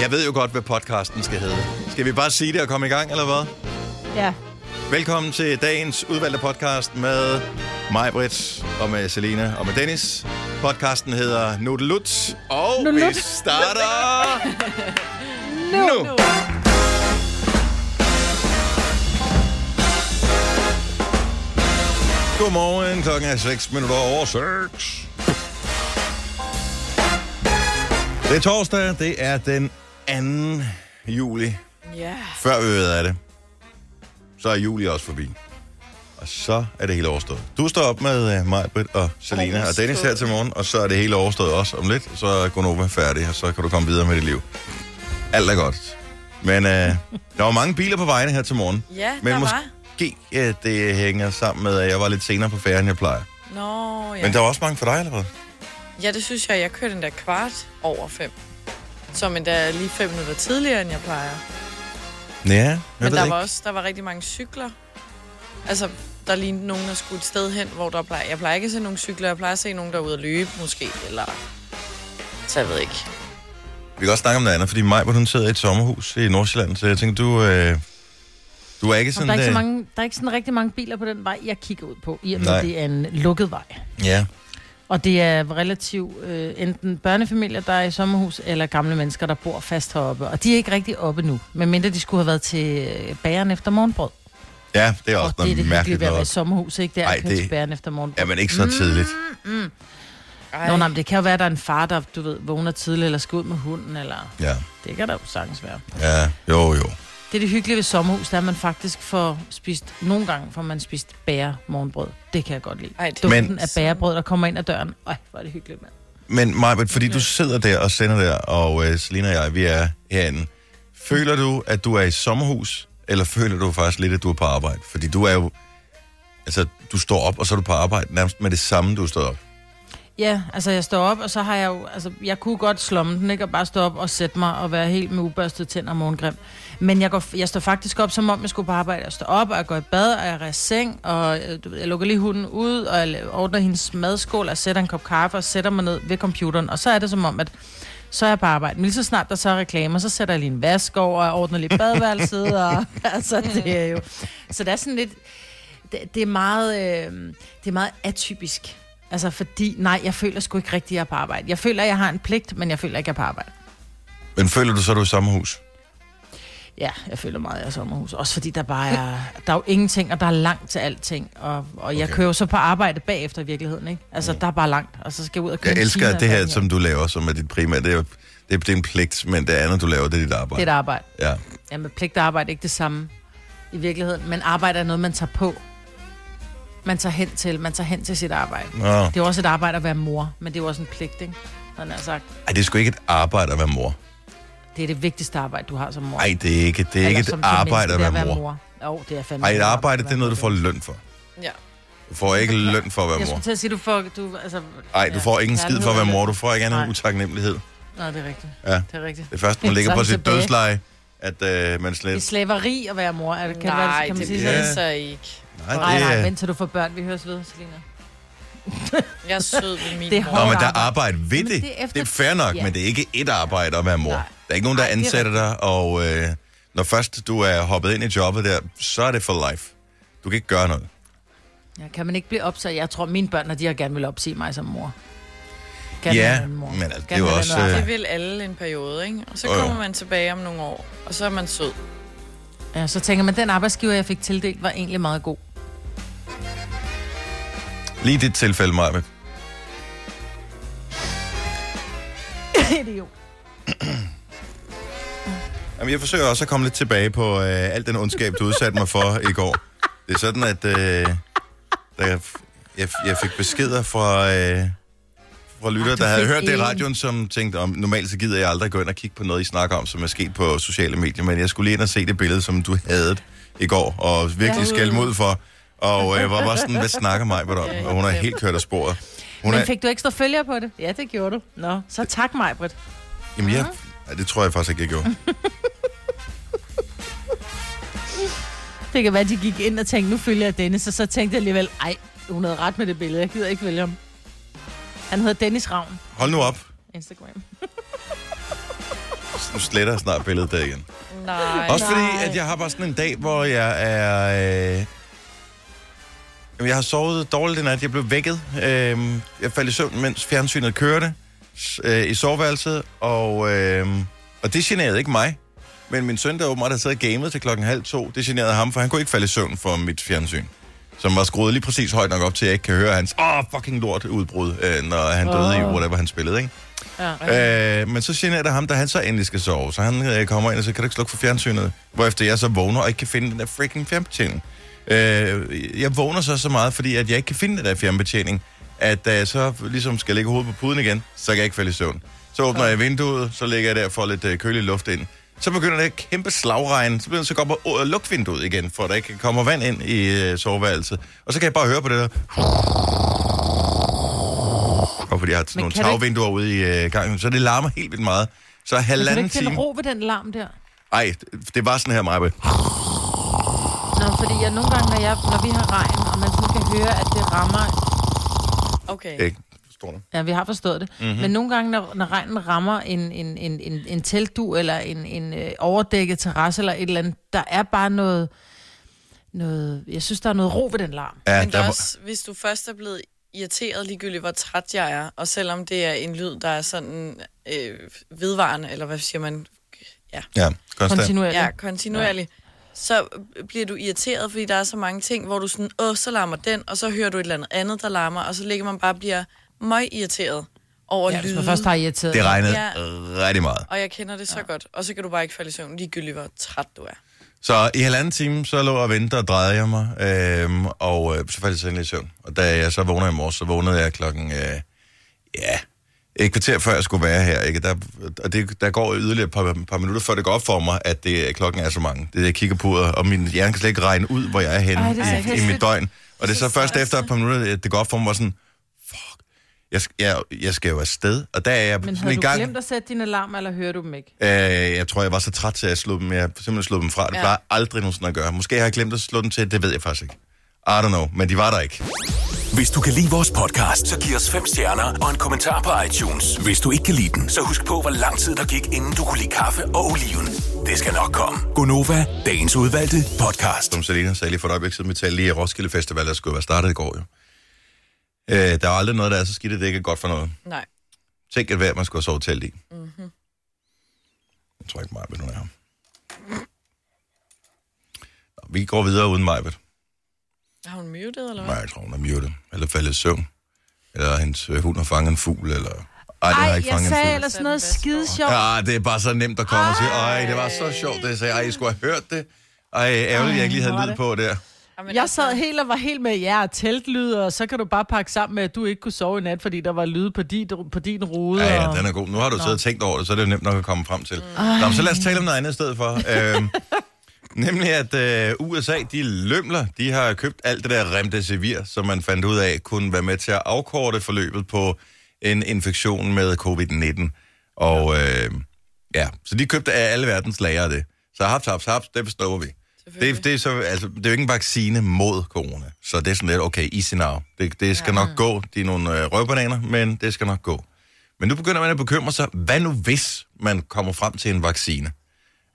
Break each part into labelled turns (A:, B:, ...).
A: Jeg ved jo godt, hvad podcasten skal hedde. Skal vi bare sige det og komme i gang, eller hvad?
B: Ja.
A: Velkommen til dagens udvalgte podcast med mig, Britt, og med Selina og med Dennis. Podcasten hedder Nudelut, og vi
C: Oh,
B: Nudelut.
A: starter
B: Nu.
A: nu. Godmorgen, klokken er 6 minutter over 6. Det er torsdag, det er den 2. juli.
D: Ja.
A: Før vi ved af det, så er juli også forbi. Og så er det hele overstået. Du står op med uh, mig, Britt og Selina og Dennis her til morgen, og så er det hele overstået også om lidt. Så er Gonova færdig, og så kan du komme videre med dit liv. Alt er godt. Men uh, der var mange biler på vejene her til morgen.
D: Ja,
A: Men
D: der
A: måske
D: var.
A: øh, det hænger sammen med, at jeg var lidt senere på færden, end jeg plejer.
D: Nå, ja.
A: Men der var også mange for dig, eller hvad?
D: Ja, det synes jeg. Jeg kørte den der kvart over fem. Som endda lige fem minutter tidligere, end jeg plejer.
A: Ja, jeg
D: Men
A: ved
D: der
A: ikke.
D: var også der var rigtig mange cykler. Altså, der lignede nogen, der skulle et sted hen, hvor der plejer... Jeg plejer ikke at se nogen cykler. Jeg plejer at se nogen, der er ude at løbe, måske. Eller... Så jeg ved ikke.
A: Vi kan også snakke om noget andet, fordi Maj, hvor hun sidder i et sommerhus i Nordsjælland, så jeg tænker, du, øh, du er ikke
B: Sådan
A: sådan...
B: der, er ikke så
A: øh,
B: mange, der er ikke sådan rigtig mange biler på den vej, jeg kigger ud på, i og med,
A: Nej.
B: at det er en lukket vej.
A: Ja,
B: Og det er relativt øh, enten børnefamilier, der er i sommerhus, eller gamle mennesker, der bor fast heroppe. Og de er ikke rigtig oppe nu, medmindre de skulle have været til øh, bageren efter morgenbrød.
A: ja, det er også noget
B: Og det er det hyggelige
A: mærkeligt
B: ved at være i
A: noget.
B: sommerhus, ikke? Det er
A: Ej,
B: at køre til
A: det-
B: bageren efter morgenbrød. Mm,
A: Ja, men ikke så tidligt.
D: Ej.
B: Nå, nej, men det kan jo være, at der er en far, der du ved, vågner tidligt, eller skal ud med hunden, eller...
A: Ja,
B: Det kan der jo sagtens være.
A: ja, jo, jo.
B: Det er det hyggelige ved sommerhus, der man faktisk får spist, nogle gange får man spist bære morgenbrød. Det kan jeg godt lide.
D: Ej, det er
B: Duften
A: Men-
B: men... af bærebrød, der kommer ind ad døren. Øj, hvor er det hyggeligt, mand.
A: Men Maj, fordi du sidder der og sender der, og øh, Selina og jeg, vi er herinde. Føler du, at du er i sommerhus, eller føler du faktisk lidt, at du er på arbejde? Fordi du er jo... Altså, du står op, og så er du på arbejde nærmest med det samme, du står op.
B: Ja, altså jeg står op, og så har jeg jo... Altså, jeg kunne godt slomme den, ikke? Og bare stå op og sætte mig og være helt med ubørstede tænder og morgengrim. Men jeg, går, jeg står faktisk op, som om jeg skulle på arbejde. Jeg står op, og jeg går i bad, og jeg rejser seng, og øh, du ved, jeg lukker lige hunden ud, og jeg la- ordner hendes madskål, og jeg sætter en kop kaffe, og sætter mig ned ved computeren. Og så er det som om, at så er jeg på arbejde. Men lige så snart der så er reklamer, så sætter jeg lige en vask over, og jeg ordner lige badeværelset, og altså, det er jo... Så det er sådan lidt... Det, det, er meget, øh, det er meget atypisk. Altså fordi, nej, jeg føler sgu ikke rigtigt, at jeg er på arbejde. Jeg føler, at jeg har en pligt, men jeg føler ikke, at jeg er på arbejde.
A: Men føler du så, at du er i sommerhus?
B: Ja, jeg føler meget, at jeg er sommerhus. Også fordi der bare er, der er jo ingenting, og der er langt til alting. Og, og jeg
A: Okay. Mm.
B: okay. kører jo så på arbejde bagefter i virkeligheden, ikke? Altså, der er bare langt, og så skal jeg ud og køre
A: Jeg
B: en
A: elsker
B: time
A: at det
B: eller
A: her,
B: sådan
A: som du laver, som er dit primære. Det er, jo- det er, det er en pligt, men det andet, du laver, det er dit
B: noget. Det er
A: arbejde.
B: et arbejde.
A: Ja.
B: Ja, men pligt og arbejde er ikke det samme i virkeligheden. Men arbejde er noget, man tager på. Man tager hen til, man tager hen til sit arbejde.
A: Nå.
B: Det er jo også et arbejde at være mor, men det er jo også en pligt, ikke? Sådan er sagt.
A: Ej, det er sgu ikke et arbejde at være mor.
B: Det er det vigtigste arbejde, du har som mor.
A: Nej, det er ikke, det er ikke
B: Eller
A: et
B: som
A: arbejde at
B: menneske, det
A: være mor.
B: mor. Jo, det er fandme
A: Nej, et
B: at være
A: arbejde,
B: mor.
A: det er noget, du får løn for.
D: Ja.
A: Du får ikke løn for at være mor.
B: Jeg skulle til at sige, du får... Du, altså,
A: Nej, du
B: ja.
A: får ingen
B: Ja,
A: skid
B: det
A: for at være
B: hedder
A: mor. Du får ikke andet
B: Nej.
A: end utaknemmelighed.
B: det. Nej, det er rigtigt.
A: Ja.
B: Det er rigtigt.
A: Det er først, man
B: Så
A: ligger
B: er
A: på
B: vi
A: sit
B: tilbage.
A: dødsleje, at øh, man
B: Det er
A: slet...
B: slaveri at være mor. Er det, kan det være,
D: Nej,
B: det, kan man
D: det
B: sige
D: vil
A: det?
B: sådan?
D: jeg så ikke.
A: Nej,
B: Nej, nej,
A: det er...
B: vent til du får børn. Vi høres ved, Selina.
D: Jeg er sød ved min
B: Det er
D: mor.
A: Nå,
B: hårdt
A: men der er arbejde
B: arbejde.
A: ved
B: Jamen,
A: det.
B: det er efter-
A: Det er fair nok,
B: Ja.
A: men det er ikke et arbejde at være mor. Der
B: Nej.
A: er ikke nogen, der
B: Nej, det er
A: ansætter dig, og øh, når først du er hoppet ind i jobbet der, så er det for life. Du kan ikke gøre noget.
B: Ja, kan man ikke blive opsagt? Jeg tror, mine børn, når de har gerne vil opsige mig som mor.
A: Ja,
B: være en
A: men altså, det
B: Gerne
A: er jo
B: vil være
A: også,
B: noget
A: øh,
D: Det vil alle en periode, ikke? Og så
A: Jo, jo.
D: kommer man tilbage om nogle år, og så er man sød.
B: arbejde. Ja, så tænker man, den arbejdsgiver, jeg fik tildelt, var egentlig meget god.
A: Lige i dit tilfælde, Marvind.
B: Idiot.
A: Jamen, jeg forsøger også at komme lidt tilbage på øh, alt den ondskab, du udsatte mig for i går. Det er sådan, at øh, da jeg, jeg, jeg fik beskeder fra, øh, fra lytter,
B: Ah, du
A: der havde
B: fik
A: hørt det i
B: en.
A: radioen, som tænkte, om normalt så gider jeg aldrig gå ind og kigge på noget, I snakker om, som er sket på sociale medier, men jeg skulle lige ind og se det billede, som du havde i går, og virkelig skælde mod for. Og øh, var bare sådan, hvad snakker mig om? Og hun er helt kørt af sporet. Hun er,
B: Men fik du ekstra følgere på det? Ja, det gjorde du. Nå, så tak mig, Britt.
A: Jamen, jeg, ja, det tror jeg faktisk ikke, jeg gjorde.
B: Det kan være, at de gik ind og tænkte, nu følger jeg Dennis, og så tænkte jeg alligevel, ej, hun havde ret med det billede, jeg gider ikke følge ham. Han hedder Dennis Ravn,
A: Hold nu op.
B: Instagram.
A: Nu sletter jeg snart billedet der igen.
D: Nej.
A: Også fordi,
B: Nej.
A: at jeg har bare sådan en dag, hvor jeg er... Øh... Jamen, jeg har sovet dårligt i nat. Jeg blev vækket. Øh... Jeg faldt i søvn, mens fjernsynet kørte s- øh, i soveværelset. Og, øh... og det generede ikke mig. Men min søn, der åbenbart havde siddet og gamet til klokken halv to, det generede ham, for han kunne ikke falde i søvn for mit fjernsyn. Som var skruet lige præcis højt nok op til, at jeg ikke kan høre hans åh, oh, fucking lort udbrud, øh, når han døde oh. i
B: Åh.
A: whatever han spillede, ikke?
B: Ja.
A: Øh, men så generer det ham, da han så endelig skal sove. Så han øh, kommer ind og siger, kan du ikke slukke for fjernsynet? Hvorefter jeg så vågner og ikke kan finde den der freaking fjernbetjening. Øh, jeg vågner så så meget, fordi at jeg ikke kan finde den der fjernbetjening, at da jeg så ligesom skal lægge hovedet på puden igen, så kan jeg ikke falde i søvn. Så åbner jeg vinduet, så ligger jeg der for lidt øh, kølig luft ind. Så begynder det at kæmpe slagregn. Så begynder jeg så at gå op og øh, lukke vinduet igen, for at der ikke kommer vand ind i øh, soveværelset. Og så kan jeg bare høre på det der. Og fordi jeg har sådan
B: Men
A: nogle
B: kan du ikke-
A: tagvinduer ude i øh, gangen, så det larmer helt vildt meget. Så
B: Kan du
A: halvanden
B: ikke finde
A: time...
B: ro ved den larm der?
A: Ej, det var sådan her, Maja.
B: Nå, fordi jeg nogle gange, når, jeg, når vi har regn, og man sådan kan høre, at det rammer...
D: Okay.
A: Ikke? Forstår du? Mhm.
B: Ja, vi har forstået det. Mm-hmm. Men nogle gange, når, når regnen rammer en, en, en, en, en teltdu, eller en, en øh, overdækket terrasse, eller et eller andet, der er bare noget... noget jeg synes, der er noget ro ved den larm.
A: Ja,
D: Men der er
A: der,
D: også, hvis du først er blevet irriteret, ligegyldigt hvor træt jeg er, og selvom det er en lyd, der er sådan øh, vedvarende, eller hvad siger man, ja,
A: ja, konstant.
B: Kontinuerligt.
D: ja kontinuerlig, så bliver du irriteret, fordi der er så mange ting, hvor du sådan, åh, så larmer den, og så hører du et eller andet andet, der larmer, og så ligger man bare og bliver møg irriteret over
B: Ja,
D: ja,
B: hvis
D: lyden.
B: man først har irriteret.
A: Det regnede
D: Ja.
A: rigtig meget.
D: Og jeg kender det så ja. godt, og så kan du bare ikke falde i søvn, ligegyldigt hvor træt du er.
A: Så i halvanden time, så lå jeg og ventede og drejede jeg mig, øhm, og øh, så faldt jeg så endelig i søvn. Og da jeg så vågnede i morges, så vågnede jeg klokken, øh, ja, et kvarter før jeg skulle være her, ikke? Der, og det, der går yderligere et par, par minutter, før det går op for mig, at det, øh, klokken er så mange. Det er det, jeg kigger på, og min hjerne kan slet ikke regne ud, hvor jeg er henne
B: Ej, det er så
A: Ej, i, i mit
B: hæsligt.
A: døgn. Og det er så
D: Så
A: først
D: stresset.
A: efter et par minutter, at det går op for mig, hvor sådan, fuck, jeg, sk- jeg, jeg skal jo afsted, og der er jeg
B: Men
A: sådan
B: havde
A: i
B: du
A: gang.
B: glemt at sætte dine alarmer, eller hører du dem ikke?
A: Øh, jeg tror, jeg var så træt til at slå dem. Jeg har simpelthen slået dem fra. Det
D: Ja.
A: plejer aldrig nogensinde at gøre. Måske har jeg glemt at slå dem til. Det ved jeg faktisk ikke. I don't know, men de var der ikke.
E: Hvis du kan lide vores podcast, så giv os fem stjerner og en kommentar på iTunes. Hvis du ikke kan lide den, så husk på, hvor lang tid der gik, inden du kunne lide kaffe og oliven. Det skal nok komme. Gonova, dagens udvalgte podcast.
A: Som Selina sagde lige for et øjeblik siden, vi talte lige i Roskilde Festival, der skulle være startet i går jo. Øh, der er aldrig noget, der er så skidt, at det ikke er godt for noget.
D: Nej. Mhm.
A: Tænk et vejr, man skulle have sovet telt i. Mm-hmm. Jeg tror ikke, Majbet hun er her. Nå, Vi går videre uden Majbet.
D: Har hun muted, eller hvad?
A: Nej, jeg tror, hun er muted. Eller faldet i søvn. Eller hendes øh, hund har fanget en fugl, eller... Ej, den har
B: Ej,
A: ikke
B: jeg
A: fanget en fugl.
B: sagde ellers sådan noget skide sjovt.
A: Ja, det er bare så nemt at komme og sige, ej, det var så sjovt, det sagde, jeg. ej, I skulle have hørt det. Ej, ærgerligt, jeg ikke lige
B: hvor
A: havde
B: var
A: lyd
B: det.
A: på der.
D: Jamen,
B: Jeg
D: altså,
B: sad helt og var helt med jer og teltlyder, og så kan du bare pakke sammen med, at du ikke kunne sove i nat, fordi der var lyde på din, på din rude.
A: Ja, ja,
B: og...
A: den er god. Nu har du siddet og tænkt over det, så er det jo nemt nok at komme frem til. Nå, men så lad os tale om noget andet i stedet for. Øhm, nemlig, at øh, USA, de lømler. De har købt alt det der remdesivir, som man fandt ud af, kunne være med til at afkorte forløbet på en infektion med covid-19. Og øh, ja, så de købte af alle verdens lager af det. Så haps, haps, haps, det består vi. Det, det, er så, altså, det er jo ikke en vaccine mod corona, så det er sådan lidt, okay, easy now. Det, det skal ja. nok gå. Det er nogle øh, røvbananer, men det skal nok gå. Men nu begynder man at bekymre sig, hvad nu hvis man kommer frem til en vaccine?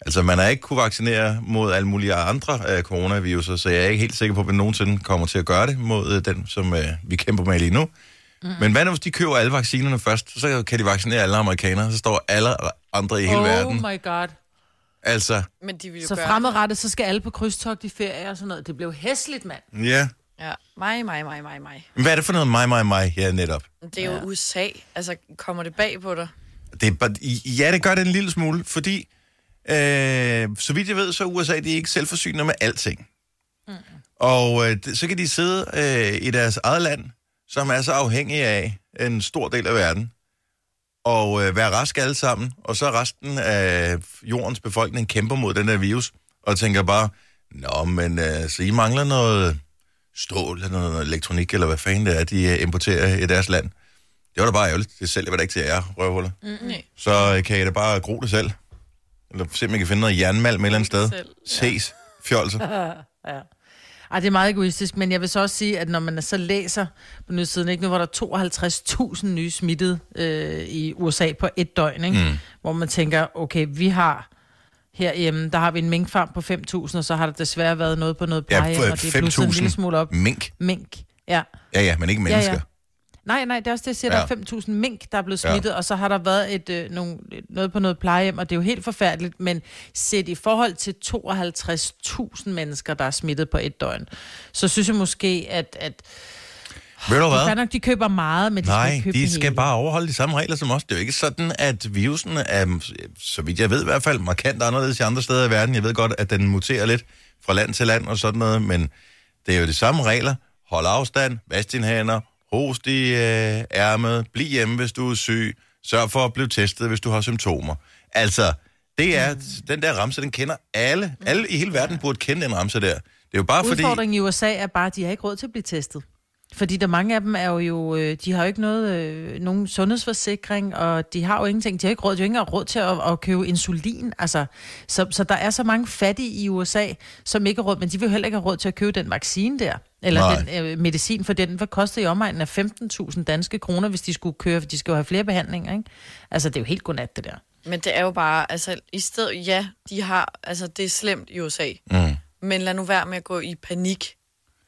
A: Altså, man har ikke kunne vaccinere mod alle mulige andre øh, coronaviruser, så jeg er ikke helt sikker på, at man nogensinde kommer til at gøre det mod øh, den, som øh, vi kæmper med lige nu. Mm. Men hvad nu, hvis de køber alle vaccinerne først, så kan de vaccinere alle amerikanere, så står alle andre i hele
B: oh
A: oh verden.
B: my god.
A: Altså,
D: Men de ville jo
B: Så
D: gøre
B: fremadrettet, så skal alle på krydstogt i ferie og sådan noget. Det blev hæsligt, mand.
A: ja. Yeah.
D: det. Ja. Mig, mig, mig, mig, mig.
A: Men Hvad er det for noget mig, mig, mig her netop?
D: Det er jo ja. USA. Altså, kommer det bag på dig?
A: Det er bare, ja, det gør det en lille smule, fordi øh, så vidt jeg ved, så er USA de er ikke selvforsynende med alting. Mm. Og øh, det- så kan de sidde øh, i deres eget land, som er så afhængig af en stor del af verden, og øh, være raske alle sammen, og så resten af jordens befolkning kæmper mod den der virus, og tænker bare, nå, men øh, så I mangler noget stål eller noget elektronik, eller hvad fanden det er, de øh, importerer i deres land. Det var da bare ærgerligt. Det sælger vi da ikke til jer, røvhuller
D: Mm. Nej.
A: så øh, kan I da bare gro det selv. Eller se, om I kan finde noget jernmalm et eller andet sted.
D: Selv,
A: Ses, fjolse.
B: Ej, det er meget egoistisk, men jeg vil så også sige, at når man så læser på nyhedssiden, ikke? nu var der 52.000 nye smittede øh, i USA på et døgn, ikke? Mm. hvor man tænker, okay, vi har herhjemme, der har vi en minkfarm på 5.000, og så har der desværre været noget på noget
A: Ja,
B: pleje, ja, og det er blusset en lille smule op.
A: 5.000 mink.
B: Mink, ja.
A: Ja, ja, men ikke
B: Ja,
A: mennesker.
B: ja. Nej, nej, det er også det, jeg siger, ja.
A: Ja.
B: der er 5.000 mink, der er blevet
A: Ja.
B: smittet, ja. og så har der været et, øh, nogle, noget på noget plejehjem, og det er jo helt forfærdeligt, men set i forhold til 52.000 mennesker, der er smittet på et døgn, så synes jeg måske, at, at
A: Ved du hvad?
B: der nok, de køber meget, men de skal
A: Nej,
B: ikke købe
A: de
B: det
A: skal
B: hele.
A: bare overholde de samme regler som os. Det er jo ikke sådan, at virusen er, så vidt jeg ved i hvert fald, markant anderledes i andre steder i verden. Jeg ved godt, at den muterer lidt fra land til land og sådan noget, men det er jo de samme regler. Hold afstand, vask dine hænder, host i øh, ærmet, bliv hjemme, hvis du er syg, sørg for at blive testet, hvis du har symptomer. Altså, det er, den der ramse, den kender alle. Alle i hele verden burde kende den ramse der. Det er jo bare fordi...
B: Udfordringen i USA er bare, at de har ikke råd til at blive testet. Fordi der mange af dem er jo, øh, de har jo ikke noget, øh, nogen sundhedsforsikring, og de har jo ingenting. De har ikke råd, de har ikke engang råd til at, at købe insulin. Altså, så, så der er så mange fattige i USA, som ikke har råd, men de vil jo heller ikke have råd til at købe den vaccine der. Eller
A: Nej.
B: Nej. den øh, medicin, for den, hvad koster i omegnen af 15.000 danske kroner, hvis de skulle køre, for de skal jo have flere behandlinger, ikke? Altså, det er jo helt godnat, det der.
D: Men det er jo bare, altså i stedet, ja, de har, altså det er slemt i USA, mm. men lad nu være med at gå i panik.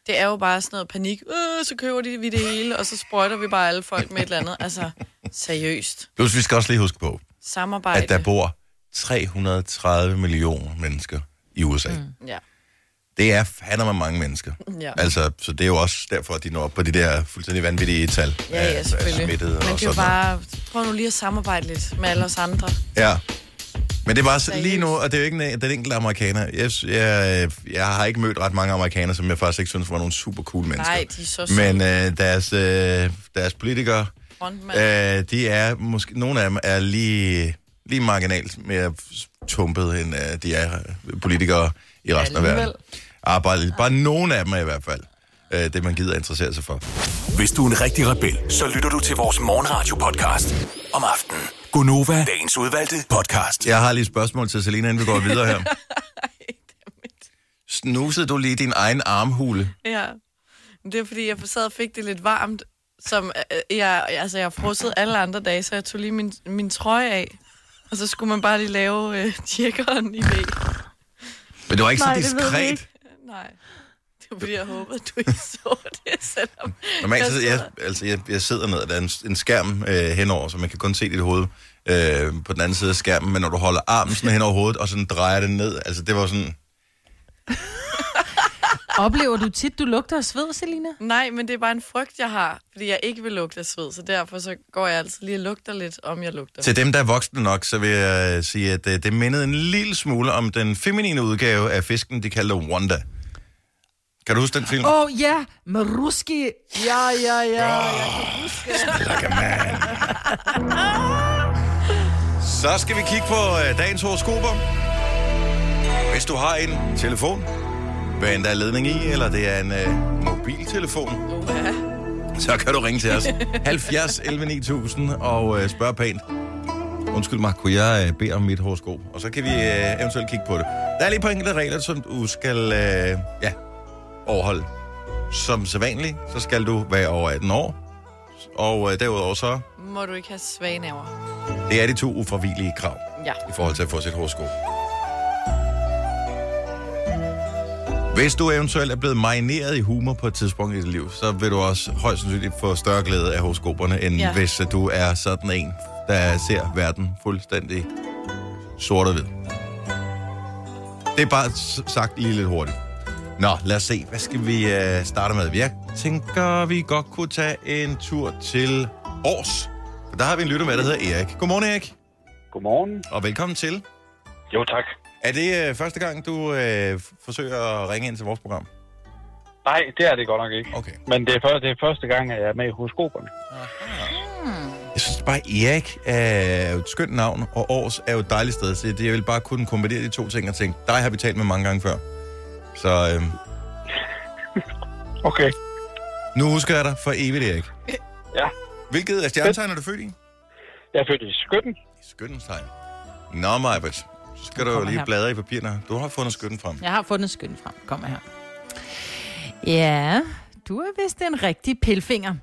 D: Det er jo bare sådan noget panik, øh, så køber de, vi det hele, og så sprøjter vi bare alle folk med et eller andet. Altså, seriøst.
A: Plus, vi skal også lige huske på,
D: Samarbejde.
A: at der bor 330 millioner mennesker i USA. Mm.
D: Ja.
A: Det er fandme mange mennesker.
D: Ja.
A: Altså, så det er jo også derfor, at de når op på de der fuldstændig vanvittige tal.
D: Ja,
A: af-
D: ja,
A: af
D: selvfølgelig. Men
A: smittede
D: det
A: og
D: er jo
A: sådan noget.
D: bare, prøv nu lige at samarbejde lidt med alle os andre.
A: Ja. Men det er bare så-
D: Seriøst.
A: lige nu, og det er jo ikke en- den enkelte amerikaner. Jeg, s- jeg, jeg har ikke mødt ret mange amerikanere, som jeg faktisk ikke synes var nogle super cool mennesker.
D: Nej, de er så søde.
A: Men øh, deres, øh, deres politikere,
D: Frontmand.
A: øh, de er måske, nogle af dem er lige, lige marginalt mere tumpet, end øh, de er øh, politikere i resten af verden.
D: Alligevel.
A: Ah, bare, bare nogle af dem er i hvert fald øh, det, man gider interessere sig for.
E: Hvis du er en rigtig rebel, så lytter du til vores morgenradio-podcast om aftenen. Gonova, dagens udvalgte podcast.
A: Jeg har lige et spørgsmål til Selina, inden vi går videre her. Snusede du lige din egen armhule?
D: Ja. Men Det er fordi, jeg sad og fik det lidt varmt, som øh, jeg, altså jeg frussede alle andre dage, så jeg tog lige min, min trøje af, og så skulle man bare lige lave øh, tjekkeren i det.
A: Men det var ikke
B: Nej,
A: så
B: det ved vi
A: diskret.
B: ikke.
D: Nej. Det var fordi, jeg håbede, at du ikke så det, selvom
A: Normalt så
D: sidder-
A: jeg, altså, jeg, jeg sidder ned, og der er en, en skærm øh, henover, så man kan kun se dit hoved øh, på den anden side af skærmen, men når du holder armen sådan hen over hovedet, og sådan drejer den ned, altså det var sådan...
B: Oplever du tit, du lugter af sved, Selina?
D: Nej, men det er bare en frygt, jeg har, fordi jeg ikke vil lugte af sved, så derfor så går jeg altid lige og lugter lidt, om jeg lugter.
A: Til dem, der er voksne nok, så vil jeg øh, sige, at øh, det mindede en lille smule om den feminine udgave af fisken, de kalder Wanda. Kan du huske den film?
B: Åh, oh, ja, Maruski. Ja, ja, ja.
A: Like a man. Så skal vi kigge på øh, dagens horoskoper. Hvis du har en telefon, hvad end der er ledning i, eller det er en øh, mobiltelefon,
D: Uha.
A: så kan du ringe til os. 70 11 9000 og øh, spørg pænt. Undskyld mig, kunne jeg øh, bede om mit horoskop? Og så kan vi øh, eventuelt kigge på det. Der er lige på enkelte regler, som du skal øh, ja, overholde. Som sædvanligt, så skal du være over 18 år. Og øh, derudover så
D: Må du ikke have svage naver?
A: det er de to ufravigelige krav
D: Ja.
A: i forhold til at få sit horoskop. Hvis du eventuelt er blevet marineret i humor på et tidspunkt i dit liv, så vil du også højst sandsynligt få større glæde af horoskoperne, end ja.
D: Ja.
A: hvis øh, du er sådan en, der ser verden fuldstændig sort og hvid. Det er bare s- sagt lige lidt hurtigt. Nå, lad os se. Hvad skal vi øh, starte med? Jeg tænker, vi godt kunne tage en tur til Års. For der har vi en lytter med, der hedder Erik. Godmorgen, Erik.
F: Godmorgen.
A: Og velkommen til.
F: Jo, tak.
A: Er det øh, første gang, du øh, f- forsøger at ringe ind til vores program?
F: Nej, det er det godt nok ikke.
A: Okay.
F: Men det er, første, det er første gang, at jeg er med i horoskoperne.
A: Jeg synes bare, Erik er jo et skønt navn, og Års er jo et dejligt sted. Så det er vel bare kunne kombinere de to ting og tænke, dig har vi talt med mange gange før. Så øh,
F: Okay.
A: nu husker jeg dig for evigt, Erik.
F: Ja.
A: Hvilket af stjernetegn er du født i?
F: Jeg er født i Skytten.
A: Skyttens tegn. Nå, Majbert, så skal du jo
B: Kommer
A: lige
B: her.
A: bladre i papirerne. Du har fundet skytten frem.
B: Jeg har fundet skøn frem. Kom her. Ja, du er vist en rigtig pilfinger.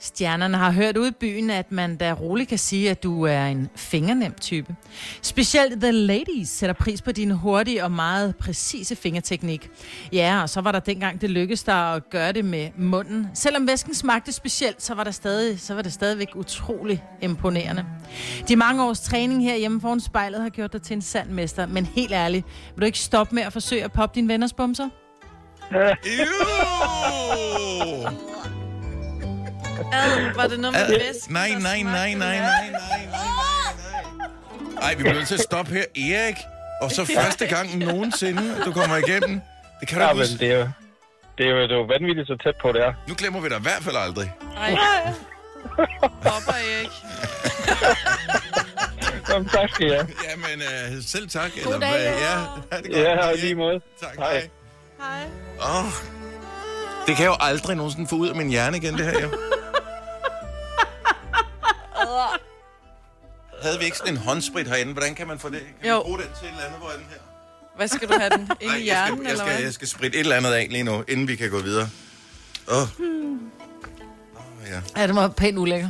B: Stjernerne har hørt ud i byen, at man da roligt kan sige, at du er en fingernem type. Specielt The Ladies sætter pris på din hurtige og meget præcise fingerteknik. Ja, og så var der dengang, det lykkedes dig at gøre det med munden. Selvom væsken smagte specielt, så var, der stadig, så var det stadigvæk utrolig imponerende. De mange års træning herhjemme foran spejlet har gjort dig til en sand mester. Men helt ærligt, vil du ikke stoppe med at forsøge at poppe dine venners bumser?
A: Ew!
D: Ad, var det noget med væsken?
A: Nej,
D: der
A: nej, nej, nej, nej,
D: smagte?
A: nej, nej, nej. Ej, vi bliver nødt til at stoppe her, Erik. Og så første gang nogensinde, at du kommer igennem. Det kan du
F: Ja,
A: ikke
F: men
A: huske.
F: det er jo... Det er jo, det er jo vanvittigt, så tæt på det er.
A: Nu glemmer vi dig i hvert fald aldrig.
D: Nej. Popper ikke.
F: Jamen, tak skal I have.
A: Jamen, øh, selv tak.
D: God dag,
A: hvad-
D: Erik.
A: Ja, ha' det godt.
F: Ja, og i lige måde.
A: Tak,
F: Hej.
A: hej. Hej. Åh, det kan jeg jo aldrig nogensinde få ud af min hjerne igen, det her. Jo. Havde vi ikke sådan en håndsprit herinde? Hvordan kan man få det? Kan
D: Jo.
A: man bruge den til et eller andet? Hvor er den her?
D: Hvad skal du have den? Ind i
A: Nej, jeg
D: hjernen,
A: skal, jeg,
D: eller
A: skal, jeg
D: hvad?
A: skal spritte et eller andet af lige nu, inden vi kan gå videre. Åh. Oh. ja.
B: Ja, det var pænt ulækker.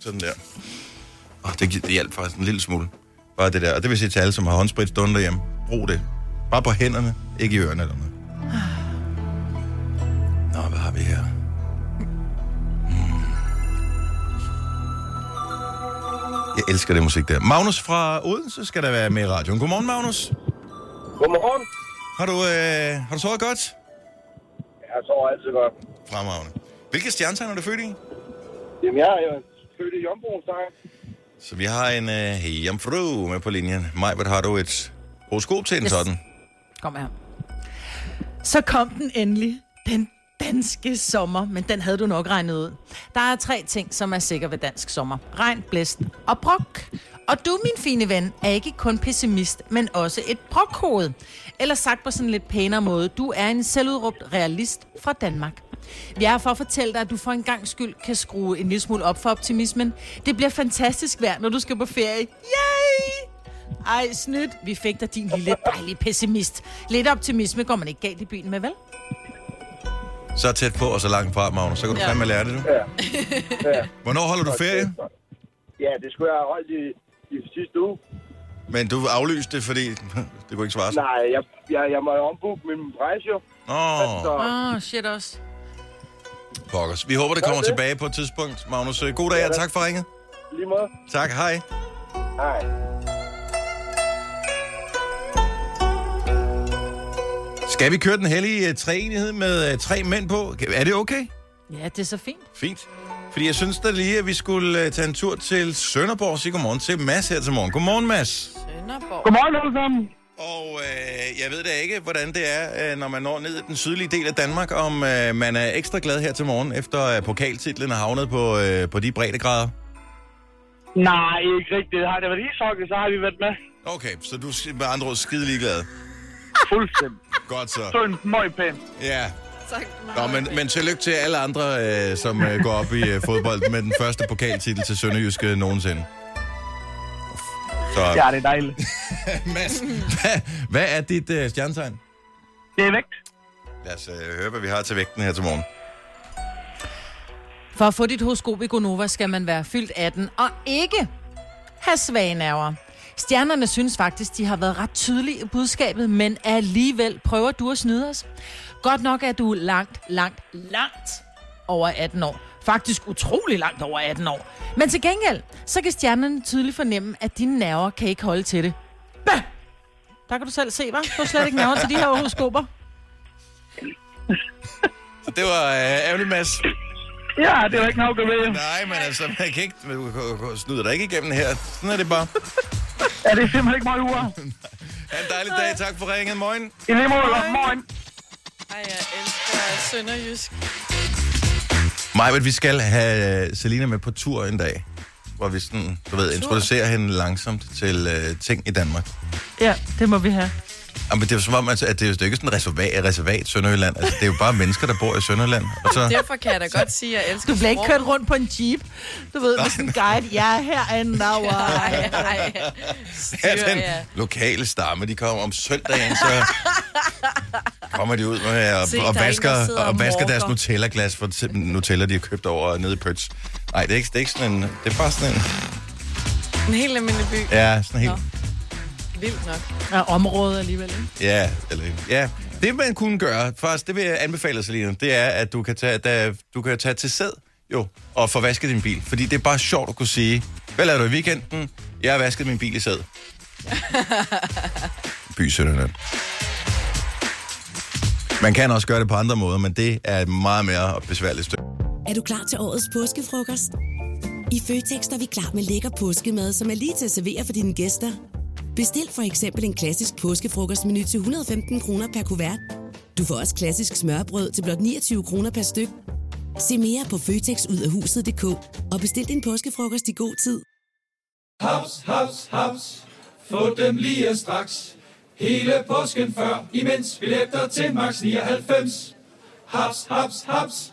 A: Sådan der. Oh, det, gi- det hjalp faktisk en lille smule. Bare det der. Og det vil sige til alle, som har håndsprit stående derhjemme. Brug det. Bare på hænderne, ikke i ørerne eller noget. Nå, hvad har vi her? Hmm. Jeg elsker det musik der. Magnus fra Odense skal der være med i radioen. Godmorgen, Magnus.
G: Godmorgen.
A: Har du, øh, har du sovet godt?
G: Jeg sover altid godt.
A: Fremragende. Hvilke stjernetegn er du født i?
G: Jamen, jeg er jo født i Jomboen, så
A: Så vi har en øh, jomfru med på linjen. Maj, hvad har du et horoskop til en yes.
B: Yes.
A: sådan?
B: Kom her. Så kom den endelig. Den danske sommer, men den havde du nok regnet ud. Der er tre ting, som er sikre ved dansk sommer. Regn, blæst og brok. Og du, min fine ven, er ikke kun pessimist, men også et brokhoved. Eller sagt på sådan en lidt pænere måde, du er en selvudråbt realist fra Danmark. Vi er her for at fortælle dig, at du for en gang skyld kan skrue en lille smule op for optimismen. Det bliver fantastisk vejr, når du skal på ferie. Yay! Ej, snydt. Vi fik dig din lille dejlige pessimist. Lidt optimisme går man ikke galt i byen med, vel?
A: Så tæt på og så langt fra, Magnus. Så kan du ja. fandme lære det, du. Ja.
G: Ja.
A: Hvornår holder du ferie?
G: Ja, det skulle jeg have holdt i, i sidste uge.
A: Men du aflyste det, fordi det kunne ikke svare sig.
G: Nej, jeg, jeg, jeg må jo ombooke min rejse jo. Så
A: Nå,
B: Åh, oh, shit også.
A: pokkers. Vi håber, det kommer
G: det.
A: tilbage på et tidspunkt, Magnus. Øh, God dag, og tak for ringet.
G: lige måde.
A: Tak, hej.
G: Hej.
A: Skal vi køre den hellige øh, treenighed med øh, tre mænd på? Er det okay?
B: Ja, det er så fint.
A: Fint. Fordi jeg synes da lige, at vi skulle øh, tage en tur til Sønderborg og sige godmorgen til Mads her til morgen. Godmorgen, Mads.
D: Sønderborg.
F: Godmorgen, alle sammen.
A: Og øh, jeg ved da ikke, hvordan det er, øh, når man når ned i den sydlige del af Danmark, om øh, man er ekstra glad her til morgen, efter øh, pokaltitlen er havnet på, øh, på de breddegrader.
F: Nej, ikke rigtigt. Har det været ishockey, så har vi været med.
A: Okay, så du er med andre ord skide ligeglad.
F: Fuldstændig.
A: Godt
F: Så
A: så.
F: en møg pæn.
A: Ja.
D: Tak,
A: Nå, men, men tillykke til alle andre, øh, som øh, går op i øh, fodbold med den første pokaltitel til Sønderjyske nogensinde. Så,
F: Ja,
A: ja.
F: det er dejligt.
A: Mads, hvad, hvad er dit øh, stjernetegn?
F: Det er vægt.
A: Lad os øh, høre, hvad vi har til vægten her til morgen.
B: For at få dit horoskop i Gonova skal man være fyldt 18 og ikke have svage nerver. Stjernerne synes faktisk, de har været ret tydelige i budskabet, men alligevel prøver du at snyde os. Godt nok er du langt, langt, langt over 18 år. Faktisk utrolig langt over 18 år. Men til gengæld, så kan stjernerne tydeligt fornemme, at dine nerver kan ikke holde til det. Bah! Der kan du selv se, hva'? Du har slet ikke nerver til de her horoskoper.
A: Så det var øh, ærgerligt, Mads.
F: Ja, det var ikke nok at vide.
A: Nej, men altså, man kan ikke man kan- kan- snyder dig ikke igennem her. Sådan er det bare.
F: Ja, det er simpelthen ikke meget uger.
A: Ha' en dejlig dag. Tak for ringen. Morgen.
F: I lige måde, godmorgen.
D: Ej, jeg elsker Sønderjysk.
A: Maja, vi skal have øh, Selina med på tur en dag. Hvor vi sådan, du ved, introducerer hende langsomt til øh, ting i Danmark.
B: Ja, det må vi have.
A: Ja, men det er jo som om, altså, at det er jo det er jo ikke sådan et reservat, reservat Sønderjylland. Altså, det er jo bare mennesker, der bor i Sønderjylland. Og så,
D: Derfor kan jeg da godt sige, at jeg elsker
B: Du bliver ikke
D: sprog.
B: kørt rundt på en jeep. Du ved, med sådan en guide. Jeg er herinde, der var.
D: Ej, ej.
A: at
D: Styr,
A: den
D: ja.
A: lokale stamme, de kommer om søndagen, så kommer de ud med og,
D: Se, der er
A: og,
D: en, der
A: vasker,
D: sidder
A: og
D: og
A: vasker deres
D: morker.
A: Nutella-glas for til- Nutella, de har købt over nede i Pøts. Nej, det er ikke, det er ikke sådan en... Det er bare sådan en...
D: En helt almindelig by.
A: Ja, sådan helt...
D: Nå. Vildt nok.
B: Ja, området alligevel. ikke?
A: Ja, eller, ja. Det man kunne gøre, faktisk, det vil jeg anbefale, Selina, det er, at du kan tage, da, du kan tage til sæd, jo, og få vasket din bil. Fordi det er bare sjovt at kunne sige, hvad lavede du i weekenden? Jeg har vasket min bil i sæd. By Sønderland. Man kan også gøre det på andre måder, men det er et meget mere besværligt stykke.
C: Er du klar til årets påskefrokost? I Føtex er vi klar med lækker påskemad, som er lige til at servere for dine gæster. Bestil for eksempel en klassisk påskefrokostmenu til 115 kroner per kuvert. Du får også klassisk smørbrød til blot 29 kroner per styk. Se mere på føtexudafhuset.dk og bestil din påskefrokost i god tid.
H: Haps, haps, haps. Få dem lige straks. Hele påsken før, imens billetter til max 99. Haps, haps, haps.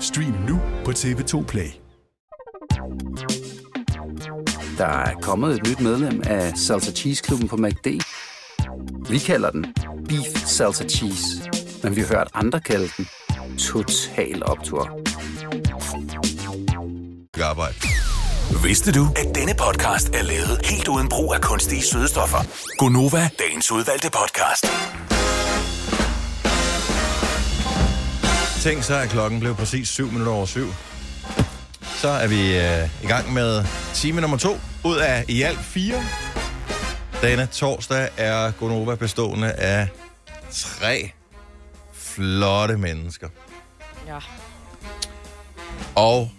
E: Stream nu på TV2 Play.
I: Der er kommet et nyt medlem af Salsa Cheese Klubben på MACD. Vi kalder den Beef Salsa Cheese. Men vi har hørt andre kalde den Total Optor.
A: arbejde.
E: Vidste du, at denne podcast er lavet helt uden brug af kunstige sødestoffer?
A: Gonova,
E: Dagens udvalgte podcast.
A: Tænk så, at klokken blev præcis 7 minutter over 7. Så er vi øh, i gang med time nummer to ud af i alt fire. Denne torsdag er Gonova bestående af tre flotte mennesker.
D: Ja.
A: Og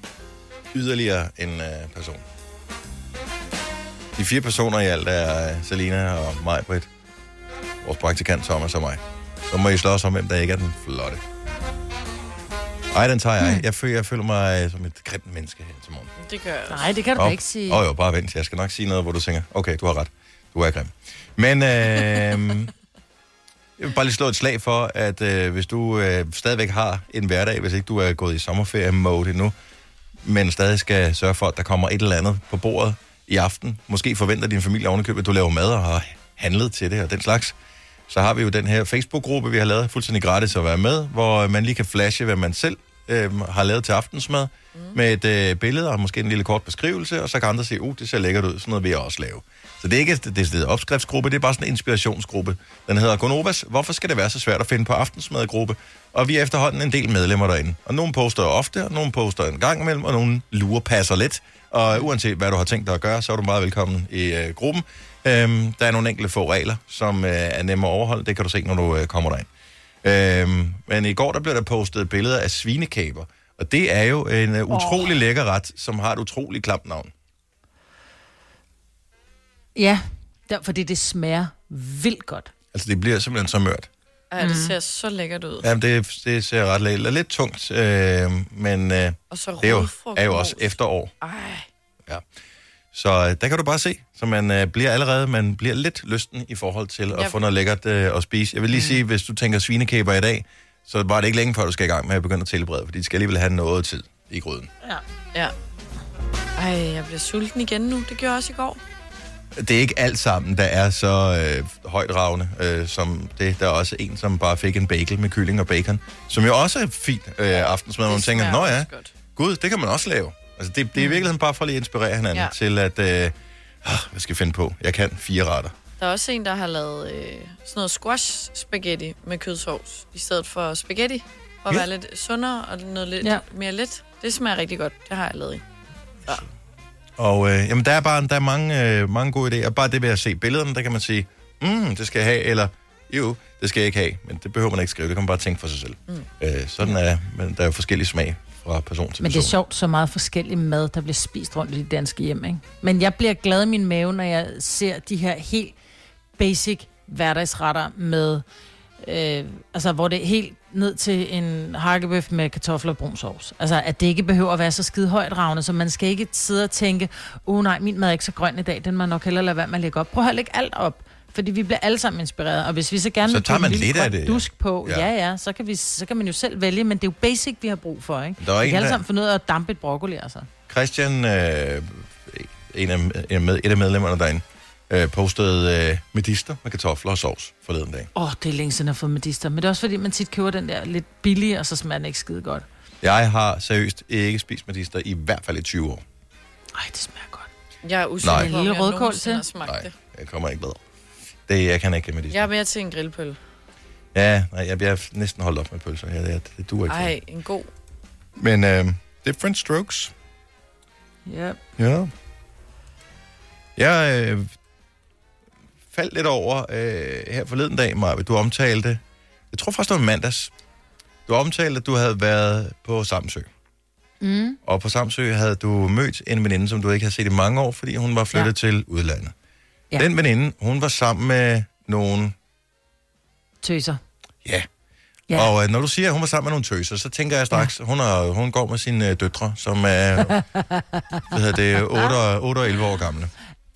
A: yderligere en øh, person. De fire personer i alt er øh, Selina og mig, Britt, vores praktikant Thomas og mig. Så må I slås om, hvem der ikke er den flotte. Ej, den tager jeg. Jeg føler, jeg føler mig øh, som et grimt menneske her til morgen.
D: Det gør jeg også.
B: Nej, det kan du da
A: Åh,
B: ikke sige.
A: Åh jo, bare vent. Jeg skal nok sige noget, hvor du tænker, okay, du har ret. Du er grim. Men øh, jeg vil bare lige slå et slag for, at øh, hvis du øh, stadigvæk har en hverdag, hvis ikke du er gået i sommerferie-mode endnu, men stadig skal sørge for, at der kommer et eller andet på bordet i aften. Måske forventer din familie ovenikøbet, at du laver mad og har handlet til det og den slags. Så har vi jo den her Facebook-gruppe, vi har lavet fuldstændig gratis at være med, hvor man lige kan flashe, hvad man selv øh, har lavet til aftensmad, mm. med et øh, billede og måske en lille kort beskrivelse, og så kan andre se, uh, det ser lækkert ud, sådan noget vil jeg også lave. Så det er ikke en decideret opskriftsgruppe, det er bare sådan en inspirationsgruppe. Den hedder Gonovas, hvorfor skal det være så svært at finde på aftensmadgruppe? Og vi er efterhånden en del medlemmer derinde. Og nogle poster ofte, og nogle poster en gang imellem, og nogle lurer passer lidt. Og uanset hvad du har tænkt dig at gøre, så er du meget velkommen i øh, gruppen. Øhm, der er nogle enkelte få regler, som øh, er nemme at overholde. Det kan du se, når du øh, kommer derind. Øhm, men i går der blev der postet billeder af svinekæber, og det er jo en uh, utrolig oh. lækker ret, som har et utrolig klamt navn.
B: Ja, der, fordi det smager vildt godt.
A: Altså det bliver simpelthen så mørt.
D: Ej,
B: Mm.
D: det ser så lækkert ud.
A: Jamen det, det ser ret lækkert. Lidt tungt, øh, men øh,
D: Og så
A: det er jo,
D: rodfrugt.
A: er jo også efterår.
D: Ej,
A: Ja. Så øh, der kan du bare se, så man øh, bliver allerede, man bliver lidt lysten i forhold til at
D: Ja. Mm.
A: få noget lækkert øh, at spise. Jeg vil lige sige, hvis du tænker svinekæber i dag, så var det ikke længe før, du skal i gang med at begynde at tilberede, fordi de skal alligevel have noget tid i gryden.
D: ja. Ej, jeg bliver sulten igen nu. Det gjorde jeg også i går.
A: det er ikke alt sammen, der er så øh, højdragende øh, som det. Der er også en, som bare fik en bagel med kylling og bacon, som jo også er fint øh, aftensmad, hvor man
D: Det
A: tænker, nå
D: smager
A: ja,
D: også godt.
A: gud, det kan man også lave. Altså, det, det er i virkeligheden bare for lige at inspirere hinanden ja.
D: Ja.
A: til at, øh, ah, hvad skal jeg finde på? Jeg kan fire retter.
D: Der er også en, der har lavet øh, sådan noget squash spaghetti med kødsovs, i stedet for spaghetti, for at
A: Ja.
D: være lidt sundere og noget lidt
B: Ja.
D: ja. mere let. Det smager rigtig godt. Det har jeg lavet i.
A: Og øh, jamen, der er bare der er mange, øh, mange gode idéer. Bare det ved at se billederne, der kan man sige, mm, det skal jeg have, eller jo, det skal jeg ikke have. Men det behøver man ikke skrive, det kan man bare tænke for sig selv. Mm. Øh, sådan er men der er jo forskellige smag fra person til
B: Men det
A: person.
B: er sjovt, så meget forskellig mad, der bliver spist rundt i de danske hjem, ikke? Men jeg bliver glad i min mave, når jeg ser de her helt basic hverdagsretter med... Øh, altså, hvor det er helt ned til en hakkebøf med kartofler og brun sovs. Altså, at det ikke behøver at være så skide højdragende, så man skal ikke sidde og tænke, åh oh, nej, min mad er ikke så grøn i dag, den må jeg nok hellere lade være med at lægge op. Prøv at lægge alt op, fordi vi bliver alle sammen inspireret, og hvis vi så gerne
A: Så
B: vil
A: tager
B: putte en
A: man
B: lille
A: lidt af
B: grøn
A: det, ja.
B: dusk på,
A: Ja.
B: ja, ja, ja så, kan vi, så kan man jo selv vælge, men det er jo basic, vi har brug for, ikke?
A: Der er
B: vi
A: en,
B: kan alle
A: der-
B: sammen finde ud af at dampe et broccoli, altså.
A: Christian, øh, en af, en med, et af medlemmerne derinde, øh, postede øh, medister med kartofler og sovs forleden dag.
B: Åh, oh, det er længe siden, jeg har fået medister. Men det er også fordi, man tit køber den der lidt billige, og så smager den ikke skide godt.
A: Jeg har seriøst ikke spist medister i hvert fald i 20 år.
B: Ej, det smager godt.
D: Jeg er usikker
A: Nej.
D: på, om
B: Lille
D: jeg
B: rødkål
D: nogensinde
B: til?
D: har smagt det.
A: Jeg kommer ikke bedre. Det, jeg kan ikke lide medister.
D: Jeg er mere til en grillpøl.
A: Ja, nej, jeg bliver næsten holdt op med pølser. Ja, det, det duer ikke.
D: Ej, en god.
A: Men øh, different strokes.
B: Ja.
A: Ja. Jeg øh, faldt lidt over øh, her forleden dag, Maja. Du omtalte, jeg tror faktisk det var i mandags, du omtalte, at du havde været på Samsø.
B: Mm.
A: Og på Samsø havde du mødt en veninde, som du ikke havde set i mange år, fordi hun var flyttet ja. til udlandet. Ja.
B: Ja.
A: Den veninde, hun var sammen med nogen...
B: Tøser.
A: Ja.
B: Ja.
A: Og øh, når du siger, at hun var sammen med nogle tøser, så tænker jeg straks, ja. hun, er, hun går med sine øh, døtre, som er hvad hedder det, 8, og- 8 og 11 år gamle.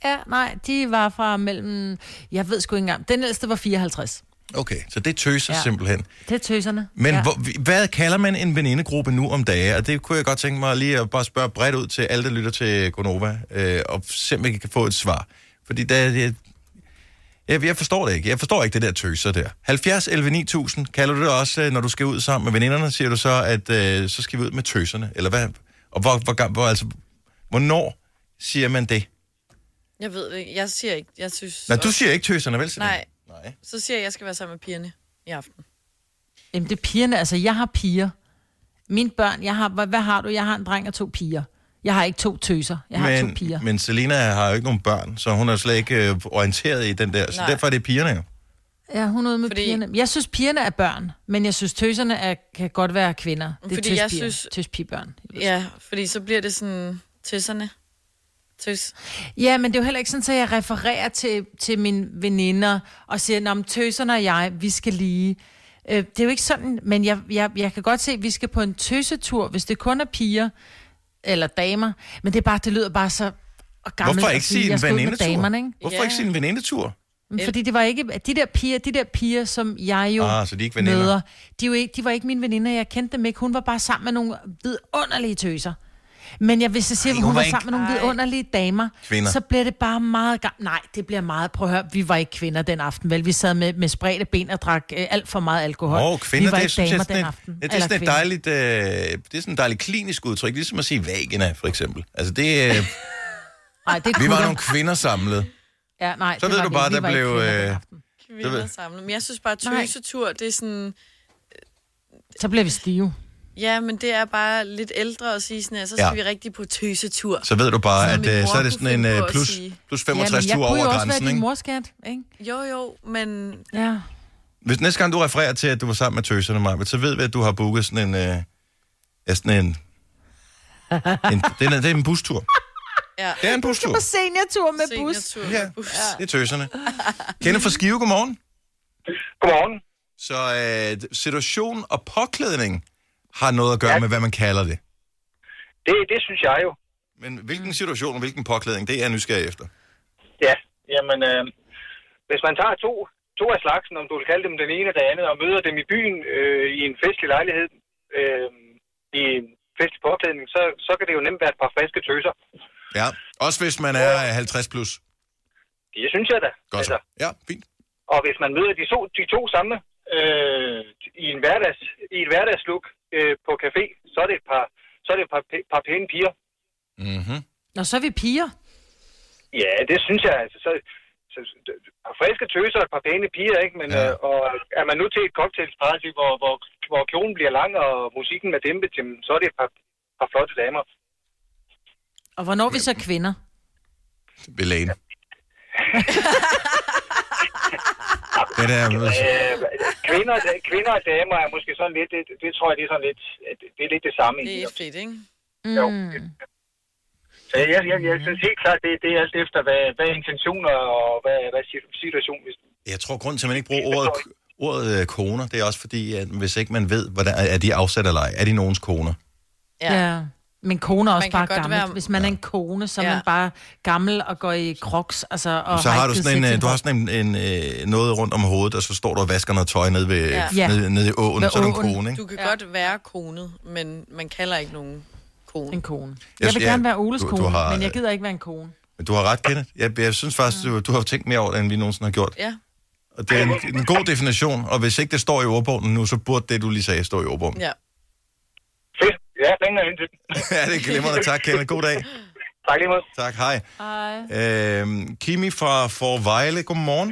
B: Ja, nej, de var fra mellem... Jeg ved sgu ikke engang. Den ældste var 54.
A: Okay, så det er tøser ja.
B: Ja.
A: simpelthen.
B: Det er tøserne.
A: Men ja.
B: ja.
A: hvor, hvad kalder man en venindegruppe nu om dage? Og det kunne jeg godt tænke mig lige at bare spørge bredt ud til alle, der lytter til Gonova, øh, og se om vi kan få et svar. Fordi der, jeg, jeg, jeg forstår det ikke. Jeg forstår ikke det der tøser der. 70 11 9000, kalder du det også, øh, når du skal ud sammen med veninderne, siger du så, at øh, så skal vi ud med tøserne? Eller hvad? Og hvor, hvor, gam- hvor, altså, hvornår siger man det?
D: Jeg ved det ikke. Jeg siger ikke. Jeg synes...
A: Nej, du siger ikke tøserne, vel? Selina?
D: Nej. Nej. Så siger jeg, at jeg skal være sammen med pigerne i aften.
B: Jamen, det er pigerne. Altså, jeg har piger. Mine børn, jeg har... Hvad, hvad har du? Jeg har en dreng og to piger. Jeg har ikke to tøser. Jeg har
A: men,
B: to piger.
A: men Selina har jo ikke nogen børn, så hun er slet ikke øh, orienteret i den der. Så
B: Nej.
A: derfor er det pigerne jo.
B: Ja, hun er ude med fordi... pigerne. Jeg synes, pigerne er børn, men jeg synes, tøserne er, kan godt være kvinder. Det er
D: Fordi jeg
B: tøspiger.
D: synes-
B: Tøspigebørn.
D: Ja, fordi så bliver det sådan tøsserne. Tøs.
B: Ja, men det er jo heller ikke sådan, at jeg refererer til, til mine veninder og siger, at tøserne og jeg, vi skal lige. Øh, det er jo ikke sådan, men jeg, jeg, jeg kan godt se, at vi skal på en tøsetur, hvis det kun er piger eller damer. Men det, er bare, det lyder bare så og gammelt
A: Hvorfor
B: at
A: ikke
B: sige,
A: sige
B: jeg
A: en
B: skal ud med
A: venindetur?
B: damerne, ikke?
A: Hvorfor ikke sige en venindetur?
B: Men Fordi det var ikke... at De der piger, de der piger som jeg jo
A: Ah, så de er ikke veninder.
B: møder, de, er jo ikke, de var ikke mine veninder. Jeg kendte dem ikke. Hun var bare sammen med nogle vidunderlige tøser. Men jeg vil så sige,
J: Ej, hun
B: at hun, hun
J: var
B: var
J: ikke-
B: sammen med nogle
J: Ej.
B: vidunderlige damer.
J: Kvinder.
B: Så bliver det bare meget... Gam- Nej, det bliver meget... Prøv at høre, vi var ikke kvinder den aften, vel? Vi sad med, med spredte ben og drak øh, alt for meget alkohol.
A: Åh, kvinder,
B: vi var
A: det er,
B: ikke
A: synes jeg,
B: damer
A: sådan
B: den
A: et,
B: aften.
A: ja, det er
B: Eller
A: sådan et
B: kvinder.
A: dejligt, øh, det er sådan et dejligt klinisk udtryk, ligesom at sige vagina, for eksempel. Altså det, øh,
B: Nej, det er
A: vi var
B: kvinder.
A: nogle kvinder samlet.
B: Ja, nej,
A: Så
B: det
A: ved
B: var
A: du
B: vi
A: bare,
B: ikke. Vi
A: der
B: var
A: blev...
B: ikke kvinder den
A: Øh,
D: Kvinder
A: ved-
D: samlet. Men jeg synes bare, at
B: Nej.
D: tøsetur, det er sådan...
B: Så bliver vi stive.
D: Ja, men det er bare lidt ældre at sige sådan her, så skal
A: Ja.
D: ja. vi rigtig på tøsetur.
A: så ved du bare, at
D: Som min
A: øh,
D: mor
A: så er det
D: kunne
A: sådan en
D: finde på
A: øh,
D: at
A: plus,
D: sige.
A: plus
B: ja,
A: 65 tur
B: men jeg kunne
A: over
B: jo også være
A: grænsen,
B: din
A: ikke?
B: morskat, ikke?
D: Jo, jo, men...
B: Ja.
A: Hvis næste gang du refererer til, at du var sammen med tøserne, Maja, så ved vi, at du har booket sådan en... Øh, ja, sådan en, en det, er, det er en bustur.
D: Ja.
A: Det er en bustur.
B: På seniortur med bus.
A: Ja. Det er tøserne. Kenneth fra Skive, godmorgen.
F: Godmorgen.
A: Så øh, situation og påklædning har noget at gøre ja. med, hvad man kalder det.
F: Det, det synes jeg jo.
A: Men hvilken situation og hvilken påklædning, det er jeg nysgerrig efter.
F: Ja, jamen, øh, hvis man tager to, to af slagsen, om du vil kalde dem den ene og den anden, og møder dem i byen øh, i en festlig lejlighed, øh, i en festlig påklædning, så, så kan det jo nemt være et par friske tøser.
A: Ja, også hvis man er 50 plus.
F: Det synes jeg da. altså.
A: Godt så. Ja, fint.
F: Og hvis man møder de to, de to samme øh, i, en hverdags, i et hverdagsluk øh, på café, så er det et par, så er det et par, pæ- par pæne piger.
A: Mm-hmm.
B: Nå, så er vi piger.
F: Ja, det synes jeg. Altså, så, så, et par friske tøser og et par pæne piger, ikke? Men, ja. øh, og er man nu til et cocktailsparty, hvor, hvor, hvor kjolen bliver lang og musikken er dæmpet, jamen, så er det et par, par flotte damer.
B: Og hvornår er vi så kvinder?
A: Ved lægen. Den er,
F: Øh, kvinder, og da- kvinder og damer er måske sådan lidt, det, det tror jeg, det er sådan lidt, at det er lidt det samme.
D: Det er
F: egentlig.
D: et fedt, ikke?
F: Jo. Så jeg, jeg, jeg, jeg synes helt klart, det, det er alt efter, hvad, hvad er intentioner og hvad, hvad er situ- situationen. Hvis,
A: Jeg tror, grunden til, at man ikke bruger ordet, ordet øh, koner, det er også fordi, at hvis ikke man ved, hvordan, er de afsat eller ej, er de nogens koner?
B: Ja. ja. Men kone er også
D: Man kan
B: bare
D: godt
B: gammel.
D: være-
B: Være... Hvis man er en kone, så er man bare gammel og går i crocs. Altså, og
A: så har du
B: ikke
A: sådan en,
B: set
A: øh,
B: sin
A: du har sådan en, en øh, noget rundt om hovedet, og så står du og vasker noget tøj nede, ved,
D: Ja.
A: ja. nede, nede i åen,
D: Ved
A: så er du en
D: åen.
A: kone, ikke?
D: Du kan ja. godt være konet, men man kalder ikke nogen kone. En
B: kone.
A: Jeg
B: Jeg vil
A: synes, ja,
B: gerne være Oles
A: du- du
B: kone,
A: har-
B: men jeg gider ikke være en kone.
A: Men du har ret, Kenneth. Jeg, jeg synes faktisk, du, du har tænkt mere over det, end vi nogensinde har gjort.
D: Ja.
A: Og det er en, en god definition, og hvis ikke det står i ordbogen nu, så burde det, du lige sagde, stå i ordbogen.
D: Ja.
F: Fedt. Ja, ringer ind til dem.
A: ja, det er glimrende. Tak, Kenneth. God dag.
F: Tak lige måde.
A: Tak, hej.
B: Hej.
A: Øhm, Kimi fra Forvejle, godmorgen.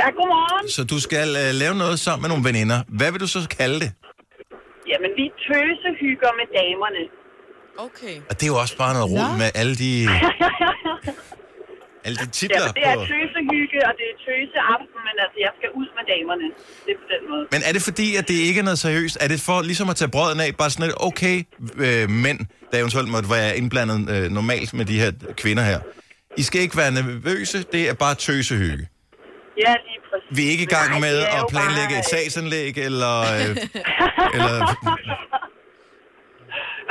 J: Ja, godmorgen.
A: Så du skal øh, lave noget sammen med nogle veninder. Hvad vil du så kalde det?
J: Jamen, vi tøsehygger med damerne.
D: Okay.
A: Og det er jo også bare noget rod
J: Nå.
A: med alle de, alle de
J: ja,
A: titler
J: det er
A: på...
J: tøsehygge, og det er tøseaften, men altså, jeg skal ud med damerne. Det er på den måde.
A: Men er det fordi, at det ikke er noget seriøst? Er det for ligesom at tage brøden af, bare sådan lidt, okay, øh, mænd, der eventuelt måtte være indblandet øh, normalt med de her kvinder her. I skal ikke være nervøse, det er bare tøsehygge.
J: Ja, lige præcis.
A: Vi er ikke i gang med at planlægge et sagsanlæg, eller, øh, eller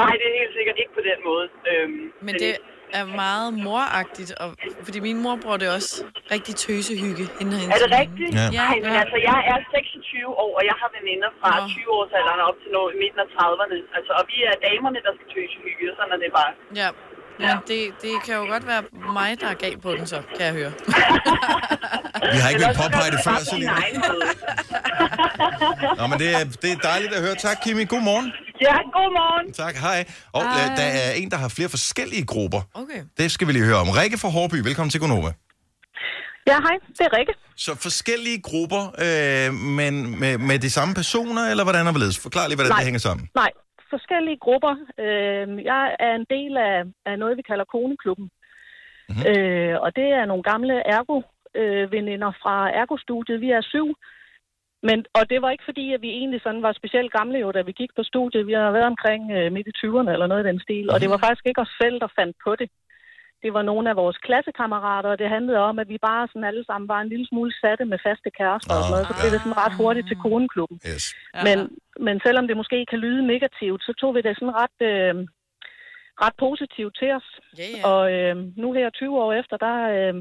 J: Nej, det er helt sikkert ikke på den måde. Øhm,
D: Men det er meget moragtigt, og, fordi min mor bruger det også rigtig tøsehygge. Hende
J: Er det rigtigt?
D: Ja.
J: Nej, men altså, jeg er 26 år, og jeg har veninder fra 20-årsalderen op til nå- midten af 30'erne. Altså, og vi er damerne, der skal tøsehygge, og sådan er det bare.
D: Ja. Men det, det kan jo godt være mig, der er gal på den så, kan jeg
A: vi
D: høre.
A: har ikke
D: Eller
A: været
D: også
A: påpeget det
D: gør
A: før,
D: du bare
A: Selina.
D: din egen
A: Nå, men det er, det er dejligt at høre. Tak, Kimi. God morgen.
J: Ja, godmorgen.
A: Tak, hej. Og hej. der er en, der har flere forskellige grupper.
D: Okay.
A: Det skal vi lige høre om. Rikke fra Hårby, velkommen til Gonova.
K: Ja, hej. Det er Rikke.
A: Så forskellige grupper, øh, men med, med de samme personer, eller hvordan er det Forklar lige, hvordan
K: Nej.
A: det hænger sammen.
K: Nej, forskellige grupper. Øh, jeg er en del af, af noget, vi kalder Koneklubben.
A: Mhm.
K: Mm-hmm. Øh, og det er nogle gamle ergo-veninder fra Ergo-studiet. Vi er syv. Men, og det var ikke fordi, at vi egentlig sådan var specielt gamle, jo, da vi gik på studiet. Vi har været omkring øh, midt i 20'erne eller noget i den stil. Og det
A: Mhm.
K: var faktisk ikke os selv, der fandt på det. Det var nogle af vores klassekammerater, og det handlede om, at vi bare sådan alle sammen var en lille smule satte med faste kærester og sådan
A: Ah.
K: noget. Så blev det sådan ret hurtigt til koneklubben.
A: Yes.
K: Men, men selvom det måske kan lyde negativt, så tog vi det sådan ret, øh, ret positivt til os.
D: Yeah,
K: Og øh, nu her 20 år efter, der, øh,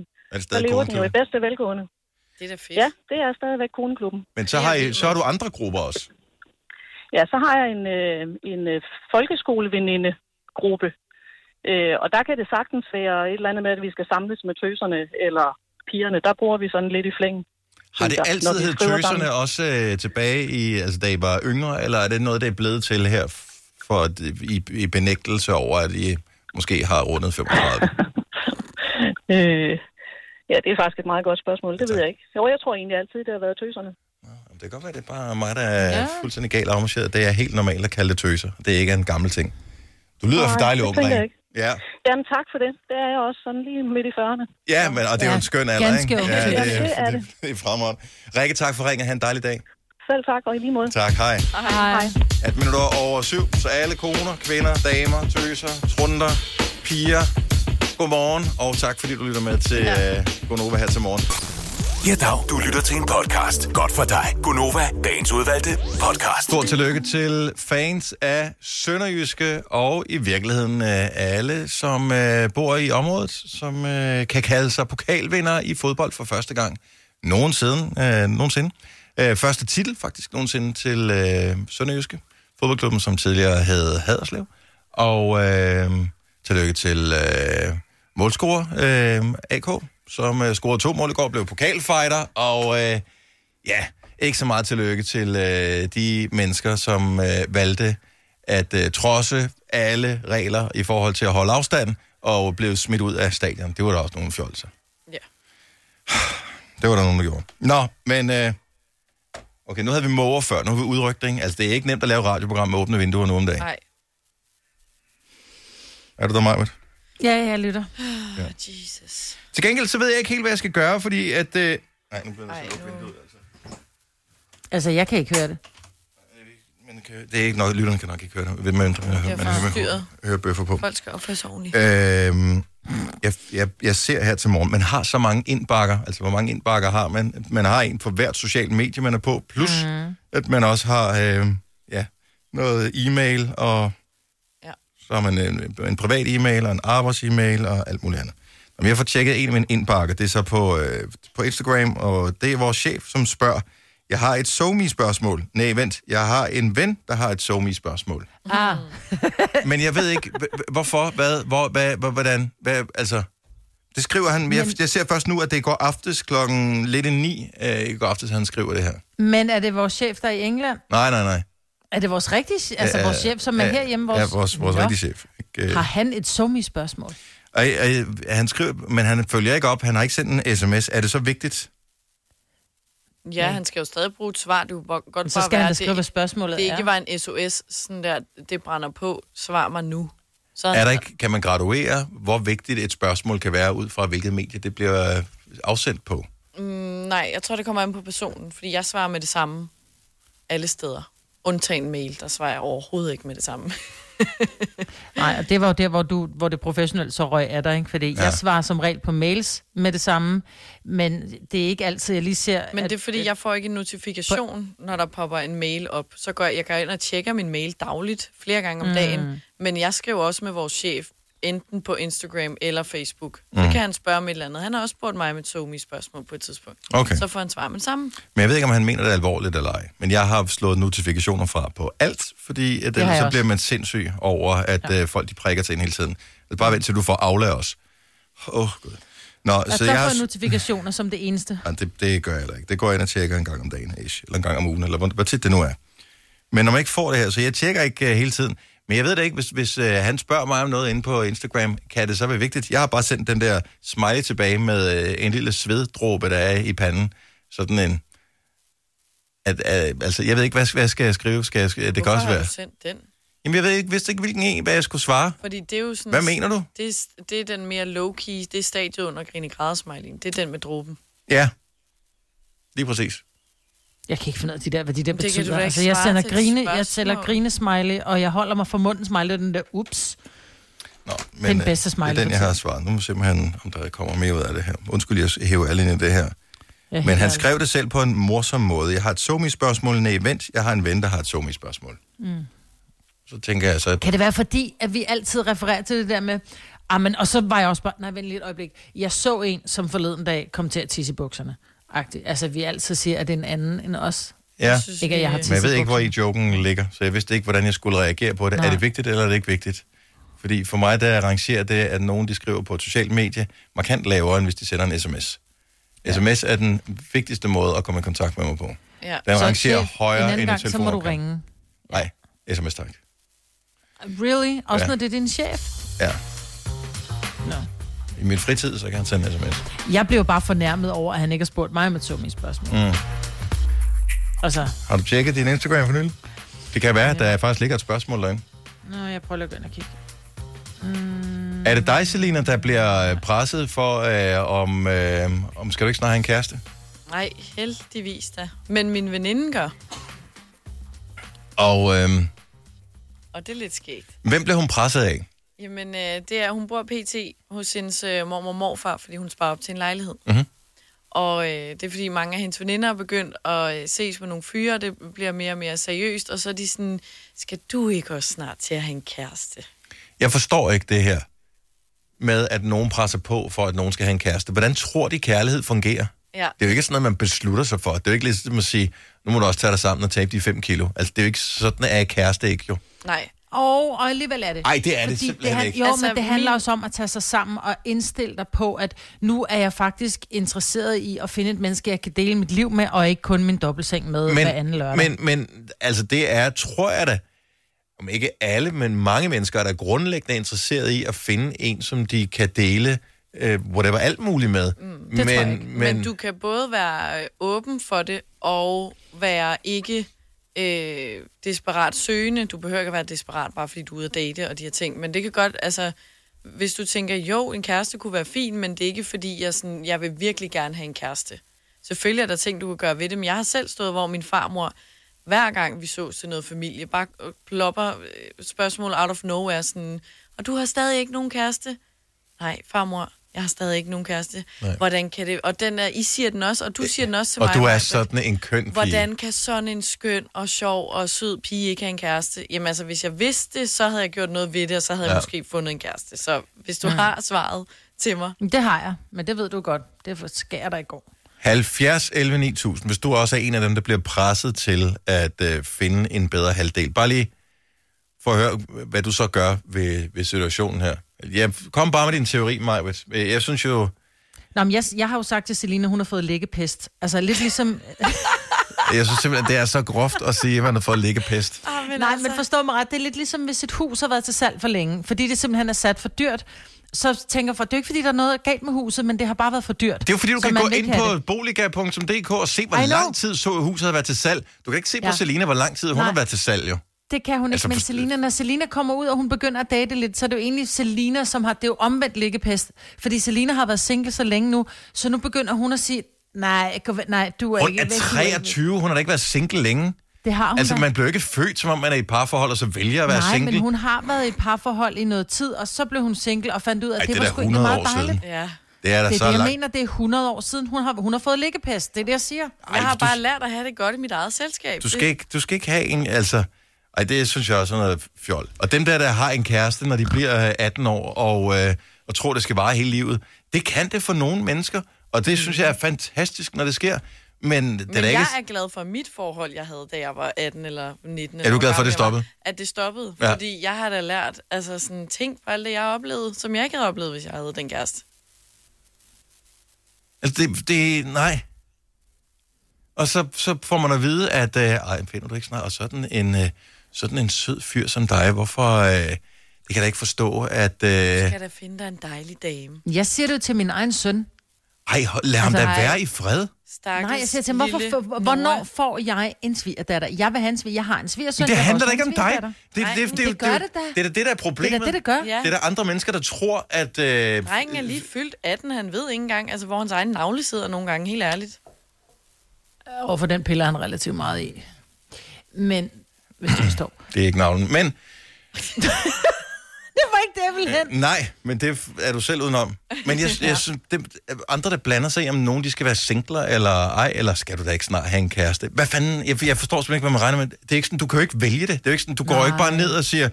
A: der
K: lever den jo i bedste velgående.
D: Det er da fedt.
K: Ja, det er stadigvæk koneklubben.
A: Men så har, I, så har du andre grupper også.
K: Ja, så har jeg en, øh, en øh, folkeskolevenindegruppe. Øh, og der kan det sagtens være et eller andet med, at vi skal samles med tøserne eller pigerne. Der bruger vi sådan lidt i flæng.
A: Har det
K: synes jeg, når
A: altid
K: vi
A: heddet
K: skriver sammen.
A: tøserne også øh, tilbage, i, altså, da I var yngre, eller er det noget, det er blevet til her f- for, at I, i benægtelse over, at I måske har rundet 35?
K: Øh, ja, det er faktisk et meget godt spørgsmål. Det ved
A: Altså-
K: jeg ikke. Jo, jeg tror egentlig altid, det har været tøserne.
A: Det kan godt være, det er bare mig, der er ja. fuldstændig galt afmarcheret. Det er helt normalt at kalde det tøser. Det er ikke en gammel ting. Du lyder
K: Nej,
A: for dejlig
K: det
A: ung,
K: tænker jeg
A: Rikke. Ja.
K: Jamen tak for det. Det er jeg også sådan lige midt i 40'erne.
A: ja, men, og det er jo en skøn alder,
K: ganske
A: ikke?
K: ung.
A: Ja,
K: Ja, det er
A: det, det er fremragende. Rikke, tak for ringen. Ha' en dejlig dag.
K: Selv tak, og i lige måde.
A: Tak, hej.
K: Hej. Hej.
A: 18 minutter over syv, så alle koner, kvinder, damer, tøser, trunder, piger, godmorgen, og tak fordi du lytter med til ja. Gonova her til morgen.
E: Ja, dag. Du lytter til en podcast. Godt for dig. Gunova, dagens udvalgte podcast.
A: Stort tillykke til fans af Sønderjyske og i virkeligheden øh, alle, som øh, bor i området, som øh, kan kalde sig pokalvinder i fodbold for første gang nogensinde. Øh, nogensinde. Øh, første titel faktisk nogensinde til øh, Sønderjyske, fodboldklubben, som tidligere hed Haderslev. Og øh, tillykke til øh, målscorer øh, AK, som øh, scorede to mål i går, blev pokalfighter, og... Øh, ja, ikke så meget tillykke til øh, de mennesker, som øh, valgte at øh, trodse alle regler i forhold til at holde afstand og blev smidt ud af stadion. Det var da også nogle fjolser.
D: Ja.
A: Det var der nogen, der gjorde. Nå, men... Øh, okay, nu havde vi måger før, nu har vi udrykning. Altså, det er ikke nemt at lave et radioprogram med åbne vinduer nu om dagen.
D: Nej.
A: Er du der, Majbert?
B: Ja, jeg lytter.
A: Ja.
D: Jesus.
A: Til gengæld så ved jeg ikke helt, hvad jeg skal gøre, fordi at øh, Nej, nu bliver der så lukket vinduet, altså.
B: Altså, jeg kan ikke høre det.
A: Men kan, det er ikke nok, lytterne kan nok ikke høre det, men man,
D: Jeg
A: man,
D: er
A: man
D: forstyrret.
A: hører bøffer på.
D: Folk skal opføre sig ordentligt.
A: Øhm, jeg, jeg, jeg ser her til morgen, man har så mange indbakker, altså hvor mange indbakker har man? Man har en for hvert socialt medie, man er på, plus mm. at man også har øh, ja, noget e-mail, og
D: ja.
A: så har man en, en privat e-mail, og en arbejds-e-mail, og alt muligt andet. Jamen, jeg får tjekket en af mine indbakker, det er så på, øh, på Instagram, og det er vores chef, som spørger, jeg har et SoMe-spørgsmål. Nej, vent, jeg har en ven, der har et SoMe-spørgsmål.
B: Ah.
A: Men jeg ved ikke, h- h- hvorfor, hvad, hvor, hvad, hvor- hvordan, hvad, altså... Det skriver han, men jeg, jeg ser først nu, at det er går aftes klokken lidt i ni, øh, i går aftes, han skriver det her.
B: Men er det vores chef, der er i England?
A: Nej, nej, nej.
B: Er det vores rigtige, altså
A: Ja,
B: vores chef, som er
A: ja,
B: herhjemme? Vores...
A: Ja, vores, vores
B: Nå.
A: rigtige chef. Ikke?
B: Har han et somi spørgsmål?
A: Og, og, han skriver, men han følger ikke op, han har ikke sendt en sms. Er det så vigtigt?
D: Ja, han skal jo stadig bruge et svar. Du kan godt
B: så
D: bare
B: skal han
D: være,
B: da skrive, hvad spørgsmålet
D: det
B: er.
D: ikke var en SOS, sådan der, det brænder på, svar mig nu. Så
A: Er der ikke, kan man graduere, hvor vigtigt et spørgsmål kan være, ud fra hvilket medie det bliver øh, afsendt på?
D: Mm, nej, jeg tror, det kommer an på personen, fordi jeg svarer med det samme alle steder. Undtagen mail, der svarer jeg overhovedet ikke med det samme.
B: Nej, og det var jo der, hvor, du, hvor det professionelt så røg af dig, ikke? Fordi ja. jeg svarer som regel på mails med det samme, men det er ikke altid, jeg lige ser...
D: Men det er, fordi jeg får ikke en notifikation, når der popper en mail op. Så går jeg, jeg går ind og tjekker min mail dagligt, flere gange om
B: Mm.
D: mm. dagen. Men jeg skriver også med vores chef, enten på Instagram eller Facebook. Mm. Så
A: Mm.
D: kan han spørge om et eller andet. Han har også spurgt mig med Tomi spørgsmål på et tidspunkt.
A: Okay.
D: Så får han svar med det samme.
A: Men jeg ved ikke, om han mener det alvorligt eller ej. Men jeg har slået notifikationer fra på alt, fordi at
D: Det har
A: ellers
D: jeg
A: så
D: også.
A: bliver man sindssyg over, at ja. øh, folk de prikker til en hele tiden. Så bare vent til, du får aflag os. Åh, oh, gud. Nå,
B: Og
A: så
B: så der
A: jeg
B: får
A: har...
B: jeg notifikationer som det eneste.
A: Nej, det, det gør jeg heller ikke. Det går jeg ind og tjekker en gang om dagen, ish, eller en gang om ugen, eller hvor, hvor tit det nu er. Men når man ikke får det her, så jeg tjekker ikke uh, hele tiden. Men jeg ved da ikke, hvis, hvis uh, han spørger mig om noget inde på Instagram, kan det så være vigtigt? Jeg har bare sendt den der smiley tilbage med uh, en lille sveddråbe, der er i panden. Sådan en... At, uh, altså, jeg ved ikke, hvad, hvad skal jeg skrive? Skal jeg, sk- det kan
D: Hvorfor
A: også
D: har
A: være...
D: du sendt den?
A: Jamen, jeg ved ikke, vidste ikke, hvilken en, hvad jeg skulle svare.
D: Fordi det er jo sådan...
A: Hvad mener du?
D: Det er, det er den mere low-key, det er stadiet under Grine Grædesmejlingen. Det er den med dråben.
A: Ja, lige præcis.
B: Jeg kan ikke finde ud af de der, hvad de der
D: Det kan du
B: betyder.
D: da ikke
B: altså, jeg
D: svare
B: sender
D: til et
B: grine, jeg
D: spørgsmål.
B: sælger grine smiley, og jeg holder mig for munden smiley, den der ups.
A: Men,
B: Den
A: øh,
B: bedste smiley
A: Det er
B: for
A: den, jeg har
B: tiden.
A: svaret. Nu må vi se, om han- om der kommer mere ud af det her. Undskyld, jeg hæver alle ind i det her.
B: Ja,
A: Men han
B: helt
A: skrev det selv på en morsom måde. Jeg har et somi-spørgsmål, nej, vent, jeg har en ven, der har et somi-spørgsmål.
B: Mm.
A: Så tænker jeg så,
B: Kan det være fordi, at vi altid refererer til det der med, ah, men, og så var jeg også bare, nej, vent lige et øjeblik. Jeg så en, som forleden dag kom til at tisse i bukserne. Agtigt. Altså, vi altid siger, at det er en anden end os.
A: ja,
B: ikke, at jeg har
A: men jeg
B: tisset
A: ved ikke,
B: i
A: hvor i joken ligger, så jeg vidste ikke, hvordan jeg skulle reagere på det.
B: Nej.
A: Er det vigtigt, eller er det ikke vigtigt? Fordi for mig, der arrangerer det, at nogen, de skriver på et socialt medie, markant lavere, end hvis de sender en sms. SMS er den vigtigste måde at komme i kontakt med mig på.
B: Ja.
A: Den
B: Så
A: rangerer
B: chef,
A: højere
B: en
A: end
B: anden
A: en
B: gang, så må du
A: telefonopgave.
B: ringe.
A: Nej, sms tak.
B: Really?
A: Ja.
B: Også ja. når det er din chef?
A: Ja.
B: Nå.
A: I min fritid, så kan han sende en sms.
B: Jeg blev bare fornærmet over, at han ikke har spurgt mig med Tommy's spørgsmål.
A: Mm.
B: Altså,
A: Har du tjekket din Instagram for nylig? Det kan være, at der faktisk ligger et spørgsmål derinde.
B: nå, jeg prøver lige at gå ind og kigge.
A: Mm. Er det dig, Selina, der bliver øh, presset for, øh, om, øh, om skal du ikke snart have en kæreste?
D: Nej, heldigvis da. Men min veninde gør,
A: Og øh,
D: og det er lidt skægt.
A: hvem blev hun presset af?
D: Jamen, øh, det er, hun bor pt. hos hendes øh, mormor og morfar, fordi hun sparer op til en lejlighed.
A: Mhm.
D: Og øh, det er, fordi mange af hendes veninder er begyndt at øh, ses med nogle fyre, det bliver mere og mere seriøst, og så er de sådan, skal du ikke også snart til at have en kæreste?
A: Jeg forstår ikke det her med, at nogen presser på for, at nogen skal have en kæreste. Hvordan tror de, kærlighed fungerer?
D: Ja.
A: Det er jo ikke sådan noget, man beslutter sig for. Det er jo ikke ligesom at sige, nu må du også tage dig sammen og tabe de 5 kilo. Altså, det er jo ikke sådan, at kæreste ikke jo.
D: Nej.
B: Og, og alligevel er det.
A: Ej, det er det
B: det
A: simpelthen
B: han,
A: ikke.
B: Jo,
A: Altså,
B: altså, men det handler
A: min-
B: også om at tage sig sammen og indstille dig på, at nu er jeg faktisk interesseret i at finde et menneske, jeg kan dele mit liv med, og ikke kun min dobbeltseng med hver anden lørdag.
A: men, men altså det er, tror jeg da, om ikke alle, men mange mennesker er der grundlæggende interesseret i at finde en, som de kan dele øh, whatever alt muligt med. Mm, men,
D: Det men, tror jeg ikke. Men, men du kan både være øh, åben for det, og være ikke øh, desperat søgende. Du behøver ikke at være desperat, bare fordi du er ude at date og de her ting. Men det kan godt, altså... Hvis du tænker, jo, en kæreste kunne være fin, men det er ikke fordi, jeg, sådan, jeg vil virkelig gerne have en kæreste. Selvfølgelig er der ting, du kan gøre ved det, men jeg har selv stået, hvor min farmor, hver gang vi så til noget familie, bare øh, plopper øh, spørgsmål out of nowhere, sådan, og du har stadig ikke nogen kæreste? Nej, farmor, jeg har stadig ikke nogen kæreste.
A: Nej.
D: Nej. Hvordan kan det... Og den er, I siger den også, og du siger den også til
A: Og
D: mig.
A: du er
D: Maja.
A: sådan en køn pige.
D: Hvordan kan sådan en skøn og sjov og sød pige ikke have en kæreste? Jamen altså, hvis jeg vidste det, så havde jeg gjort noget ved det, og så havde ja.
A: Ja.
D: jeg måske fundet en kæreste. Så hvis du
B: Mm.
D: mm. har svaret til mig...
B: Det har jeg, men det ved du godt. Det skærer dig i går.
A: 70 11 9000, hvis du også er en af dem, der bliver presset til at øh, finde en bedre halvdel. Bare lige for at høre, hvad du så gør ved, ved situationen her. Ja, kom bare med din teori, Majbet. Øh, Jeg synes jo,
B: Nå, men jeg, jeg har jo sagt til Selina, hun har fået læggepest. Altså lidt ligesom...
A: jeg synes simpelthen, det er så groft at sige, at man har fået liggepest.
D: Ah,
B: men Nej, altså... men forstå mig ret. Det er lidt ligesom, hvis et hus har været til salg for længe, fordi det simpelthen er sat for dyrt. Så tænker for, det er jo ikke, fordi der er noget galt med huset, men det har bare været for dyrt.
A: Det er jo fordi, du
B: Så
A: kan
B: man
A: gå
B: vil
A: ind
B: ikke
A: på
B: have det.
A: boligga.dk og se, hvor
B: I know.
A: lang tid så huset har været til salg. Du kan ikke se på
B: Ja.
A: Selina, hvor lang tid hun
B: Nej.
A: har været til salg, jo.
B: Det kan hun
A: Altså,
B: altså, ikke, men
A: for-
B: Selina, når Selina kommer ud, og hun begynder at date lidt, så er det jo egentlig Selina, som har, det er jo omvendt liggepest. Fordi Selina har været single så længe nu, så nu begynder hun at sige, nej, gå væ- nej du er
A: Hun
B: ikke
A: er
B: væk, du
A: 23, hun har da ikke været single længe.
B: Det har hun
A: Altså,
B: da.
A: man bliver jo ikke født, som om man er i et parforhold, og så vælger at være
B: Nej,
A: single.
B: men hun har været i et parforhold i noget tid, og så blev hun single og fandt ud af, at
A: Ej,
B: det,
A: det
B: var
A: er da
B: sgu egentlig
A: 100
B: meget
A: år siden.
B: dejligt.
D: Ja.
A: Det er da
B: det,
A: så
B: det, jeg
A: langt.
B: mener, det er 100 år siden, hun har, hun har fået liggepest. Det er det, jeg siger.
D: Ej, jeg har bare lært at have det godt i mit eget selskab.
A: Du skal
D: Det-
A: ikke, du skal ikke have en, altså... Ej, det synes jeg også er noget fjol. Og dem der, der har en kæreste, når de bliver øh, 18 år, og, øh, og tror, det skal vare hele livet, det kan det for nogle mennesker, og
B: Mm.
A: det synes jeg er fantastisk, når det sker. Men, det er
D: Men
A: da ikke...
D: jeg er glad for mit forhold, jeg havde, da jeg var 18 eller 19.
A: Er du
D: eller hvor
A: glad for,
D: gammel
A: det
D: jeg var,
A: stoppede?
D: At det stoppede,
A: Ja.
D: ja. fordi jeg har da lært altså sådan ting fra alt det, jeg oplevede, som jeg ikke havde oplevet, hvis jeg havde den kæreste.
A: Altså, det, det, nej. Og så, så får man at vide, at øh, ej, finder du ikke snart, og sådan en, øh, sådan en sød fyr som dig, hvorfor, øh, det kan jeg da ikke forstå, at, øh,
D: Øh. Skal jeg da finde dig en dejlig dame.
B: Jeg siger det jo til min egen søn.
A: ej, hold- lad ham da
B: Altså, ej.
A: være i fred.
D: Stakkels
B: Nej, jeg siger til ham,
D: lille
B: hvorfor,
D: Nora.
B: hvornår får jeg en svigerdatter? Jeg vil have en sviger, jeg har en svigersøn.
A: det
B: jeg vil
A: handler da
B: også
A: ikke om
B: have en
A: dig.
B: svigerdatter.
A: Det,
B: Nej,
A: det, det,
B: men det
A: det,
B: gør
A: det,
B: det da.
A: det er da det, der er problemet.
B: det, det gør.
A: Det er der andre mennesker, der tror, at... Øh,
D: Drengen er lige fyldt 18, han ved ikke engang, altså hvor hans egen navle sidder nogle gange, helt ærligt.
B: Og for den piller han relativt meget i. Men, hvis du forstår.
A: det er ikke navnet. Men
B: det var ikke det, jeg ville hen.
A: nej, men det er du selv udenom. Men jeg, jeg synes, det, andre, der blander sig i, om nogen de skal være singler eller ej, eller skal du da ikke snart have en kæreste? Hvad fanden? Jeg, jeg forstår simpelthen ikke, hvad man regner med. Det er ikke sådan, du kan jo ikke vælge det. Det er jo ikke sådan, du går jo ikke bare ned og siger,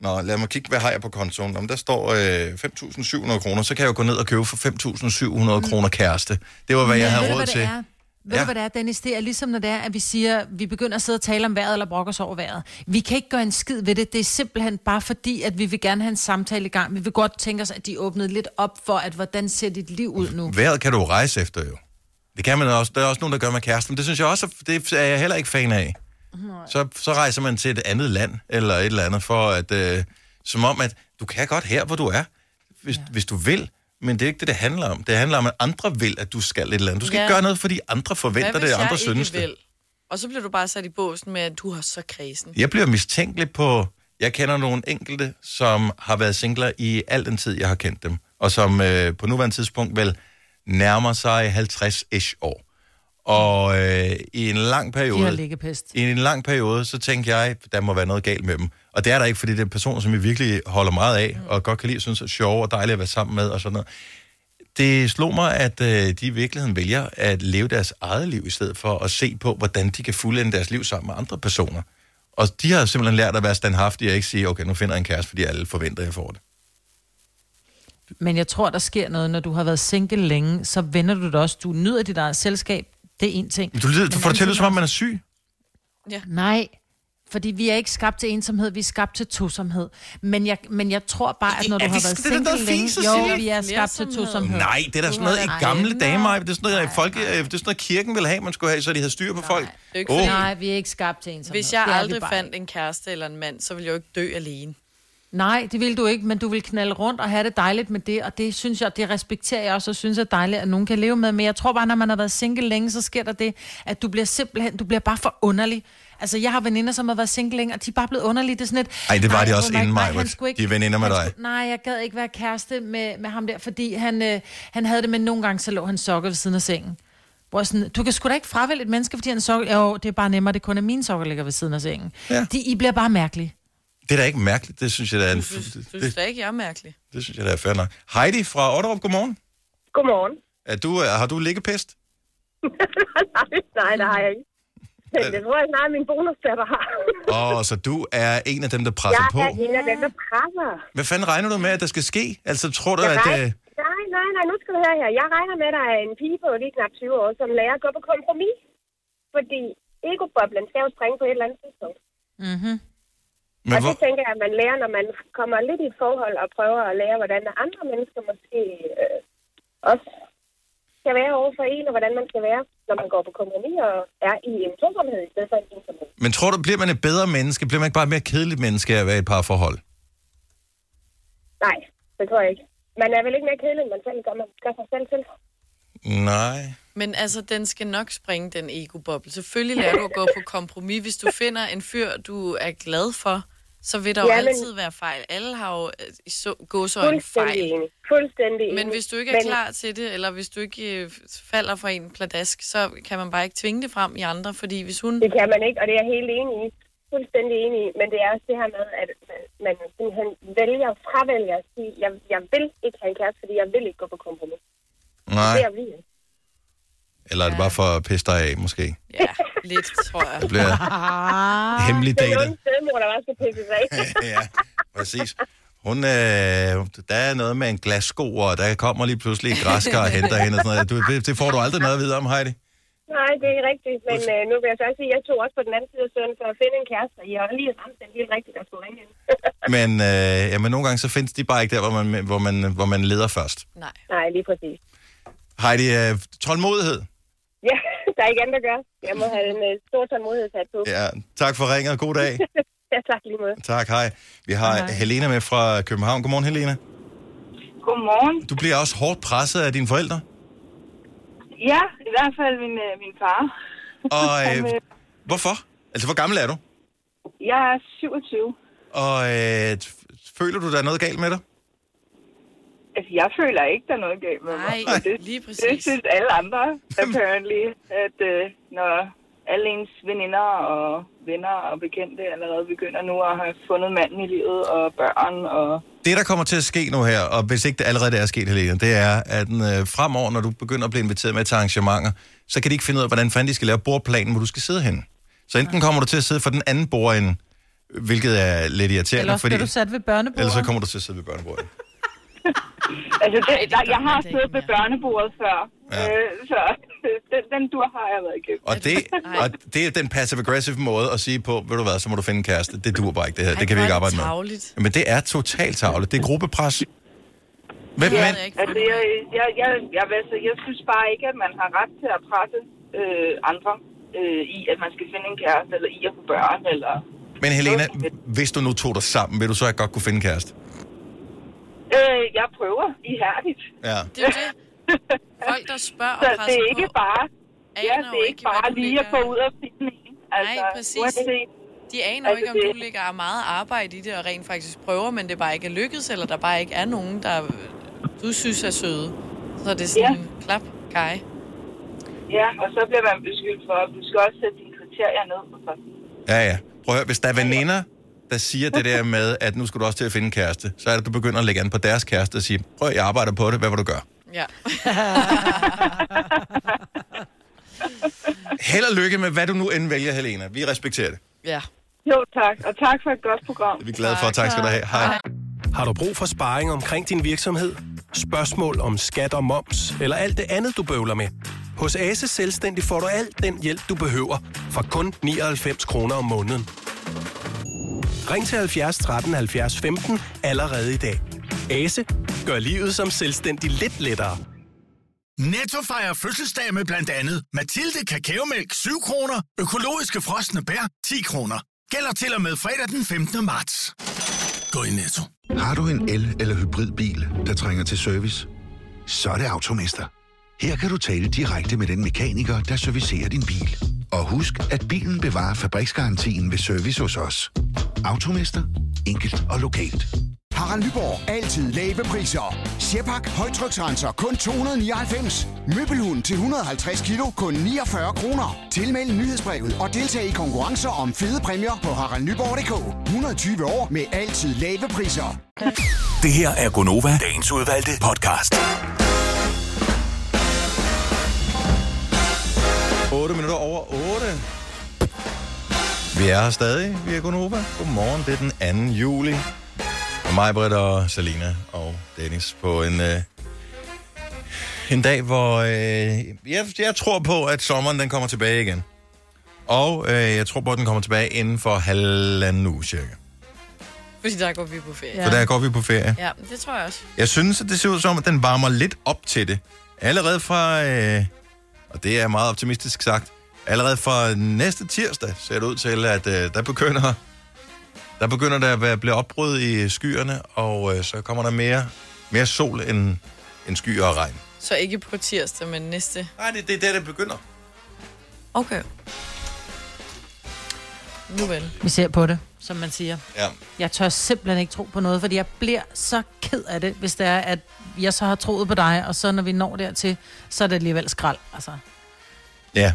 A: Nå, lad mig kigge, hvad har jeg på kontoen? Om der står øh, 5.700 kroner, så kan jeg jo gå ned og købe for 5.700 kroner kæreste. Det var, hvad jeg
B: Mm. Men
A: havde
B: ved du,
A: råd
B: hvad det
A: til.
B: er? Ved
A: Ja.
B: du, hvad det er, Dennis? Det er ligesom, når det er, at vi siger, vi begynder at sidde og tale om vejret eller brokke os over vejret. Vi kan ikke gøre en skid ved det. Det er simpelthen bare fordi, at vi vil gerne have en samtale i gang. Vi vil godt tænke os, at de åbnede lidt op for, at hvordan ser dit liv ud nu?
A: Vejret kan du jo rejse efter jo. Det kan man også. Der er også nogen, der gør med kæresten. Det synes jeg også, er- det er jeg heller ikke fan af. Så, så rejser man til et andet land, eller et eller andet, for at, øh, som om, at du kan godt her, hvor du er, hvis, ja. hvis du vil. Men det er ikke det, det handler om. Det handler om, at andre vil, at du skal et eller andet. Du skal ja.
D: Ja.
A: ikke gøre noget, fordi andre forventer
D: Hvad
A: det,
D: hvis
A: og andre
D: jeg
A: synes
D: ikke
A: det.
D: vil? Og så bliver du bare sat i båsen med, at du har så kredsen.
A: Jeg bliver mistænkelig på... Jeg kender nogle enkelte, som har været singler i al den tid, jeg har kendt dem. Og som øh, på nuværende tidspunkt vel nærmer sig 50-ish år. Og øh, i en lang
B: De har
A: periode...
B: liggepest.
A: I en lang periode, så tænkte jeg, der må være noget galt med dem. Og det er der ikke, fordi det er personer, som jeg virkelig holder meget af,
D: Mm.
A: og godt kan lide, og synes er sjove og dejlige at være sammen med, og sådan noget. Det slog mig, at øh, de i virkeligheden vælger at leve deres eget liv, i stedet for at se på, hvordan de kan fuldende deres liv sammen med andre personer. Og de har simpelthen lært at være standhaftige og ikke sige, okay, nu finder jeg en kæreste, fordi alle forventer, at jeg får det.
B: Men jeg tror, der sker noget, når du har været single længe, så vender du det også. Du nyder dit eget selskab. Det er en ting.
A: Men du, lyder, du
B: Men
A: får det til at
B: anden
A: lyde, som om man er syg.
D: Ja.
B: Nej, fordi vi er ikke skabt til ensomhed, vi er skabt til tosomhed. Men jeg, men jeg tror bare, at når du
A: Er
B: har
A: vi-
B: været
A: det er da
B: single
A: noget
B: længe...
A: fis at
B: jo,
A: sige.
B: vi er skabt til tosomhed.
A: Nej, det er da sådan noget i gamle dage, Maja. Det er sådan noget, folke, øh, det er sådan noget, kirken ville have, man skulle have, så de havde styr på folk.
D: er ikke
A: Åh,
D: fordi-
B: Nej, vi er ikke skabt til ensomhed.
D: Hvis jeg
B: Det er vi
D: aldrig
B: bare
D: fandt en kæreste eller en mand, så ville jeg jo ikke dø alene.
B: Nej, det vil du ikke, men du vil knalde rundt og have det dejligt med det, og det synes jeg, det respekterer jeg også, og synes er dejligt, at nogen kan leve med. Men jeg tror bare, når man har været single længe, så sker der det, at du bliver simpelthen, du bliver bare for underlig. Altså, jeg har veninder, som har været single længe, og de er bare blevet underlige. Det er sådan et,
A: Ej, det var
B: "Ej,
A: de også
B: hvor er
A: inden
B: nej,
A: mig,
B: han
A: Britt.
B: skulle
A: De er veninder med
B: han
A: dig."
B: Skulle, nej, jeg gad ikke være kæreste med, med ham der, fordi han, øh, han havde det med, nogle gange så lå han sokker ved siden af sengen. Hvor jeg sådan, du kan sgu da ikke fravælge et menneske, fordi han sokker... Jo, det er bare nemmere, det kun er mine sokker, der ligger ved siden af sengen. Ja. De, I bliver bare mærkelige.
A: Det er da ikke mærkeligt, det synes jeg, der er en...
D: Du synes da ikke, jeg er mærkelig.
A: Det synes jeg, der er fair nok. Heidi fra Otterup, godmorgen.
L: Godmorgen.
A: Er du, er- har du liggepest?
L: nej, nej, det har jeg ikke. Det tror jeg snart, min bonusdatter har.
A: Åh, oh, så du er en af dem, der presser
L: jeg
A: på.
L: er en af dem, der presser.
A: Hvad fanden regner du med, at der skal ske? Altså, tror du,
L: Jeg
A: at... Øh,
L: regner, nej, nej, nej, nu skal du høre her. Jeg regner med, at der er en pige på lige knap 20 år, som lærer at gå på kompromis. Fordi egoboblen skal jo springe på et eller andet tidspunkt.
B: Mm-hmm.
A: men
L: og
A: hvor,
L: det tænker Altså, jeg, at man lærer, når man kommer lidt i et forhold og prøver at lære, hvordan andre mennesker måske øh, også skal være overfor en, og hvordan man skal være, når man går på kompromis og er i en tosomhed i stedet for en ensomhed.
A: men tror du, bliver man et bedre menneske? Bliver man ikke bare et mere kedeligt menneske af at være i et parforhold?
L: Nej, det tror jeg ikke. Man er vel ikke mere kedelig, end man selv gør, man gør sig selv til.
A: Nej.
D: Men altså, den skal nok springe, den ego-boble. Selvfølgelig lærer du at gå på kompromis. Hvis du finder en fyr, du er glad for, så vil der ja,
L: Ja,
D: jo
L: men-
D: altid være fejl. Alle har jo øh, i så, gåsøjne
L: Fuldstændig
D: fejl.
L: enig. Fuldstændig
D: Men
L: enig.
D: hvis du ikke er
L: Men-
D: klar til det, eller hvis du ikke øh, falder for en pladask, så kan man bare ikke tvinge det frem i andre, fordi hvis hun...
L: Det kan man ikke, og det er jeg helt enig i. Fuldstændig enig i. Men det er også det her med, at man, man simpelthen vælger, fravælger at sige, jeg, jeg vil ikke have en kæreste, fordi jeg vil ikke gå på kompromis.
A: Nej.
L: Det er vi. ikke.
A: Eller er det bare for at pisse dig af, måske?
D: Ja, lidt, tror jeg.
A: Det bliver hemmelig
L: Det er
A: date.
L: jo en stedmor, der bare skal pisse sig af.
A: ja, præcis. Hun, øh, der er noget med en glassko, og der kommer lige pludselig et græskar og henter hende og sådan noget. Du, det, det får du aldrig noget at vide om, Heidi.
L: Nej, det er ikke rigtigt. Men øh, nu vil jeg så også sige, at jeg tog også på den anden side af søen for at finde en kæreste, og jeg har lige ramt den helt rigtigt, der skulle ringe ind.
A: Men, øh, ja, men nogle gange så findes de bare ikke der, hvor man, hvor man, hvor man leder først.
D: Nej.
L: Nej, lige præcis.
A: Heidi, øh, tålmodighed.
L: Ja, der er ikke andet at gøre. Jeg må have en øh, stor tålmodighed sat på.
A: Ja, tak for ringet. God dag.
L: ja, tak lige måde.
A: Tak, hej. Vi har
L: Hej.
A: Helena med fra København. Godmorgen, Helena.
M: Godmorgen.
A: Du bliver også hårdt presset af dine forældre.
M: Ja, i hvert fald min, øh, min far.
A: Og
M: Han,
A: øh,
M: øh,
A: hvorfor? Altså, hvor gammel er du?
M: jeg er 27.
A: Og øh, f- føler du, der er noget galt med dig?
M: Altså, jeg føler ikke, der er noget galt med mig.
D: Nej,
M: det,
D: lige
M: præcis. Det synes alle andre, apparently, at øh, når alle ens veninder og venner og bekendte allerede begynder nu at have fundet manden i livet og børn og...
A: Det, der kommer til at ske nu her, og hvis ikke det allerede er sket, Helena, det er, at øh, fremover, når du begynder at blive inviteret med til arrangementer, så kan de ikke finde ud af, hvordan fanden de skal lave bordplanen, hvor du skal sidde hen. Så enten kommer du til at sidde for den anden bordende, hvilket er lidt irriterende,
B: Ellers
A: fordi...
B: bliver du sat ved børnebordet.
A: Ellers så kommer du til at sidde ved børnebordet.
M: Altså, det, der, jeg har siddet ved børnebordet før,
A: Ja.
M: øh, så den, den dur har jeg været igennem.
A: Og det, og det er den passive-aggressive måde at sige på, ved du hvad, så må du finde en kæreste. Det duer bare ikke det her. Det kan vi ikke arbejde med.
M: tarveligt.
A: Men det er totalt tavligt. Det er gruppepres. Hvem,
M: ja,
A: ja,
M: altså, jeg, jeg, jeg, jeg, altså, jeg synes bare ikke, at man har ret til at presse øh, andre øh, i, at man skal finde en kæreste, eller i at få børn, eller...
A: men Helena, hvis du nu tog dig sammen, vil du så ikke godt kunne finde en kæreste?
M: Øh, jeg prøver ihærdigt.
A: Ja.
D: Det er det. Folk, der spørger og
M: Så det
D: presser
M: er ikke
D: på,
M: bare, ja,
D: aner
M: det
D: jo
M: er
D: ikke,
M: ikke bare
D: hvad du
M: lige at
D: ligger-
M: få ud og finde en.
D: Nej,
L: altså,
D: præcis.
M: uanset-
D: De aner jo
M: Altså,
D: ikke, om
M: det-
D: du lægger meget arbejde i det og rent faktisk prøver, men det bare ikke er lykkedes, eller der bare ikke er nogen, der øh, du synes er søde. Så er det sådan en klap, guy.
M: Ja, og så bliver man beskyldt for, at du skal også sætte dine kriterier ned. Og
A: Ja, ja. Prøv at høre, hvis der er veninder, der siger det der med, at nu skal du også til at finde en kæreste, så er det, at du begynder at lægge an på deres kæreste og sige, prøv at jeg arbejder på det, hvad vil du gøre?
D: Ja.
A: Held og lykke med, hvad du nu end vælger, Helena. Vi respekterer det.
D: ja.
M: Jo, tak. Og tak for et godt program.
A: Vi er glade for. Tak skal du have. Hej.
N: Har du brug for sparring omkring din virksomhed? Spørgsmål om skat og moms, eller alt det andet, du bøvler med? Hos Ase Selvstændig får du alt den hjælp, du behøver, for kun 99 kroner om måneden. Ring til 70 13 70 15 allerede i dag. Ase gør livet som selvstændig lidt lettere.
O: Netto fejrer fødselsdag med blandt andet Mathilde Kakaomælk 7 kroner, økologiske frosne bær 10 kroner. Gælder til og med fredag den 15. marts.
P: Gå i Netto. Har du en el- eller hybridbil, der trænger til service? Så er det Automester. Her kan du tale direkte med den mekaniker, der servicerer din bil. Og husk, at bilen bevarer fabriksgarantien ved service hos os. Automester. Enkelt og lokalt.
Q: Harald Nyborg. Altid lave priser. Sjehpak. Højtryksrenser. Kun 299. Møbelhund til 150 kilo. Kun 49 kroner. Tilmeld nyhedsbrevet og deltag i konkurrencer om fede præmier på haraldnyborg.dk. 120 år med altid lave priser.
E: Det her er Gonova, dagens udvalgte podcast.
A: 8 minutter over 8. Vi er her stadig. Vi er Gunova. Godmorgen. Det er den 2. juli. Og mig, Britt og Salina og Dennis på en, øh, en dag, hvor øh, jeg, jeg tror på, at sommeren den kommer tilbage igen. Og øh, jeg tror på, at den kommer tilbage inden for halvanden uge cirka.
D: Fordi der går vi på ferie.
A: Ja. Så der går vi på ferie.
D: Ja, det tror jeg også.
A: Jeg synes, at det ser ud som, at den varmer lidt op til det. Allerede fra, øh, og det er meget optimistisk sagt, allerede fra næste tirsdag ser det ud til, at øh, der begynder der begynder der at være, blive opbrud i skyerne, og øh, så kommer der mere, mere sol end, end skyer og regn.
D: Så ikke på tirsdag, men næste.
A: Nej, det, det er der, det begynder.
D: Okay. Nu vel.
B: Vi ser på det, som man siger.
A: Ja.
B: Jeg tør simpelthen ikke tro på noget, fordi jeg bliver så ked af det, hvis det er, at jeg så har troet på dig, og så når vi når dertil, så er det alligevel skrald. Altså,
A: Ja.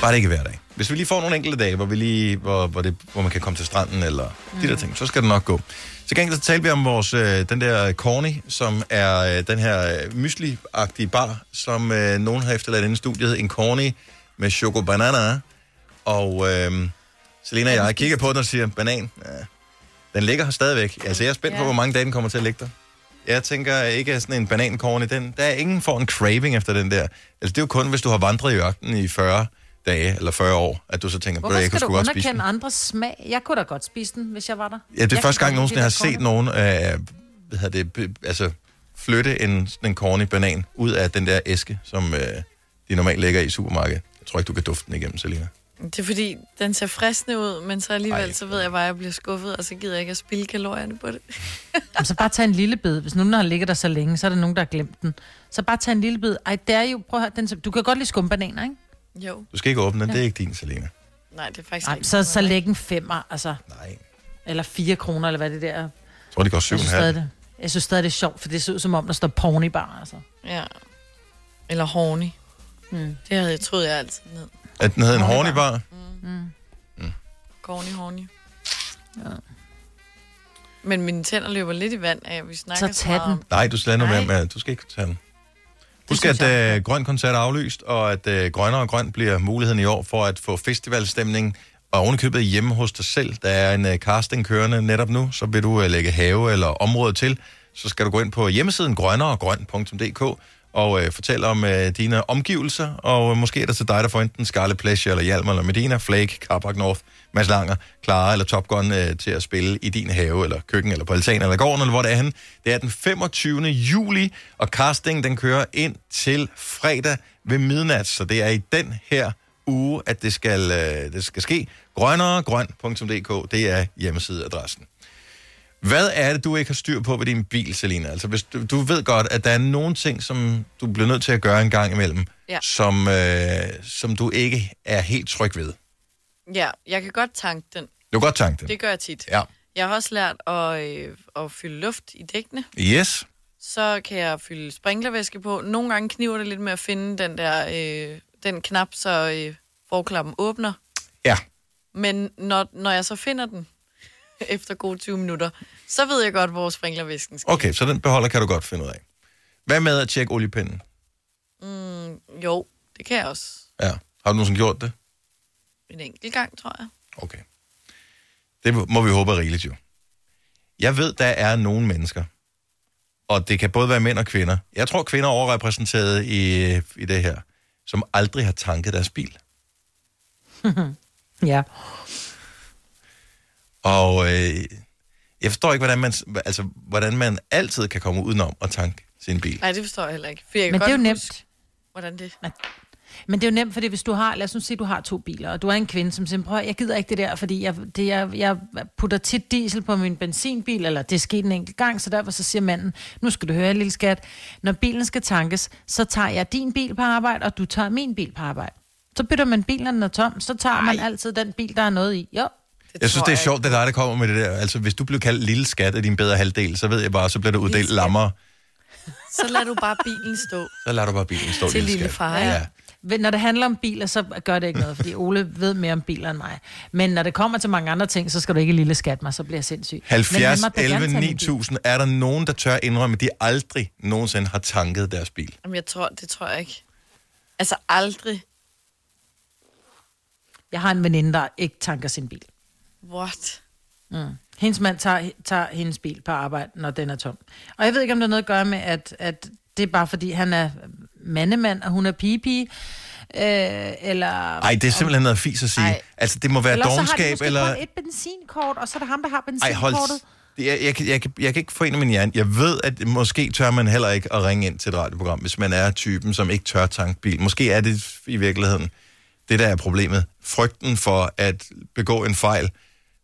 A: Bare det ikke hver dag. Hvis vi lige får nogle enkelte dage, hvor, vi lige, hvor, hvor, det, hvor man kan komme til stranden eller mm. de der ting, så skal det nok gå. Til gengæld så talte vi om vores, øh, den der Corny, som er øh, den her øh, mysli-agtige bar, som øh, nogen har efterladt inde i studiet. En Corny med choco banana. Og øh, Selena og jeg kigger på den og siger, banan, ja, den ligger her stadigvæk. Altså jeg er spændt på, hvor mange dage den kommer til at ligge der. Jeg tænker ikke at sådan en banankorn i den. Der er ingen for en craving efter den der. Altså, det er jo kun, hvis du har vandret i ørkenen i 40 dage eller 40 år, at du så tænker, "Bro,
B: hvorfor
A: jeg
B: skal
A: kunne
B: du
A: sgu godt spise den.
B: underkende andres smag? Jeg kunne da godt spise den, hvis jeg var der.
A: Ja, det er
B: Jeg
A: første
B: kan
A: gang
B: godt
A: nogensinde, jeg har set nogen
B: lide det
A: øh, hvad hedder det, b- altså, flytte en, sådan en corny banan ud af den der æske, som øh, de normalt lægger i supermarkedet. Jeg tror ikke, du kan dufte den igennem, Selina.
D: Det er fordi, den ser fristende ud, men så alligevel, Ej. så ved jeg bare, at jeg bliver skuffet, og så gider jeg ikke at spille kalorierne på det.
B: korn. Jamen, så bare tag en lille bid. Hvis nu den har ligget der så længe, så er der nogen, der har glemt den. Så bare tag en lille bid. Ej, det er jo... Prøv at høre, den, du kan godt lide skumbananer, ikke?
D: Jo.
A: Du skal ikke åbne den,
B: Ja.
A: det er ikke din, Selina.
D: Nej, det er faktisk
B: Ej,
D: ikke.
B: så, så læg en femmer, altså.
A: Nej.
B: Eller fire kroner, eller hvad det der er.
A: Jeg tror, det går
B: Jeg synes stadig,
A: 7,5.
B: det, jeg synes stadig, det er sjovt, for det ser ud som om, der står porny bar, altså.
D: Ja. Eller horny. Mm. Det havde jeg troet, jeg altid ned.
A: At den hedder en horny bar?
B: Mm.
A: Mm.
D: Corny, horny. Ja. Men mine tænder løber lidt i vand af, at vi snakker
B: Så tag
D: meget om-
B: den.
A: Nej, du skal nu være
D: Nej.
A: med. Du skal ikke tage den. Husk, at øh, Grøn Koncert er aflyst, og at øh, Grønnere og Grøn bliver muligheden i år for at få festivalstemning. Og ovenikøbet hjemme hos dig selv, der er en øh, casting kørende netop nu, så vil du øh, lægge have eller område til. Så skal du gå ind på hjemmesiden grønneregrøn.dk og øh, fortælle om øh, dine omgivelser, og øh, måske er der til dig, der får enten Scarlet Pleasure, eller Hjalmar, eller Medina, Flake, Carpark North, Mads Langer, Clara eller Top Gun øh, til at spille i din have, eller køkken, eller på altanen, eller gården, eller hvor det er henne. Det er den 25. juli, og casting den kører ind til fredag ved midnat, så det er i den her uge, at det skal, øh, det skal ske. Grønneregrøn.dk, det er hjemmesideadressen. Hvad er det, du ikke har styr på ved din bil, Selina? Altså, hvis du, du ved godt, at der er nogle ting, som du bliver nødt til at gøre en gang imellem,
D: Ja.
A: som, øh, som du ikke er helt tryg ved.
D: Ja, jeg kan godt tanke den.
A: Du kan godt tanke den.
D: Det gør jeg tit.
A: Ja.
D: Jeg har også lært at, øh, at fylde luft i dækkene.
A: Yes.
D: Så kan jeg fylde sprinklervæske på. Nogle gange kniver det lidt med at finde den der øh, den knap, så øh, forklappen åbner.
A: Ja.
D: Men når, når jeg så finder den, efter gode 20 minutter, så ved jeg godt, hvor sprinklervæsken skal.
A: Okay, så den beholder kan du godt finde ud af. Hvad med at tjekke oliepinden?
D: Mm, jo, det kan jeg også.
A: Ja. Har du nogensinde gjort det?
D: En enkelt gang, tror jeg.
A: Okay. Det må vi håbe er rigeligt jo. Jeg ved, der er nogle mennesker, og det kan både være mænd og kvinder. Jeg tror, kvinder er overrepræsenteret i, i det her, som aldrig har tanket deres bil.
B: ja.
A: Og øh, jeg forstår ikke, hvordan man, altså, hvordan man altid kan komme udenom at tanke sin bil.
D: Nej, det forstår jeg heller ikke. For jeg kan
B: Men det
D: godt
B: er jo
D: huske,
B: nemt.
D: Hvordan det?
B: Men det er jo nemt, fordi hvis du har, lad os nu sige, du har to biler, og du er en kvinde, som siger, prøv, at høre, jeg gider ikke det der, fordi jeg, det, jeg, jeg putter tit diesel på min benzinbil, eller det er sket en enkelt gang, så derfor så siger manden, nu skal du høre, lille skat, når bilen skal tankes, så tager jeg din bil på arbejde, og du tager min bil på arbejde. Så bytter man bilen, når den er tom, så tager Ej. man altid den bil, der er noget i. Jo,
A: Jeg synes, det er
D: jeg
A: sjovt, det er dig, der kommer med det der. Altså, hvis du blev kaldt lille skat af din bedre halvdel, så ved jeg bare, så bliver der uddelt lammer.
D: Så lader du bare bilen stå.
A: Så lader du bare bilen stå,
D: Til lille
A: skat.
D: far,
A: Ja.
D: ja.
B: Ved- Når det handler om biler, så gør det ikke noget, fordi Ole ved mere om biler end mig. Men når det kommer til mange andre ting, så skal du ikke lille skat mig, så bliver jeg sindssyg. Men
A: 70,
B: han måtte da gerne
A: 11,
B: tage min bil.
A: 9000. Er der nogen, der tør indrømme, at de aldrig nogensinde har tanket deres bil?
D: Jamen, jeg tror, det tror jeg ikke. Altså, aldrig.
B: Jeg har en veninde, der ikke tanker sin bil.
D: What?
B: Mm. Hendes mand tager, tager hendes bil på arbejde, når den er tom. Og jeg ved ikke, om det har noget at gøre med, at, at det er bare fordi, han er mandemand, og hun er pigepige. Øh, eller...
A: Nej, det er simpelthen noget fis at sige.
B: Ej.
A: Altså, det må være
B: eller så har de
A: dogenskab,
B: måske
A: eller...
B: kun et benzinkort, og så er det ham, der har
A: Ej, hold...
B: benzinkortet.
A: Jeg, jeg, kan- jeg, kan- jeg kan ikke få en af min hjerne. Jeg ved, at måske tør man heller ikke at ringe ind til et radioprogram, hvis man er typen, som ikke tør tanke bil. Måske er det i virkeligheden det, der er problemet. Frygten for at begå en fejl.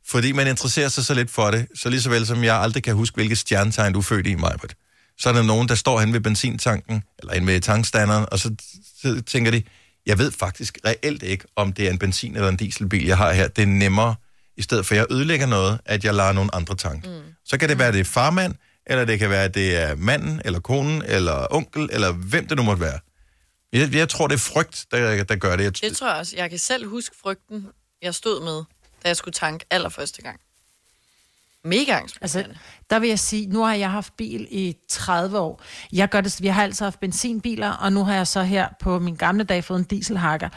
A: Fordi man interesserer sig så lidt for det, så lige så vel som jeg aldrig kan huske, hvilket stjernetegn du er født i, Majbert. Så er der nogen, der står hen ved benzintanken, eller hen ved tankstanderen, og så, så tænker de, jeg ved faktisk reelt ikke, om det er en benzin- eller en dieselbil, jeg har her. Det er nemmere, i stedet for at jeg ødelægger noget, at jeg lader nogen andre tanke. Mm. Så kan det være, at det er farmand, eller det kan være, at det er manden, eller konen, eller onkel, eller hvem det nu måtte være. Jeg, jeg tror, det er frygt, der, der gør det. Jeg,
D: Det tror jeg også. Jeg kan selv huske frygten, jeg stod med, da jeg skulle tanke allerførste gang. Mega angst.
B: Altså, der vil jeg sige, nu har jeg haft bil i 30 år. Jeg, gør det, jeg har altid haft benzinbiler, og nu har jeg så her på min gamle dag fået en dieselhakker.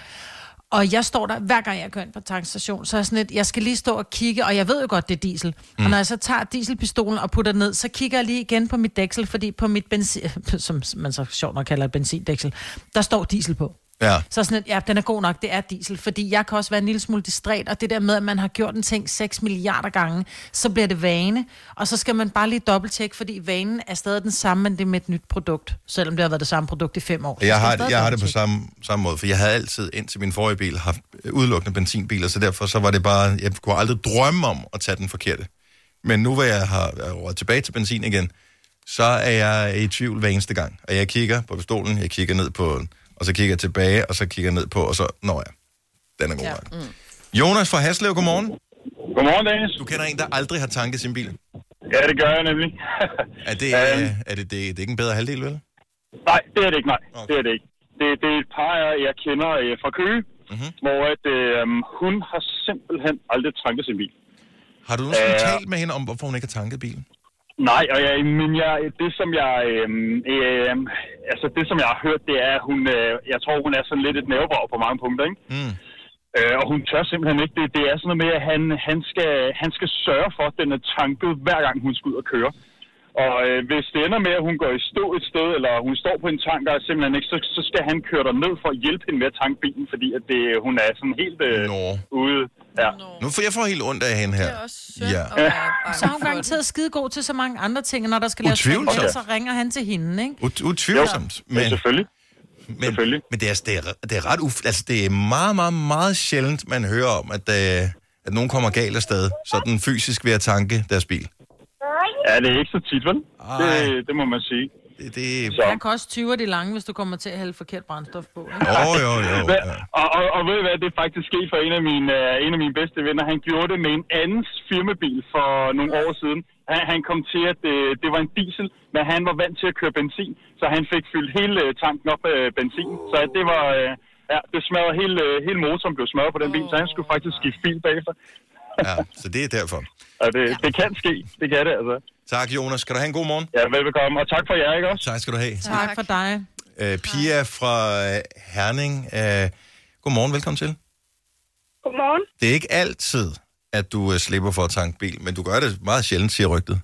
B: Og jeg står der, hver gang jeg kører ind på tankstation, så er jeg sådan lidt, jeg skal lige stå og kigge, og jeg ved jo godt, det er diesel. Mm.
G: Mm.
B: Og når jeg så tager dieselpistolen og putter den ned, så kigger jeg lige igen på mit dæksel, fordi på mit benzin, som man så sjovt nok kalder et benzindæksel, der står diesel på.
A: Ja.
B: Så sådan, at, ja, den er god nok, det er diesel, fordi jeg kan også være en lille smule distræt, og det der med, at man har gjort en ting 6 milliarder gange, så bliver det vane, og så skal man bare lige dobbelttjekke, fordi vanen er stadig den samme, men det er med et nyt produkt, selvom det har været det samme produkt i fem år. Så
A: Jeg
B: skal
A: har,
B: stadig
A: jeg har det på
B: dobbelttjekke.
A: samme, samme måde, for jeg havde altid indtil min forrige bil haft udelukkende benzinbiler, så derfor så var det bare, jeg kunne aldrig drømme om at tage den forkerte. Men nu hvor jeg har er råd tilbage til benzin igen, så er jeg i tvivl hver eneste gang. Og jeg kigger på pistolen, jeg kigger ned på den, og så kigger jeg tilbage, og så kigger jeg ned på, og så når jeg. Den er god nok.
D: Mm.
A: Jonas fra Haslev, godmorgen.
R: Godmorgen, Dennis.
A: Du kender en, der aldrig har tanket sin bil.
R: Ja, det gør jeg nemlig. Øhm.
A: Er det, er, er det, det, det er ikke en bedre halvdel, vel?
R: Nej, det er det ikke, nej. Okay. Det er det ikke. Det, det er et par, jeg- jeg kender øh, fra Køge, mm-hmm. hvor at, øh, hun har simpelthen aldrig tanket sin bil.
A: Har du nogensinde
R: Øh,
A: talt med hende om, hvorfor hun ikke har tanket bilen?
R: Nej, og jeg, men jeg, det som jeg, øh, øh, altså det som jeg har hørt, det er, at hun, øh, jeg tror, hun er sådan lidt et nævebrag på mange punkter, ikke?
A: Mm.
R: Øh, og hun tør simpelthen ikke. Det, det er sådan noget med, at han, han, skal, han skal sørge for, at den er tanket, hver gang hun skal ud og køre. Og øh, hvis det ender med, at hun går i stå et sted, eller hun står på en tanker og simpelthen ikke, så, så skal han køre der ned for at hjælpe hende med at tanke bilen, fordi at det, hun er sådan helt øh, ude. Ja.
A: Nu får jeg får helt ondt af hende her. Det er
D: også
A: ja.
B: Så har hun garanteret skide god til så mange andre ting, og når der skal laves
A: Utvivlsomt.
B: fælles, så ringer han til hende, ikke?
A: Ut- utvivlsomt. men, ja,
R: selvfølgelig.
A: Men, selvfølgelig. men det, er, det, er, det er ret uf, altså, det er meget, meget, meget sjældent, man hører om, at, øh, at nogen kommer galt afsted, sådan fysisk ved at tanke deres bil.
R: ja, det er ikke så tit, vel? Det,
A: Ej.
R: det må man sige.
A: Det, det...
R: Så.
B: Han kan også 20 de lange, hvis du kommer til at hælde forkert brændstof på, ikke?
A: Jo, jo, jo.
R: Hvad- Og, og, og ved I hvad, det er faktisk sket for en af mine, øh, en af mine bedste venner. Han gjorde det med en andens firmabil for nogle år siden. Han, han kom til, at det, det var en diesel, men han var vant til at køre benzin, så han fik fyldt hele øh, tanken op af benzin. Så det var... Øh, ja, det smadrede hele, øh, hele motoren blev smadret på den bil, så han skulle faktisk skifte bil bagefter.
A: Ja, så det er derfor.
R: Og det, det kan ske. Det kan det, altså.
A: Tak, Jonas. Skal du have en god morgen?
R: Ja, velbekomme. Og tak for jer, ikke også?
A: Tak skal du have.
B: Tak for dig.
A: Øh, Pia fra øh, Herning. Øh, godmorgen, velkommen til.
L: Godmorgen.
A: Det er ikke altid, at du øh, slipper for at tanke bil, men du gør det meget sjældent, siger rygtet.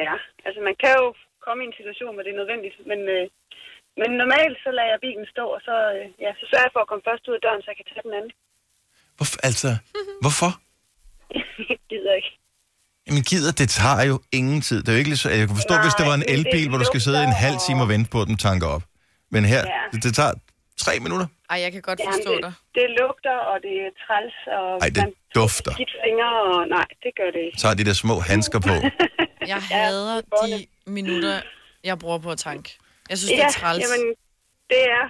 L: Ja, altså man kan jo komme i en situation, hvor det er nødvendigt, men, øh, men normalt så lader jeg bilen stå, og så, øh, ja, så sørger jeg for at komme først ud af døren, så jeg kan tage den anden.
A: Hvorfor, altså, hvorfor?
L: jeg gider ikke.
A: Jamen gider, det tager jo ingen tid. Det er jo ikke lige så, jeg kan forstå, Nej, hvis det var en
L: men det
A: elbil, hvor du skal sidde en halv time og vente på, at den tanker op. Men her, ja. det, det tager tre minutter.
D: Ej, jeg kan godt
L: Jamen,
D: forstå
L: det,
D: dig.
L: Det lugter, og det er træls, og
A: Ej, det
L: man
A: dufter.
L: skidt fingre, og nej, det gør det ikke.
A: Tager de der små handsker på.
D: Jeg hader de minutter, jeg bruger på at tanke. Jeg synes, det
L: Mm. ja,
D: er træls.
L: Jamen, det er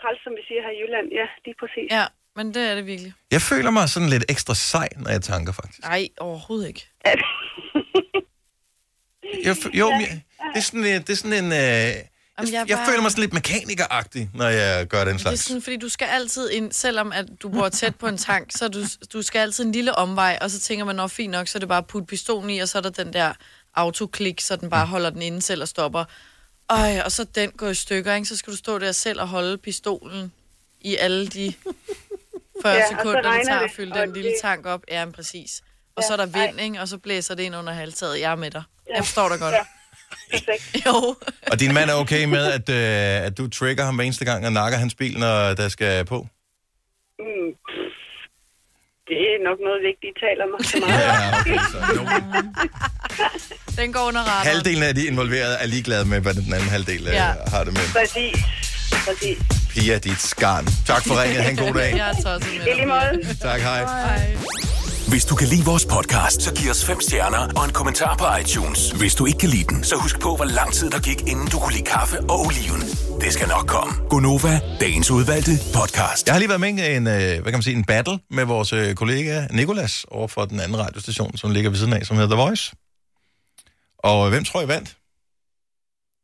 L: træls, som vi siger her i Jylland. Ja, lige præcis.
D: Ja, Men det er det virkelig.
A: Jeg føler mig sådan lidt ekstra sej, når jeg tanker, faktisk.
D: Nej, overhovedet ikke.
A: Jeg, fø- jo, men jeg, det er sådan, lidt- det er sådan en... Øh, jeg,
D: Jamen, jeg er
A: jeg, jeg
D: bare-
A: føler mig sådan lidt mekanikeragtig, når jeg gør den
D: Det er
A: slags.
D: sådan, fordi du skal altid ind, selvom at du bor tæt på en tank, så du, du skal altid en lille omvej, og så tænker man, nå fint nok, så er det bare at putte pistolen i, og så er der den der autoklik, så den
A: Mm.
D: bare holder den inde selv og stopper. Øj, og så den går i stykker, ikke? så skal du stå der selv og holde pistolen i alle de 40
J: Ja,
D: ja,
J: og så
D: sekunder, det
J: regner
D: tager at
J: det,
D: fylde
J: og
D: den lille
J: det-
D: tank op. Ja, men præcis. Og
J: Ja,
D: så er der vind,
J: ej.
D: ikke? og så blæser det ind under halvtaget. Jeg er med dig.
J: Ja.
D: Jeg forstår dig godt.
J: Ja.
D: Jo.
A: Og din mand er okay med, at, øh, at du trigger ham hver eneste gang og nakker hans bil, når der skal på?
G: Mm. pff. Det er nok noget, vi ikke lige taler om så meget.
A: Ja, okay, så.
D: Den går under radaren.
A: Halvdelen af de involverede er ligeglade med, hvad den anden halvdel øh,
D: Ja.
A: har det med.
G: Præcis. Præcis.
A: Pia, dit skarn. Tak for ringet. Ha' en god dag.
D: Jeg er tosset med
G: I lige måde.
A: Tak, hej.
E: Hvis du kan lide vores podcast, så giv os fem stjerner og en kommentar på iTunes. Hvis du ikke kan lide den, så husk på, hvor lang tid der gik, inden du kunne lide kaffe og oliven. Det skal nok komme.
A: Gonova,
E: Dagens udvalgte podcast.
A: Jeg har lige været med i en, øh, hvad kan man sige, en battle med vores øh, kollega Nikolas over for den anden radiostation, som ligger ved siden af, som hedder The Voice. Og øh, hvem tror I vandt?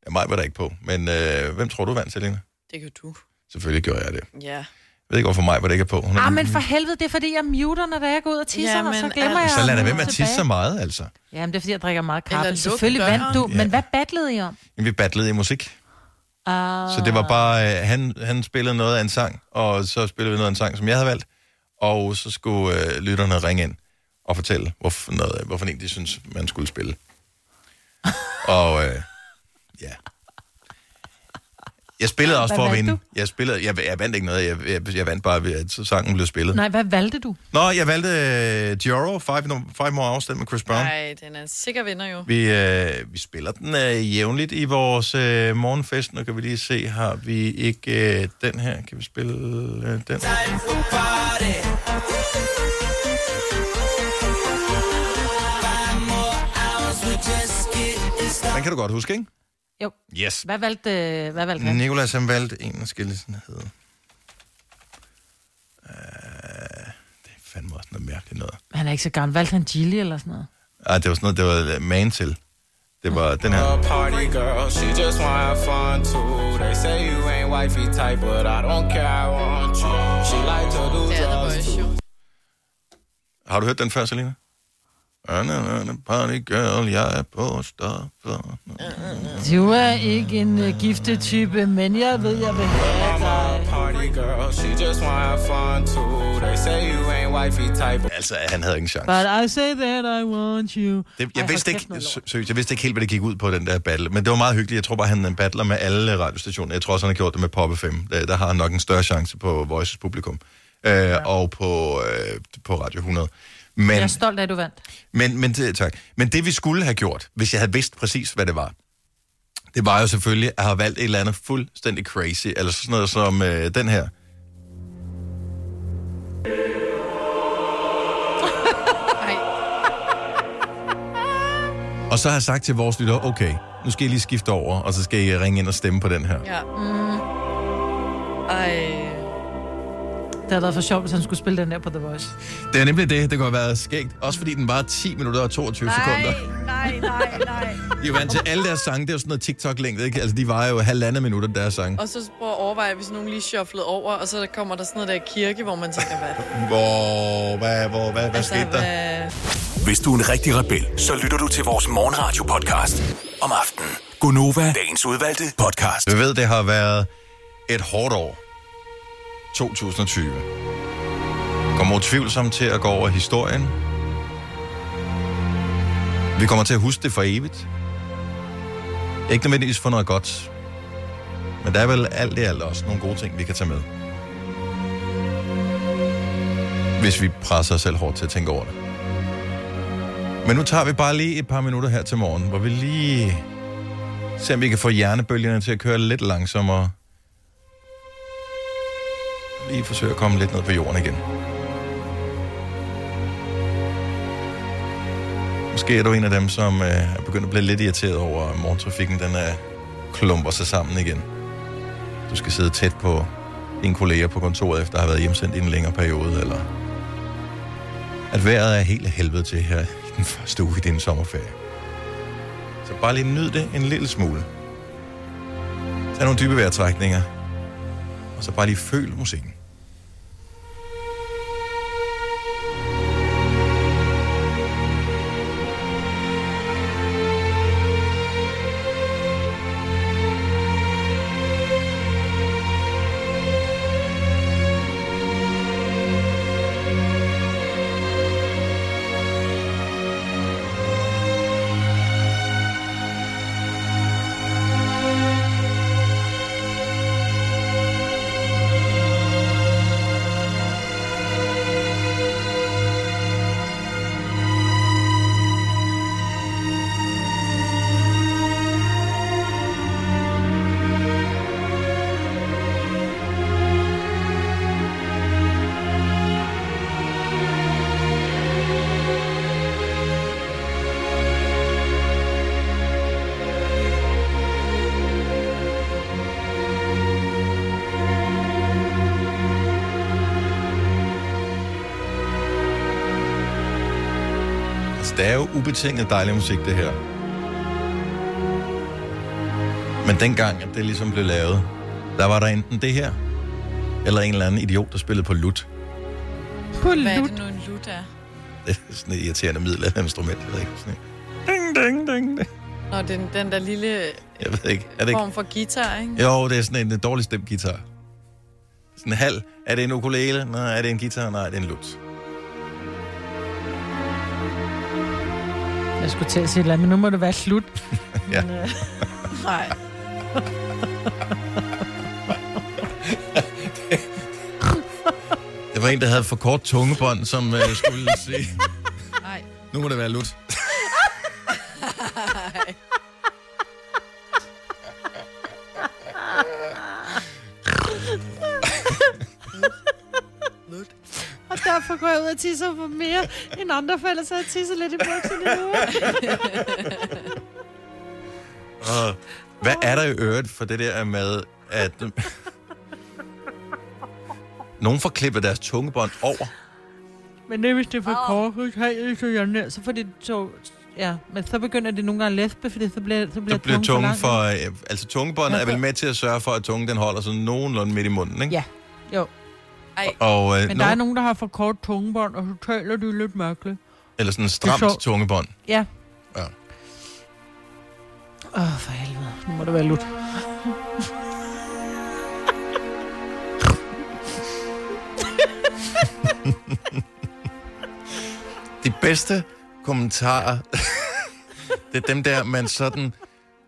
A: Ja, mig var der ikke på, men øh, hvem tror du vandt, Selina?
D: Det kan du.
A: Selvfølgelig gjorde jeg det.
D: Ja.
A: Jeg ved ikke, hvorfor mig var det ikke er på. Hun er,
B: Ah, men for helvede, det er fordi, jeg muter, når jeg går ud og tisser, ja, og så
D: Jamen, altså-
B: glemmer jeg.
A: så lad da
B: at
A: være med at
B: gå
A: tisse så
B: tilbage.
A: meget, altså.
B: Jamen, det er fordi, jeg drikker meget
D: Eller
B: kaffe.
D: luk
B: Selvfølgelig vandt du,
A: døren.
B: men hvad battlede I om?
A: Jamen, vi battlede i musik,
B: Ah,
A: så det var bare, øh, han, han spillede noget af en sang, og så spillede vi noget af en sang, som jeg havde valgt, og så skulle øh, lytterne ringe ind og fortælle, hvorfor, noget, hvorfor en de synes, man skulle spille. og øh, ja. Jeg spillede også
B: Hvad
A: for at
B: valgte
A: vinde. Jeg, spillede, jeg, jeg vandt ikke noget, jeg, jeg, jeg vandt bare, ved, at sangen blev spillet.
B: Nej, hvad valgte du?
A: Nå, jeg valgte øh, Dioro, Five, no, Five More Hours, den med Chris Brown.
D: Nej, den er en sikker vinder jo.
A: Vi, øh, vi spiller den øh, jævnligt i vores øh, morgenfest. Nu kan vi lige se, har vi ikke øh, den her? Kan vi spille øh, den? Den kan du godt huske, ikke?
B: Jo.
A: Yes.
B: Hvad valgte, øh, hvad valgte han?
A: Nikolas han valgte en, der skal ligesom hedde. Uh, det Øh, er fandme også noget mærkeligt noget.
B: Han er ikke så gammel. Valgte han Gilly eller sådan noget?
A: Ej, det var sådan noget, det var øh, man til. Det var den her.
C: party girl, she just wanna have fun too. They say you ain't wifey type, but I don't care, I want you. She like to do drugs too.
A: Har du hørt den før, Selina? Anna, Anna, party girl, jeg er på stoffer.
B: Du er ikke en uh, giftetype, men jeg ved, jeg vil have dig.
C: Party girl, she just wanna have fun too. They say you ain't wifey type.
A: Altså, han havde ingen chance.
B: But I say that I want you.
A: Det,
B: Ej,
A: jeg,
B: hold
A: vidste
B: kæft,
A: ikke, se- seriøst, jeg vidste ikke helt, hvad det gik ud på, den der battle. Men det var meget hyggeligt. Jeg tror bare, han øh, battler med alle radiostationer. Jeg tror også, han har gjort det med Poppe 5. Der, der har han nok en større chance på Voices publikum. Øh, Og på, øh, på Radio 100. Men,
B: Jeg er stolt af, at du vandt.
A: men, men, det, tak. men det, vi skulle have gjort, hvis jeg havde vidst præcis, hvad det var, det var jo selvfølgelig at have valgt et eller andet fuldstændig crazy, eller sådan noget som øh, den her. Og så har jeg sagt til vores lytter, okay, nu skal I lige skifte over, og så skal I ringe ind og stemme på den her.
D: Ja. Mm. Ej.
B: Det havde været for sjovt, hvis han skulle spille den der på The Voice.
A: Det er nemlig det, det kunne have været skægt. Også fordi den var 10 minutter og 22 sekunder.
B: nej, nej, nej.
A: De er jo vant til alle deres sange, det er jo sådan noget TikTok-længde, ikke? Altså, de var jo halvandet minutter, deres sange.
D: Og så prøv at overveje, hvis nogen lige shufflede over, og så der kommer der sådan noget der kirke, hvor man tænker, hvad?
A: Hvor, hvad, hvor, hvad, hvad
D: Altså,
A: skete der?
E: Hvis du er en rigtig rebel, så lytter du til vores morgenradio-podcast om aftenen.
A: Gunova,
E: Dagens udvalgte
A: podcast. Vi ved, det har været et hårdt år. 2020. Kommer utvivlsomt til at gå over i historien. Vi kommer til at huske det for evigt. Ikke nødvendigvis for noget godt. Men der er vel alt i alt også nogle gode ting, vi kan tage med. Hvis vi presser os selv hårdt til at tænke over det. Men nu tager vi bare lige et par minutter her til morgen, hvor vi lige Se om vi kan få hjernebølgerne til at køre lidt langsommere. Lige forsøge at komme lidt ned på jorden igen. Måske er du en af dem, som øh, er begyndt at blive lidt irriteret over, at øh, morgentrafikken den er, klumper sig sammen igen. Du skal sidde tæt på dine kolleger på kontoret, efter at have været hjemsendt i en længere periode, eller at vejret er helt af helvede til her i den første uge i din sommerferie. Så bare lige nyd det en lille smule. Tag nogle dybe vejrtrækninger, og så bare lige føl musikken. Altså, det er jo ubetinget dejlig musik, det her. Men dengang, at det ligesom blev lavet, der var der enten det her, eller en eller anden idiot, der spillede på lut.
D: Hvad er det nu, en lut er?
A: Det er sådan et irriterende middelalder-instrument, jeg ved ikke. Sådan et-
D: Ding,
A: ding, ding, ding.
D: Nå, den, den der lille
A: jeg ved ikke. Er det ikke?
D: form for guitar, ikke?
A: Jo, det er sådan en øh, dårlig stemt guitar. Sådan en halv. Er det en ukulele? Nej, er det en guitar? Nej, det er en lut.
B: Jeg skulle til at sige et eller andet, men nu må det være slut.
A: Ja.
B: Men, øh,
D: Nej.
A: Det var en, der havde for kort tungebånd, som øh, skulle sige,
D: Nej.
A: nu må det være lut.
B: Og derfor går jeg ud og tisser for mere end andre, for ellers har jeg tisset lidt i bukserne nu.
A: Og hvad er der i øvrigt for det der med, at... øh, Nogen får klippet deres tungebånd over.
B: Men det er, hvis det er for kort, så kan jeg ikke så jeg ned. Så får det to... Ja, men så begynder det nogle gange at læspe, fordi så bliver, så bliver,
A: Så bliver tungen
B: lang.
A: for... Øh, altså tungebåndet er vel med til at sørge for, at tungen den holder sådan nogenlunde midt i munden, ikke?
B: Ja, jo. Ej.
A: Og, øh,
B: men der
A: nogen-
B: er nogen, der har for kort tungebånd, og så taler de lidt mørkligt.
A: Eller sådan en stramt
B: Det er så-
A: tungebånd.
B: Ja.
A: Ja.
B: Åh, oh, for helvede. Nu må det være lut.
A: De bedste kommentarer, det er dem der, man sådan...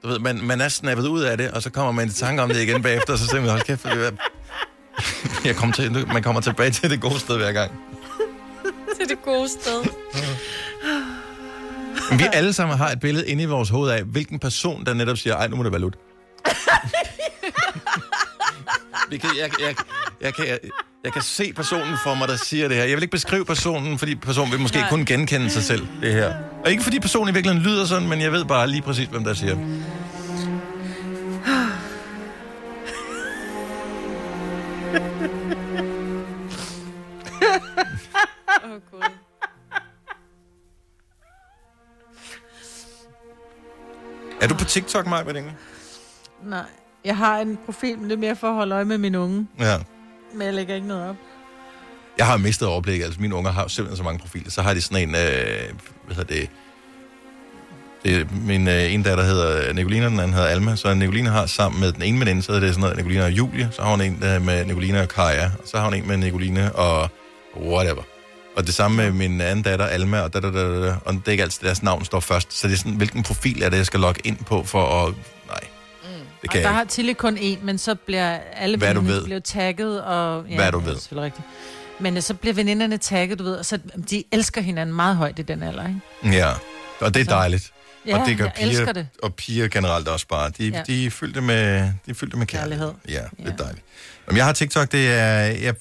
A: Du ved, man, man er snappet ud af det, og så kommer man i tanke om det igen bagefter, og så tænker man, hold kæft, det er- jeg kom til, nu- man kommer tilbage til det gode sted hver gang.
D: Til det gode sted.
A: Men vi alle sammen har et billede inde i vores hoved af, hvilken person, der netop siger, ej, nu må det være lut. Vi kan, jeg, jeg, jeg, kan, jeg, jeg kan se personen for mig, der siger det her. Jeg vil ikke beskrive personen, fordi personen vil måske
H: Nej.
A: Nej. kun genkende sig selv, det her. Og ikke fordi personen i virkeligheden lyder sådan, men jeg ved bare lige præcis, hvem der siger. det.
D: Åh, oh, Gud.
A: Er du på TikTok, Maja, hvad det
B: Nej. Jeg har en profil, men det er mere for at holde øje med min unge.
A: Ja.
B: Men jeg lægger ikke noget op.
A: Jeg har mistet overblikket. Altså, mine unger har jo simpelthen så mange profiler. Så har de sådan en, øh, hvad hedder det, det er min øh, ene datter hedder Nicolina, den anden hedder Alma. Så Nicolina har sammen med den ene veninde, så hedder det sådan noget, Nicolina og Julie. Så har hun en øh, med Nicolina og Kaja. Og så har hun en med Nicolina og whatever. Og det samme med min anden datter, Alma, og, da, da, da, da, da. og det er ikke altid, deres navn står først. Så det er sådan, hvilken profil er det, jeg skal logge ind på for at... Nej, det
B: Mm. Og
A: kan
B: der
A: jeg
B: har
A: ikke.
B: Tille kun én, men så bliver alle
A: Hvad du
B: veninderne
A: ved.
B: bliver tagget. Og,
A: Hvad du
B: det er
A: ved.
B: selvfølgelig rigtigt. Men øh, så bliver veninderne tagget, du ved, og så de elsker hinanden meget højt i den alder, ikke?
A: Ja, og det er dejligt.
B: Ja,
A: og det gør
B: jeg elsker
A: piger,
B: det.
A: og piger generelt også bare. De,
B: Ja.
A: ja. de er fyldte med, de er fyldte med kærlighed. Ja, det er dejligt. Jamen, jeg har TikTok, det er... Jeg,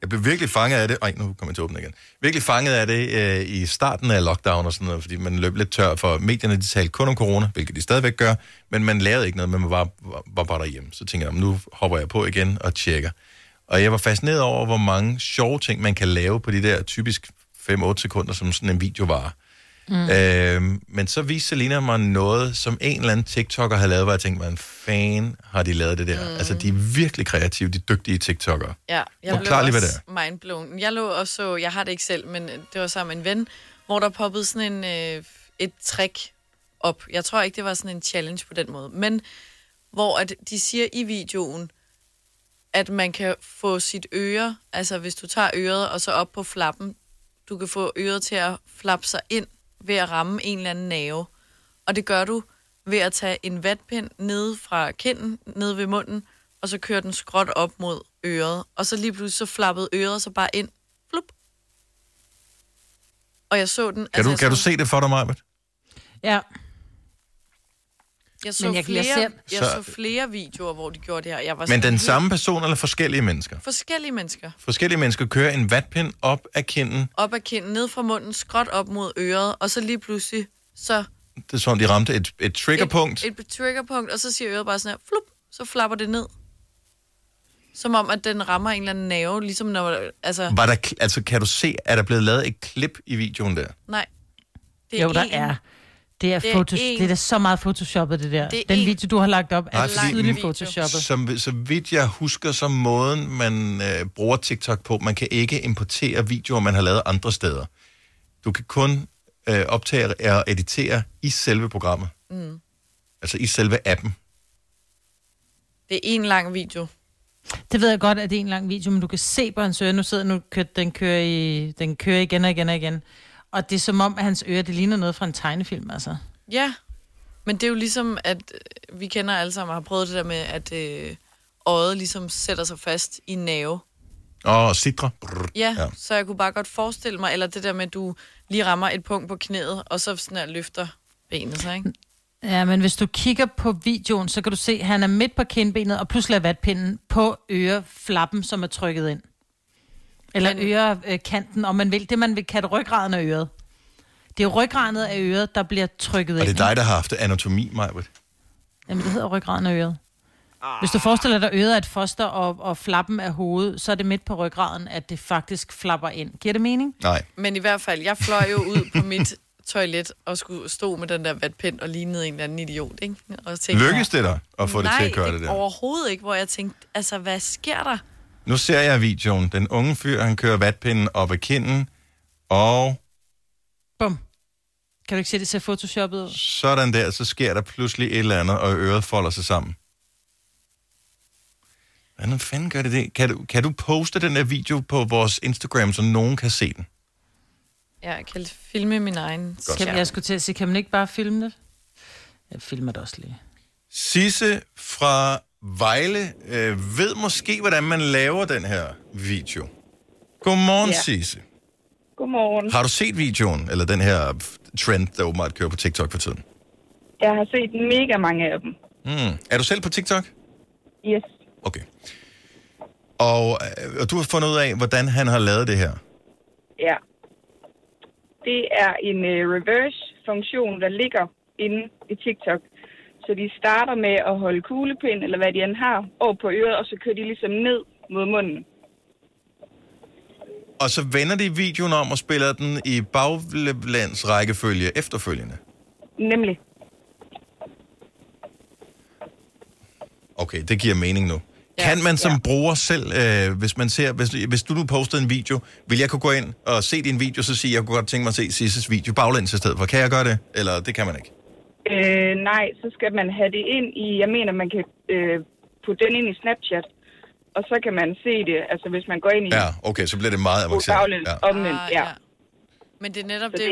A: jeg blev virkelig fanget af det. Ej, nu kommer jeg til at åbne igen. Virkelig fanget af det øh, i starten af lockdown og sådan noget, fordi man løb lidt tør for medierne, de talte kun om corona, hvilket de stadigvæk gør, men man lavede ikke noget, men man var, var, var bare derhjemme. Så tænkte jeg, "Nå, nu hopper jeg på igen og tjekker. Og jeg var fascineret over, hvor mange sjove ting, man kan lave på de der typisk 5-8 sekunder, som sådan en video varer. Mm. Øh, men så viste Selina mig noget, som en eller anden TikToker havde lavet, hvor jeg tænkte, hvordan fanden har de lavet det der? Mm. Altså, de er virkelig kreative, de dygtige TikTokere.
D: Ja, jeg
A: Forklar lige,
D: blev
A: hvad
D: også mindblown. Jeg lå og så, jeg har det ikke selv, men øh, det var sammen med en ven, hvor der poppede sådan en, øh, et trick op. Jeg tror ikke, det var sådan en challenge på den måde. Men hvor at de siger i videoen, at man kan få sit øre, altså hvis du tager øret og så op på flappen, du kan få øret til at flappe sig ind ved at ramme en eller anden nerve. Og det gør du ved at tage en vatpind nede fra kinden, nede ved munden, og så kører den skråt op mod øret. Og så lige pludselig så flappede øret så bare ind. Flup. Og jeg så den. altså
A: Kan, du,
D: jeg
A: kan du
D: så-
A: se det for dig, Maja?
B: Ja.
D: Jeg så,
B: Men
D: jeg
B: jeg-
D: flere,
B: jeg
D: jeg,
B: ser-
D: jeg
A: Så-
D: så flere videoer, hvor de gjorde det her. Jeg var
A: Men
D: sådan
A: den
D: helt-
A: samme person eller forskellige mennesker?
D: Forskellige mennesker.
A: Forskellige mennesker kører en vatpind op af kinden.
D: Op ad kinden, ned fra munden, skråt op mod øret, og så lige pludselig, så...
A: Det er sådan, de ramte et, et triggerpunkt.
D: Et, et triggerpunkt, og så siger øret bare sådan her, flup, så flapper det ned. Som om, at den rammer en eller anden nerve, ligesom når... Altså,
A: Var der, kl- altså, kan du se, at der blevet lavet et klip i videoen der?
D: nej.
B: Det jo, der er. Det er,
D: Det er
B: det, fotos,
D: en-
B: det er da så meget photoshoppet, det der.
D: Det er
B: Det den
D: en-
B: video, du har lagt op, er
A: fordi
B: tydeligt
A: den-
B: photoshoppet.
A: Som, så vidt jeg husker, så måden, man øh, bruger TikTok på, man kan ikke importere videoer, man har lavet andre steder. Du kan kun øh, optage og editere i selve programmet.
D: Mm.
A: Altså i selve appen.
D: Det er en lang video.
B: Det ved jeg godt, at det er en lang video, men du kan se på hans øre. Nu sidder nu kører, den, kører i, den kører igen og igen og igen. Og det er som om, at hans øre, det ligner noget fra en tegnefilm, altså.
D: Ja, men det er jo ligesom, at øh, vi kender alle sammen og har prøvet det der med, at øh, øjet ligesom sætter sig fast i en nerve.
A: Og sidre.
D: Ja, ja, så jeg kunne bare godt forestille mig, eller det der med, at du lige rammer et punkt på knæet, og så sådan her løfter benet, så, ikke?
B: Ja, men hvis du kigger på videoen, så kan du se, at han er midt på kindbenet, og pludselig er vatpinden på øreflappen, som er trykket ind. Eller ørekanten, om man vil. Det, man vil kalde ryggraden af øret. Det er ryggraden af øret, der bliver trykket
A: Og
B: ind.
A: det er dig, der har haft anatomi, Majbert.
B: Jamen, det hedder ryggraden af øret.
D: Ah.
B: Hvis du forestiller dig, at øret er et foster, og, og flappen er hovedet, så er det midt på ryggraden, at det faktisk flapper ind. Giver det mening?
A: Nej.
D: Men i hvert fald, jeg fløj jo ud på mit toilet og skulle stå med den der vatpind og lignede en eller anden idiot, ikke? Og
A: Lykkedes det dig at få det
D: Nej,
A: til at køre det der?
D: overhovedet ikke, hvor jeg tænkte, altså, hvad sker der?
A: Nu ser jeg videoen. Den unge fyr, han kører vatpinden op ad kinden, og
B: Bum. Kan du ikke se, det ser photoshoppet ud?
A: sådan der, så sker der pludselig et eller andet, og øret folder sig sammen. Hvordan fanden gør det det? Kan du, kan du poste den der video på vores Instagram, så nogen kan se den?
D: Ja, jeg kan filme min egen
B: Kan,
D: skærm.
B: jeg skulle til at sige, kan man ikke bare filme det? Jeg filmer det også lige.
A: Sisse fra Vejle øh, ved måske, hvordan man laver den her video. Godmorgen,
H: Ja.
A: ja. Sisse.
H: Godmorgen.
A: Har du set videoen, eller den her f- trend, der åbenbart kører på TikTok for tiden?
H: Jeg har set mega mange af dem.
A: Mm. Er du selv på TikTok?
H: Yes.
A: Okay. Og, øh, og du har fundet ud af, hvordan han har lavet det her.
H: Ja. Det er en uh, reverse-funktion, der ligger inde i TikTok. Så de starter med at holde kuglepind, eller hvad de end har, over på øret, og så kører de ligesom ned mod munden.
A: Og så vender de videoen om og spiller den i baglands rækkefølge efterfølgende.
H: Nemlig.
A: Okay, det giver mening nu. Ja, kan man som ja. bruger selv, øh, hvis man ser, hvis, hvis du nu postede en video, vil jeg kunne gå ind og se din video, så sige, jeg kunne godt tænke mig at se Sisses video baglæns i stedet for. Kan jeg gøre det? Eller det kan man ikke.
H: Øh, nej, så skal man have det ind i, jeg mener, man kan øh, putte den ind i Snapchat, og så kan man se det, altså hvis man går ind i
A: Ja, okay, så bliver det meget avanceret.
H: baglæns
A: Ja.
H: omvendt,
D: Ah,
H: ja.
D: Men det er netop
H: Så
D: det,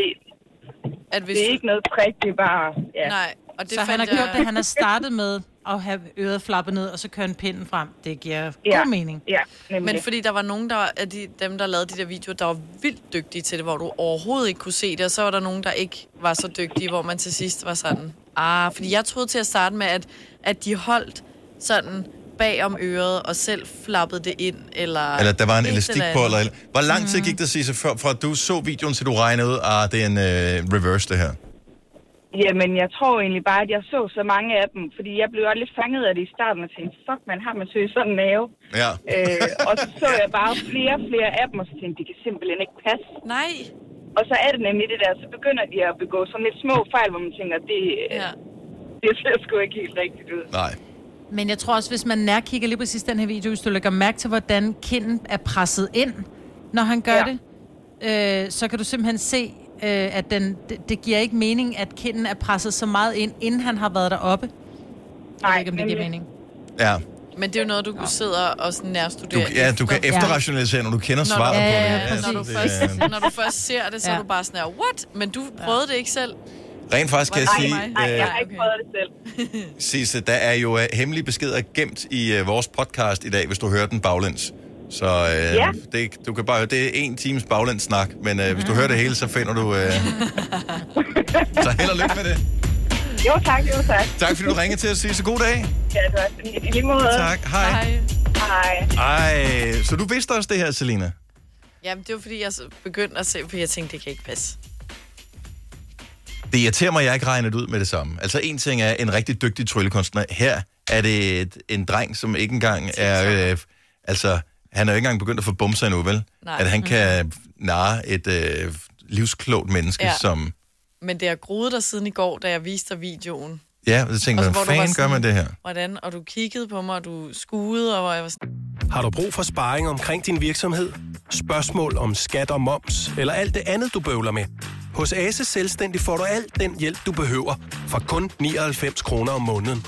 D: at hvis
H: Det er
D: du-
H: ikke noget prik, det er bare... Ja.
D: Nej, og det
B: så han har
D: fandt
B: gjort
H: jeg-
B: det, han har startet med at have øret flappet ned, og så kører han pinden frem. Det giver
H: Ja.
B: god mening.
H: Ja,
D: Men fordi der var nogen der, af de, dem, der lavede de der videoer, der var vildt dygtige til det, hvor du overhovedet ikke kunne se det, og så var der nogen, der ikke var så dygtige, hvor man til sidst var sådan, ah, fordi jeg troede til at starte med, at, at de holdt sådan bag om øret, og selv flappede det ind, eller...
A: Ah, Eller der var en
D: et
A: elastik på,
D: andet.
A: eller... Hvor lang tid gik det, Sisse, før, fra du så videoen, til du regnede ud, at ah, det er en øh, reverse, det her?
H: Jamen, jeg tror egentlig bare, at jeg så så mange af dem, fordi jeg blev også lidt fanget af det i starten og tænkte, fuck man, har man søgt sådan en mave?
A: Ja.
H: Øh, og så så jeg bare flere og flere af dem, og så tænkte, det kan simpelthen ikke passe.
D: Nej.
H: Og så er det nemlig det der, så begynder de at begå sådan lidt små fejl, hvor man tænker, det, ja. det ser sgu ikke helt rigtigt ud.
A: Nej.
B: Men jeg tror også, hvis man nærkigger lige præcis den her video, hvis du lægger mærke til, hvordan kinden er presset ind, når han gør ja. det, øh, så kan du simpelthen se, øh, at den, det, det giver ikke mening, at kinden er presset så meget ind, inden han har været deroppe. Nej, jeg ved ikke, om det giver mening.
A: Ja.
D: Men det er jo noget, du sidder og sådan
A: Du,
D: nærstuderer.
A: ja, du kan
D: efter.
A: efterrationalisere, når du kender
D: Når du,
A: svaret på det.
D: når, du
A: det
D: først,
A: er-
D: når du først ser det, så er
A: Ja.
D: du bare sådan her, what? Men du prøvede det ikke selv?
A: Rent faktisk kan jeg sige, øh,
D: har ikke prøvet det selv.
A: Sisse, der er jo uh, hemmelige beskeder gemt i uh, vores podcast i dag, hvis du hører den baglæns. Så uh,
D: Ja.
A: det, du kan bare høre, det er en times baglæns snak, men uh, hvis du hører det hele, så finder du... Uh... så held og lykke med det.
H: Jo tak, jo tak.
A: Tak fordi du ringede til os, Sisse. God dag.
H: Ja, det var sådan i lige måde.
A: Tak, hej.
H: Hej.
A: Ej, så du vidste også det her, Selina?
D: Jamen, det var fordi, jeg så begyndte at se, for jeg tænkte, det kan ikke passe.
A: Det irriterer mig, at jeg ikke regnet ud med det samme. Altså, en ting er en rigtig dygtig tryllekunstner. Her er det et, en dreng, som ikke engang er... Øh, altså, han er jo ikke engang begyndt at få bumser endnu, vel?
D: Nej.
A: At han
D: Mhm.
A: kan narre et øh, livsklogt menneske,
D: Ja.
A: ja. som...
D: Men det har groet dig siden i går, da jeg viste dig videoen.
A: Ja, og så tænkte jeg,
D: hvor
A: hvordan
D: du var
A: fanden gør
D: sådan,
A: man det her?
D: Hvordan? Og du kiggede på mig, og du skuede, og jeg var sådan,
N: Har du brug for sparring omkring din virksomhed? Spørgsmål om skat og moms, eller alt det andet, du bøvler med? Hos Ase Selvstændig får du alt den hjælp, du behøver, for kun 99 kroner om måneden.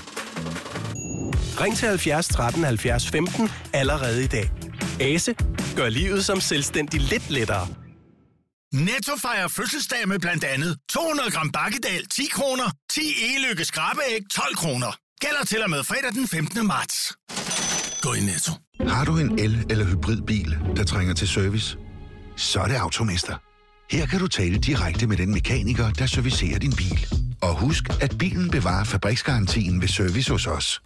N: Ring til 70 13 70 15 allerede i dag. Ase gør livet som selvstændig lidt lettere.
O: Netto fejrer fødselsdag med blandt andet 200 gram bakkedal 10 kroner, 10 e-lykke skrabeæg 12 kroner. Gælder til og med fredag den 15. marts.
P: Gå i Netto. Har du en el- eller hybridbil, der trænger til service? Så er det Automester. Her kan du tale direkte med den mekaniker, der servicerer din bil. Og husk, at bilen bevarer fabriksgarantien ved service hos os.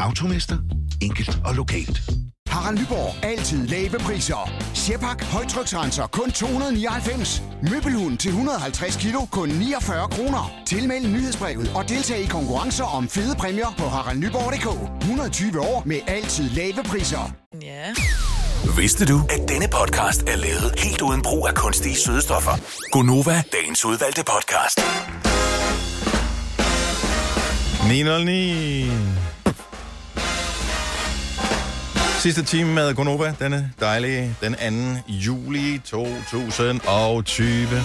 P: Automester. Enkelt og lokalt.
Q: Harald Nyborg. Altid lave priser. Sjehpak. Højtryksrenser. Kun 299. Møbelhund til 150 kilo. Kun 49 kroner. Tilmeld nyhedsbrevet og deltag i konkurrencer om fede præmier på haraldnyborg.dk. 120 år med altid lave priser.
D: ja.
E: Vidste du, at denne podcast er lavet helt uden brug af kunstige sødestoffer?
A: Gonova.
E: Dagens udvalgte podcast.
A: 909. Sidste time med Gonova, denne dejlige, den 2. juli 2020.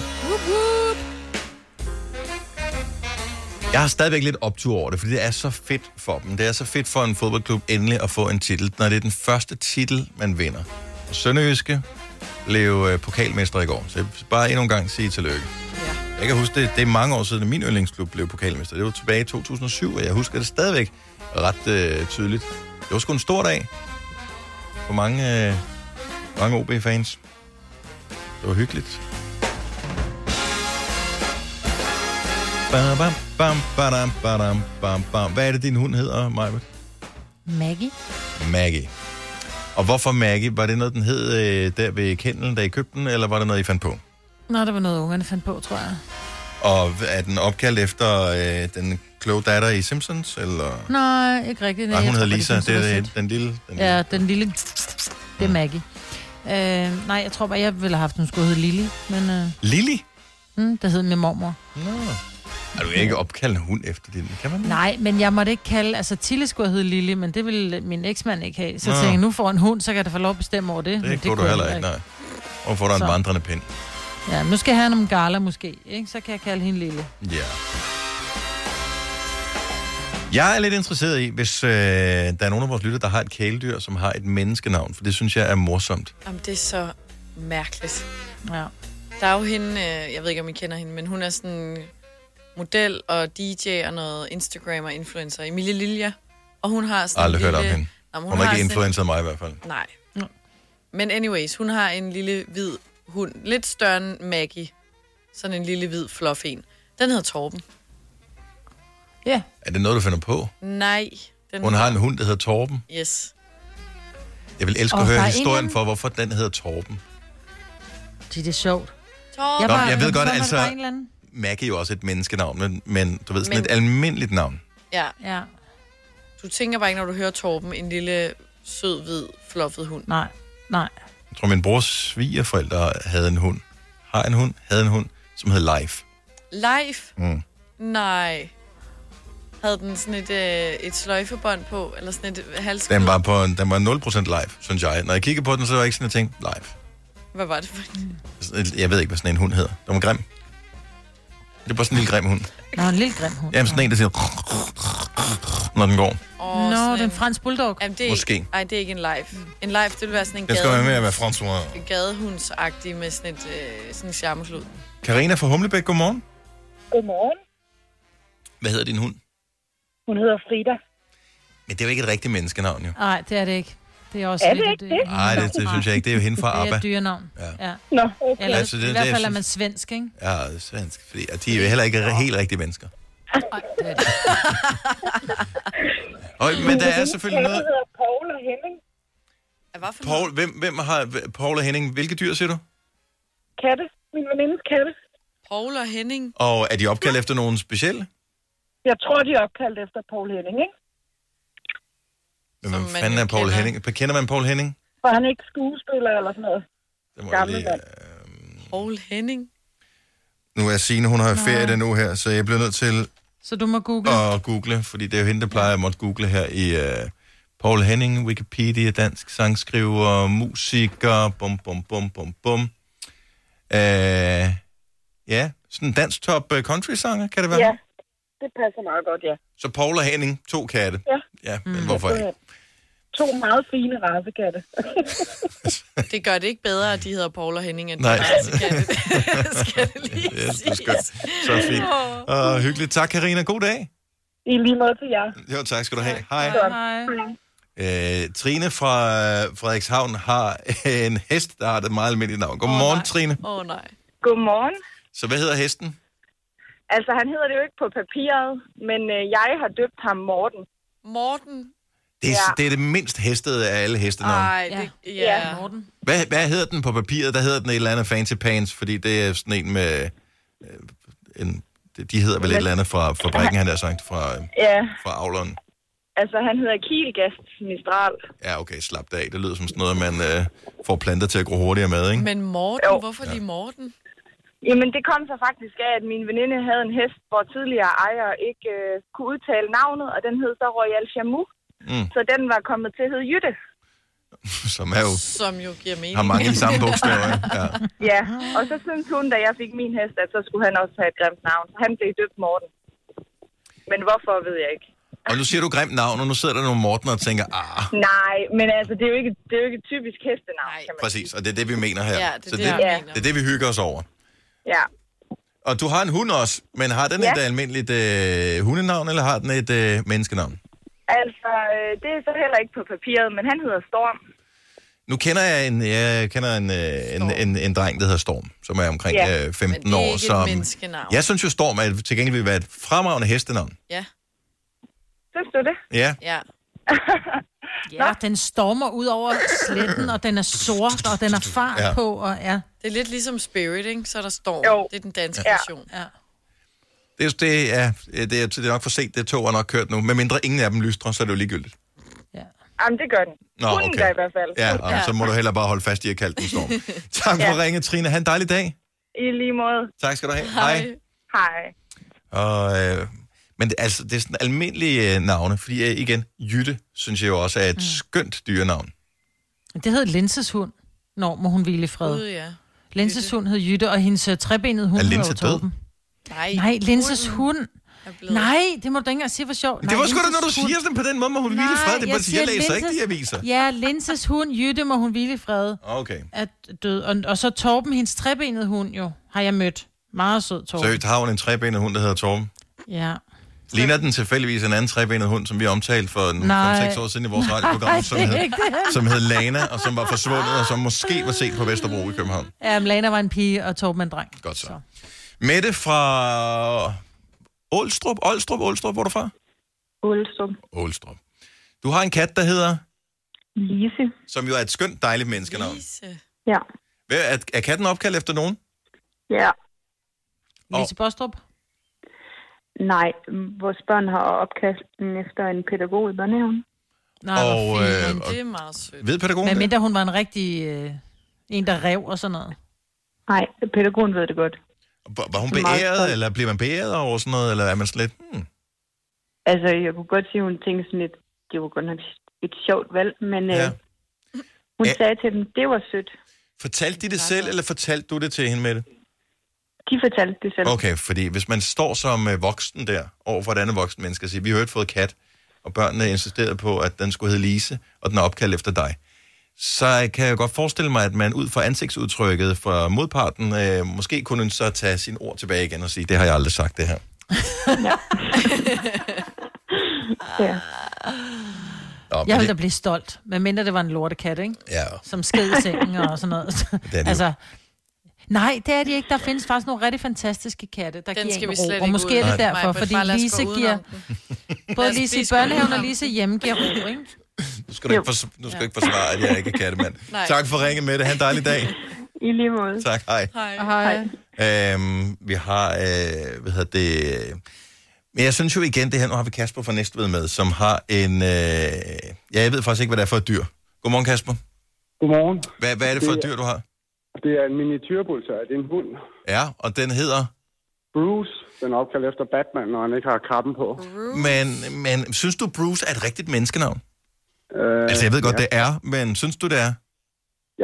A: Jeg har stadigvæk lidt optur over det, fordi det er så fedt for dem. Det er så fedt for en fodboldklub endelig at få en titel, når det er den første titel, man vinder. Og Sønderjyske blev øh, pokalmester i går, så jeg vil bare endnu en gang sige tillykke. Ja. Jeg kan huske, det, det er mange år siden, at min yndlingsklub blev pokalmester. Det var tilbage i 2007, og jeg husker det stadigvæk ret øh, tydeligt. Det var sgu en stor dag for mange, øh, mange OB-fans. Det var hyggeligt. Bam, bam, bam, badam, badam, bam, bam. Hvad er det, din hund hedder, Majbert?
B: Maggie?
A: Maggie. Og hvorfor Maggie? Var det noget, den hed øh, der ved kendelen, da I købte den, eller var det noget, I fandt på?
B: Nå, der var noget, ungerne fandt på, tror jeg.
A: Og er den opkaldt efter øh, den kloge datter i Simpsons, eller...
B: Nej, ikke rigtigt.
A: Nej,
B: jeg
A: hun
B: tror
A: hedder
B: bare, de
A: Lisa,
B: synes,
A: det er
B: var
A: den, den lille... Den,
B: sødt. Ja, den lille... Det er Maggie. Øh, nej, jeg tror bare, jeg ville have haft, den skulle hedde Lili, men øh,
A: Lily?
B: mm, der hed min mormor.
A: Er du kan ikke opkaldt en hund efter din? Kan man det?
B: Nej, men jeg måtte ikke kalde... Altså, Tilly skulle hedde Lili, men det ville min eksmand ikke have. Så
A: Nå.
B: jeg tænkte, nu får en hund, så kan jeg da få lov at bestemme over det. Men
A: Det, det kunne du
B: jeg
A: heller ikke, nej. Og får du en
B: Så.
A: vandrende pind.
B: Ja, nu skal jeg have en gala måske, ikke? Så kan jeg kalde hende Lille.
A: Ja. Jeg er lidt interesseret i, hvis øh, der er nogen af vores lytter, der har et kæledyr, som har et menneskenavn, for det synes jeg er morsomt.
D: Jamen, det er så mærkeligt.
B: Ja.
D: Der er jo hende, øh, jeg ved ikke, om I kender hende, men hun er sådan model og DJ og noget Instagram og influencer. Emilie Lilja. Og hun har sådan en
A: Aldrig hørt
D: lille...
A: om hende.
D: Nå, men
A: Hun, har
D: har
A: ikke
D: sådan-
A: influenceret mig i hvert fald.
D: Nej. Men anyways, hun har en lille hvid hund. Lidt større end Maggie. Sådan en lille hvid fluff en. Den hedder Torben.
A: Er det noget, du finder på?
D: Nej. Den
A: Hun har en hund, der hedder Torben.
D: Yes.
A: Jeg vil elske
B: Og
A: at
B: der
A: høre
B: er en
A: historien
B: anden-
A: for, hvorfor den hedder Torben.
B: Det er sjovt.
D: Torben.
A: Nå, jeg ved godt,
B: så var der
A: altså-
B: bare en eller anden.
A: Mac er jo også et menneskenavn, men, men du ved, sådan
D: Men-
A: et almindeligt navn.
D: Ja.
B: ja.
D: Du tænker bare ikke, når du hører Torben, en lille sød, hvid, fluffet hund.
B: Nej, nej.
A: Jeg tror, min brors svigerforældre havde en hund. Har en hund, havde en hund, som hed Life.
D: Life?
A: Mm.
D: Nej. Havde den sådan et, øh, et sløjfebånd på, eller sådan et hals?
A: Den var, på, en- den var 0% live, synes jeg. Når jeg kigger på den, så var jeg ikke sådan, at jeg tænkte, live.
D: Hvad var det for en?
A: Sådan et- Jeg ved ikke, hvad sådan en hund hedder. Den var grim. Det var sådan en lille grim hund.
B: Nå, en lille grim hund.
A: Jamen sådan en, der siger, når den går.
D: Oh,
B: Nå, det er en fransk bulldog.
D: Jamen, det er
A: Måske.
D: Ikke, ej, det er ikke en life. En life, det ville være sådan en
A: Den skal være med at være
D: gadehunds,
A: François.
D: gadehundsagtig med sådan et øh, sådan en charmeklud.
A: Karina fra Humlebæk, godmorgen.
S: Godmorgen.
A: Hvad hedder din hund?
S: Hun hedder Frida.
A: Men det er jo ikke et rigtigt menneskenavn, jo.
B: Nej, det er det ikke. Det er også
S: Er
B: lidt
S: det
B: et-
S: ikke det?
A: Nej, det, det synes jeg ikke. Det er jo hende fra
B: Det er
A: ABBA.
B: et dyrenavn. Ja. ja.
S: Nå, okay.
B: Eller,
A: Altså,
B: altså,
A: det-
B: det, I
A: det-
B: hvert fald
A: jeg
B: er man
A: synes-
B: svensk, ikke?
A: Ja, det er svensk. Fordi, og de er jo heller ikke helt rigtige mennesker. Og, men der er selvfølgelig
S: Hun
A: noget...
S: hedder Paul og Henning.
D: Hvad for
A: Paul, hvem, hvem har... Paul og Henning, hvilke dyr siger du?
S: Katte. Min venindes katte.
D: Paul og Henning.
A: Og er de opkaldt efter nogen specielle?
S: Jeg tror, de er opkaldt efter Paul Henning, ikke?
A: Hvem fanden er Paul kender. Henning? Kender man Paul Henning?
S: For han er ikke skuespiller eller sådan noget.
A: Det må
S: Gammel
A: lige- øhm,
S: mand.
D: Paul Henning.
A: Nu er Signe, hun har
B: Nå.
A: ferie den nu her, så jeg bliver nødt til
B: Så du må google.
A: at google, fordi det er jo hende, der plejer at måtte google her i uh, Paul Henning, Wikipedia, dansk sangskriver, musiker, bum, bum, bum, bum, bum. Uh, ja, sådan en dansk top øh, country-sanger, kan det være?
S: Ja, det passer meget godt, ja.
A: Så Paul og Henning, to katte.
S: Ja.
A: Ja, men
D: Mm.
A: hvorfor ikke?
S: To meget fine racekatte.
D: Det gør det ikke bedre, at de hedder Paul og Henning, end
A: Nej.
D: de racekatte. Skal det lige
A: Ja, det er
D: siges.
A: skønt. Så fint. Uh, hyggeligt. Tak, Karina. God dag.
S: I lige måde til jer.
A: Jo, tak skal du have. Hej.
S: Godt.
A: Øh, Trine fra øh, Frederikshavn har en hest, der har det meget almindelige navn. Godmorgen, oh, Trine.
D: Åh, oh, nej.
S: Godmorgen.
A: Så hvad hedder hesten?
S: Altså, han hedder det jo ikke på papiret, men øh, jeg har døbt ham Morten.
D: Morten?
A: Det er, ja.
S: Ja.
A: det, er det mindst hestede af alle hestenavne.
D: Ej, det, ja. ja. Morten.
A: Hvad, hvad hedder den på papiret? Der hedder den et eller andet fancy pants, fordi det er sådan en med... øh, En, de hedder vel et eller andet fra fabrikken, han har sagt, fra, øh,
S: Ja,
A: fra avleren.
S: altså han hedder Kielgast Mistral.
A: Ja, okay, slap det af. Det lyder som sådan noget, man øh, får planter til at gro hurtigere med, ikke?
D: Men Morten, jo. hvorfor ja. lige Morten?
S: Jamen, det kom så faktisk af, at min veninde havde en hest, hvor tidligere ejer ikke øh, kunne udtale navnet, og den hed så Royal Chamois.
A: Mm.
S: Så den var kommet til at hedde Jytte.
A: Som er jo,
D: Som jo giver mening.
A: har mange af de samme bogstaver. ikke? Ja.
S: Ja, og så syntes hun, da jeg fik min hest, at så skulle han også have et grimt navn. Så han blev døbt Morten. Men hvorfor, ved jeg ikke.
A: Og nu siger du grimt navn, og nu sidder der nogle Morten og tænker, ah,
S: Nej, men altså, det er jo ikke, det er jo ikke et typisk hestenavn, kan man
A: præcis, og det er det, vi mener her.
S: Ja, det er
A: Så
S: det,
A: det,
S: jeg mener.
A: det er det, vi hygger os over.
S: Ja.
A: Og du har en hund også, men har den ja.
S: Ja.
A: et almindeligt øh, hundenavn, eller har den et øh, menneskenavn?
S: Altså, øh, det er så heller ikke på papiret, men han hedder Storm.
A: Nu kender jeg en, jeg kender en, øh, en, en, en dreng, der hedder Storm, som er omkring
S: Ja,
A: øh, 15
S: men det er
A: år.
S: ikke et
A: som,
S: menneskenavn.
A: Jeg synes jo, Storm er, til gengæld vil være et fremragende hestenavn.
D: Ja.
S: Synes du det?
A: Ja.
D: Ja.
B: Ja, den stormer ud over sletten, og den er sort, og den er far
A: Ja.
B: ja. på, og ja.
D: Det er lidt ligesom Spirit, ikke? Så er der storm.
B: Jo.
D: Det er den danske
B: Ja.
D: version.
B: Ja.
A: Det, er- det, er, det, er, det er nok for sent, det tog er nok kørt nu. Men mindre ingen af dem lystrer, så er det jo ligegyldigt.
S: Jamen, det gør den.
A: Nå,
S: Hunden
A: okay.
S: gør i hvert fald.
A: Ja, og så må du heller bare holde fast i at kalde den Storm. tak for ja. ringe, Trine. Ha' en dejlig dag.
S: I lige måde.
A: Tak skal du have. Hej. Hej.
S: Hej.
A: Og, øh, men det, altså, det er sådan almindelige øh, navne, fordi øh, igen, Jytte, synes jeg jo også er et mm. skønt dyrenavn.
B: Det hed Linses hund. Nå, må hun hvile i fred.
D: Gud, ja.
B: Linses hund hed Jytte, og hendes øh, trebenede hund
A: Er Linse
B: hedder
A: død?
B: Torben.
D: Nej,
B: Nej, Linses hund.
D: blevet-
B: Nej, det må du ikke engang sige for sjov.
A: Men
B: Nej,
A: det var sgu da,
B: Linses
A: når du
B: hund.
A: siger sådan på den måde, må hun hvile i fred. Det er
B: Nej,
A: bare, jeg, jeg
B: siger,
A: læser ikke de
B: Linses-
A: aviser.
B: Ja, Linses hund, Jytte, må hun hvile i fred.
A: Okay.
B: Er død. Og, og så Torben, hendes trebenede hund jo, har jeg mødt. Meget sød Torben.
A: Seriøst, har hun en trebenet hund, der hedder Torben?
B: Ja.
A: Ligner den tilfældigvis en anden trebenet hund, som vi omtalte for
B: Nej.
A: 5-6 år siden i vores
B: Nej,
A: radioprogram, som
B: det er
A: hed,
B: ikke det.
A: som hed Lana, og som var forsvundet, og som måske var set på Vesterbro i København.
B: Ja, men Lana var en pige, og Torben er en dreng.
A: Godt så. Mette fra Ålstrup, Ålstrup, Ålstrup, hvor er du fra?
T: Ulsum.
A: Ålstrup. Du har en kat, der hedder,
T: Lise.
A: som jo er et skønt, dejligt menneskenavn.
T: Ja.
A: Hvad, er, er katten opkaldt efter nogen?
T: Ja.
B: Lise Bostrup?
T: Nej, m, vores børn har opkastet efter en pædagog i børnehaven.
B: Nej, hvor
A: Og,
B: fint.
A: øh,
B: Men
A: og-
B: det er meget sødt.
A: Ved pædagogen
B: Men
A: det?
B: mindre hun var en rigtig... Øh, en, der rev og sådan noget.
T: Nej, pædagogen ved det godt.
A: Var, var hun
T: Meget
A: beæret,
T: stolt.
A: eller bliver man beæret over sådan noget, eller er man slet...
T: Altså, jeg kunne godt sige, at hun tænkte sådan lidt, det var godt nok et sjovt valg, men ja. øh, hun
A: Ja.
T: sagde til dem, det var sødt.
A: Fortalte de det selv, eller fortalte du det til hende med det?
T: De fortalte det selv.
A: Okay, fordi hvis man står som øh, voksen der, over for et andet voksen menneske, og siger, vi har hørt fået kat, og børnene insisterede på, at den skulle hedde Lise, og den er opkaldt efter dig, så kan jeg godt forestille mig, at man ud fra ansigtsudtrykket fra modparten, øh, måske kunne så tage sine ord tilbage igen og sige, det har jeg aldrig sagt det her.
T: Ja.
A: Nå, men
B: Jeg ville da
A: det,
B: blive stolt, medmindre det var en lortekat, ikke?
A: ja,
B: Som sked i sengen og sådan noget.
A: det er det
B: altså, nej, det er de ikke. Der findes faktisk nogle rigtig fantastiske katte, der
D: Den
B: giver
D: skal
B: en
D: vi
B: ro.
D: slet
B: og
D: ikke
B: måske
D: ud
B: er det
D: af. Nej,
B: derfor,
D: men
B: fordi
D: bare lad os gå
B: Lise
D: udenom
B: giver...
D: Lad
B: Både
D: os
B: Lise i
D: please gå
B: børnehaven og
D: udenom
B: Lise hjemme giver ro, ikke?
A: nu skal du ikke, fors- nu skal du ikke forsvare, at jeg ikke er kattemand.
B: Nej.
A: tak for ringe med det. Ha' en dejlig dag.
T: I lige måde.
A: Tak, hej.
D: Hej.
B: Hej.
A: Øhm, vi har, øh, hvad hedder det... Men jeg synes jo igen, det her, nu har vi Kasper fra Næstved med, som har en... Øh, ja, jeg ved faktisk ikke, hvad det er for et dyr. Godmorgen, Kasper.
U: Godmorgen.
A: Hvad, hvad er det for et dyr, du har?
U: Det er en miniatyrbullseye. Det er en hund.
A: Ja, og den hedder...
U: Bruce, den er opkaldt efter Batman, når han ikke har kappen på.
A: Men, men synes du, Bruce er et rigtigt menneskenavn? Øh, altså, jeg ved godt,
U: ja.
A: det er, men synes du, det er?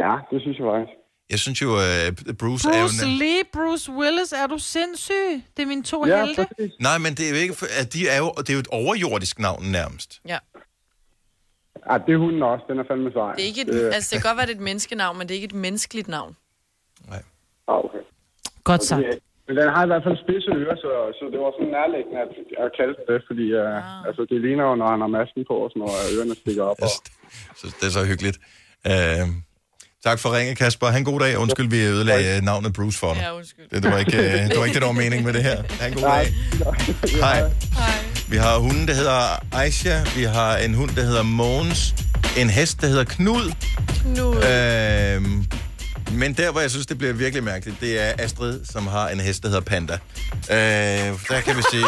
U: Ja, det synes jeg faktisk.
A: Jeg synes jo, øh, Bruce, er jo...
B: Bruce Lee, Bruce Willis, er du sindssyg? Det er mine to ja, helte.
A: Nej, men det er jo ikke... For, at de er jo, det er jo et overjordisk navn nærmest.
D: Ja.
U: Ja, det er hunden også. Den er fandme sej.
D: Det, er ikke
A: Øh.
D: et, altså, det kan godt være, det er et menneskenavn, men det er ikke et menneskeligt navn.
U: Ah, Okay.
B: Godt sagt.
U: Men den har i hvert fald spidse ører, så, så det var sådan nærliggende at, at kalde den det, fordi uh,
B: Ah.
U: altså, det ligner jo, når han har masken på, og sådan, når ørerne stikker op. Og...
A: Så det er så hyggeligt. Øh, tak for ringe, Kasper. Han god dag. Undskyld, vi ødelagde øh, navnet Bruce for dig.
U: Ja,
D: undskyld.
A: Det, det, var ikke, øh, det var ikke det, der var meningen med det her. Ha' en god dag. Hej. Vi har hunden, der hedder Aisha. Vi har en hund, der hedder Måns. En hest, der hedder Knud.
D: Knud.
A: Øh, men der, hvor jeg synes, det bliver virkelig mærkeligt, det er Astrid, som har en hest, der hedder Panda. Øh, der kan vi sige...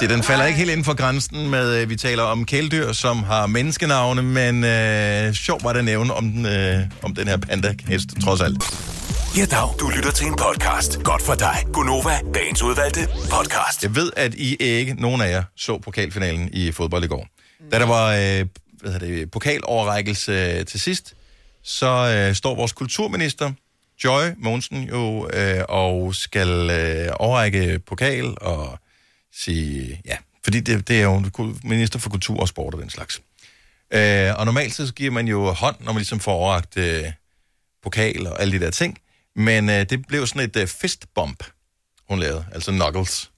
A: Se, den falder ikke helt inden for grænsen med, øh, vi taler om kæledyr, som har menneskenavne, men øh, sjovt var det at nævne om den, øh, om den her panda-hest, trods alt.
E: Ja, dag. Du lytter til en podcast. Godt for dig. Gunova, dagens udvalgte podcast.
A: Jeg ved, at I ikke, nogen af jer, så pokalfinalen i fodbold i går. Da der var øh, hvad hedder det, pokaloverrækkelse øh, til sidst, så øh, står vores kulturminister, Joy Mogensen, jo, øh, og skal øh, overrække pokal og sige, ja, fordi det, det er jo en kul- minister for kultur og sport og den slags. Øh, og normalt så giver man jo hånd, når man ligesom får overragt øh, pokal og alle de der ting. Men øh, det blev sådan et øh, fistbump, hun lavede, altså knuckles.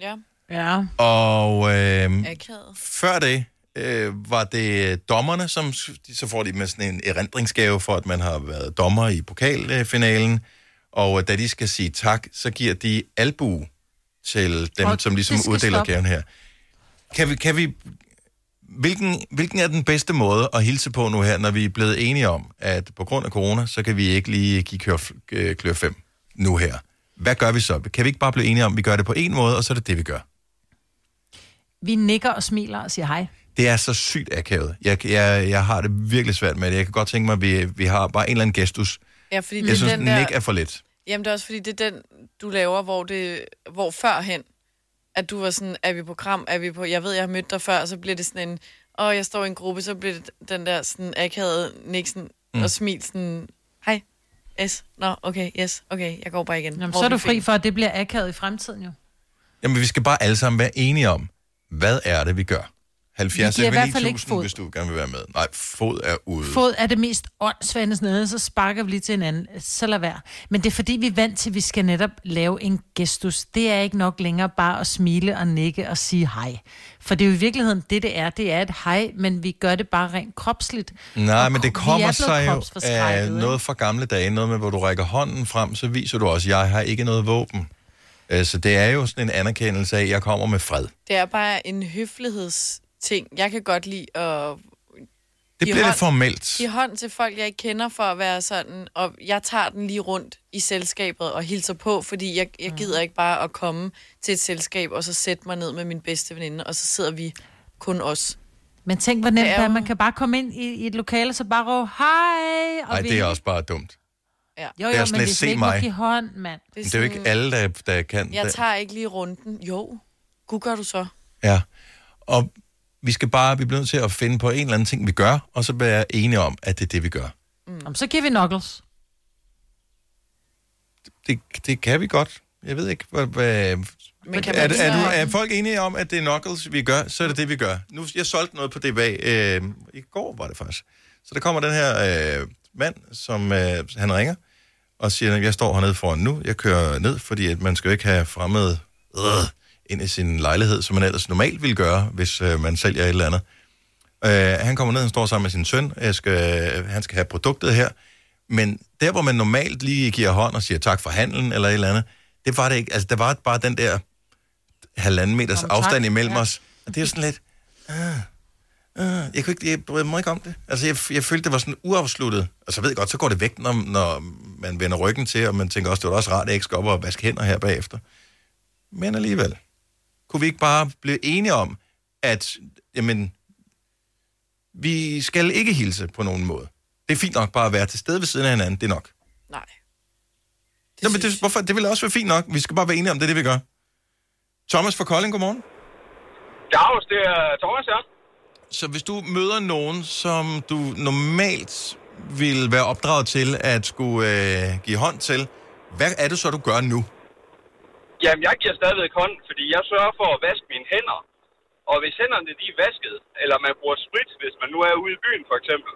D: Ja.
B: Ja.
A: Og øh,
D: Akavet.
A: før det øh, var det dommerne, som s- de- så får de med sådan en erindringsgave for, at man har været dommer i pokalfinalen. Og øh, da de skal sige tak, så giver de albu til dem,
V: Og
A: som ligesom
V: det skal
A: uddeler
V: stoppe.
A: gaven her. Kan vi, kan vi, hvilken, hvilken er den bedste måde at hilse på nu her, når vi er blevet enige om, at på grund af corona, så kan vi ikke lige give klør, øh, klør 5 nu her? Hvad gør vi så? Kan vi ikke bare blive enige om, at vi gør det på en måde, og så er det det, vi gør?
B: Vi nikker og smiler og siger hej.
A: Det er så sygt akavet. Jeg, jeg, jeg har det virkelig svært med det. Jeg kan godt tænke mig, at vi, vi har bare en eller anden gestus.
D: Ja, fordi det
A: jeg
D: er
A: synes,
D: den der-
A: Nick er for let.
D: Jamen, det er også fordi, det er den, du laver, hvor, det, hvor førhen, at du var sådan, er vi på kram, er vi på... Jeg ved, jeg har mødt dig før, og så bliver det sådan en... Og jeg står i en gruppe, så bliver det den der sådan akavede niksen
B: Mm.
D: mm. og smil sådan... Hej, yes, nå, no, okay, yes, okay, jeg går bare igen.
B: Jamen,
D: Hvor
B: så er
D: vi
B: du fri
D: fik-
B: for, at det bliver akavet i fremtiden jo.
A: Jamen, vi skal bare alle sammen være enige om, hvad er det, vi gør? 70
B: Vi giver i hvert fald ikke
A: 9000,
B: fod.
A: hvis du gerne vil være med. Nej, fod er ude.
B: Fod er det mest åndssvande nede, så sparker vi lige til hinanden. Så lad være. Men det er fordi, vi er vant til, at vi skal netop lave en gestus. Det er ikke nok længere bare at smile og nikke og sige hej. For det er jo i virkeligheden det, det er. Det er et hej, men vi gør det bare rent kropsligt.
A: Nej,
B: Og
A: men
B: kro-
A: det kommer
B: vi er blevet
A: sig jo
B: kropsforskrækket,
A: af
B: ikke?
A: noget fra gamle dage. Noget med, hvor du rækker hånden frem, så viser du også, at jeg har ikke noget våben. Øh, Så det er jo sådan en anerkendelse af, at jeg kommer med fred.
D: Det er bare en høflighedsting. Jeg kan godt lide at...
A: Det bliver lidt formelt.
D: Giv hånd til folk, jeg ikke kender for at være sådan, og jeg tager den lige rundt i selskabet og hilser på, fordi jeg,
B: Mhm.
D: jeg gider ikke bare at komme til et selskab og så sætte mig ned med min bedste veninde, og så sidder vi kun os.
B: Men tænk, hvor nemt
D: Det
B: det
D: er
B: er,
D: jo-
B: man kan bare komme ind i, i et lokale, og så bare råbe, hej! Og
A: Nej, det er også bare dumt.
D: Ja.
B: Jo,
A: Det er
B: jo,
A: sådan
B: men
A: lidt,
B: hvis
A: "Se
B: vi ikke må
A: mig."
B: give hånd, mand.
A: Men det er jo ikke alle, der, der kan
D: Jeg
A: det.
D: tager ikke lige runden. Jo, gud gør du så.
A: Ja. Og vi skal bare, vi bliver nødt til at finde på en eller anden ting, vi gør, og så være enige om, at det er det, vi gør.
B: Mm. Jamen, så giver vi knuckles.
A: Det, det kan vi godt. Jeg ved ikke, hvad... hvad
D: Men kan
A: er,
D: man ligesom-
A: er, er, du,
D: så-
A: er folk enige om, at det er knuckles, vi gør, så er det det, vi gør. Nu, jeg solgte noget på det bag. Øh, I går var det faktisk. Så der kommer den her øh, mand, som øh, han ringer, og siger, at jeg står hernede foran nu, jeg kører ned, fordi at man skal jo ikke have fremmede øh, ind i sin lejlighed, som man ellers normalt ville gøre, hvis øh, man sælger et eller andet. Øh, han kommer ned, han står sammen med sin søn, jeg skal, øh, han skal have produktet her, men der, hvor man normalt lige giver hånd og siger tak for handlen eller et eller andet, det var det ikke. Altså, der var bare den der halvanden meters
V: Om tak,
A: afstand imellem
V: ja.
A: os. Og det er sådan lidt... Ah, ah, jeg kunne ikke, jeg brød mig ikke om det. Altså, jeg, jeg følte, det var sådan uafsluttet. Og så ved jeg godt, så går det væk, når, når man vender ryggen til, og man tænker også, det var da også rart, at jeg ikke skal op og vaske hænder her bagefter. Men alligevel, kunne vi ikke bare blive enige om, at jamen, vi skal ikke hilse på nogen måde. Det er fint nok bare at være til stede ved siden af hinanden, det er nok.
D: Nej.
A: Det, Nå, men det, hvorfor, det ville også være fint nok. Vi skal bare være enige om, det er det, vi gør. Thomas fra Kolding, godmorgen.
F: Dags, det er Thomas her.
A: Så hvis du møder nogen, som du normalt vil være opdraget til at skulle øh, give hånd til, hvad er det så, du gør nu?
F: Jamen, jeg giver stadigvæk hånd, fordi jeg sørger for at vaske mine hænder. Og hvis hænderne de er vasket, eller man bruger sprit, hvis man nu er ude i byen for eksempel,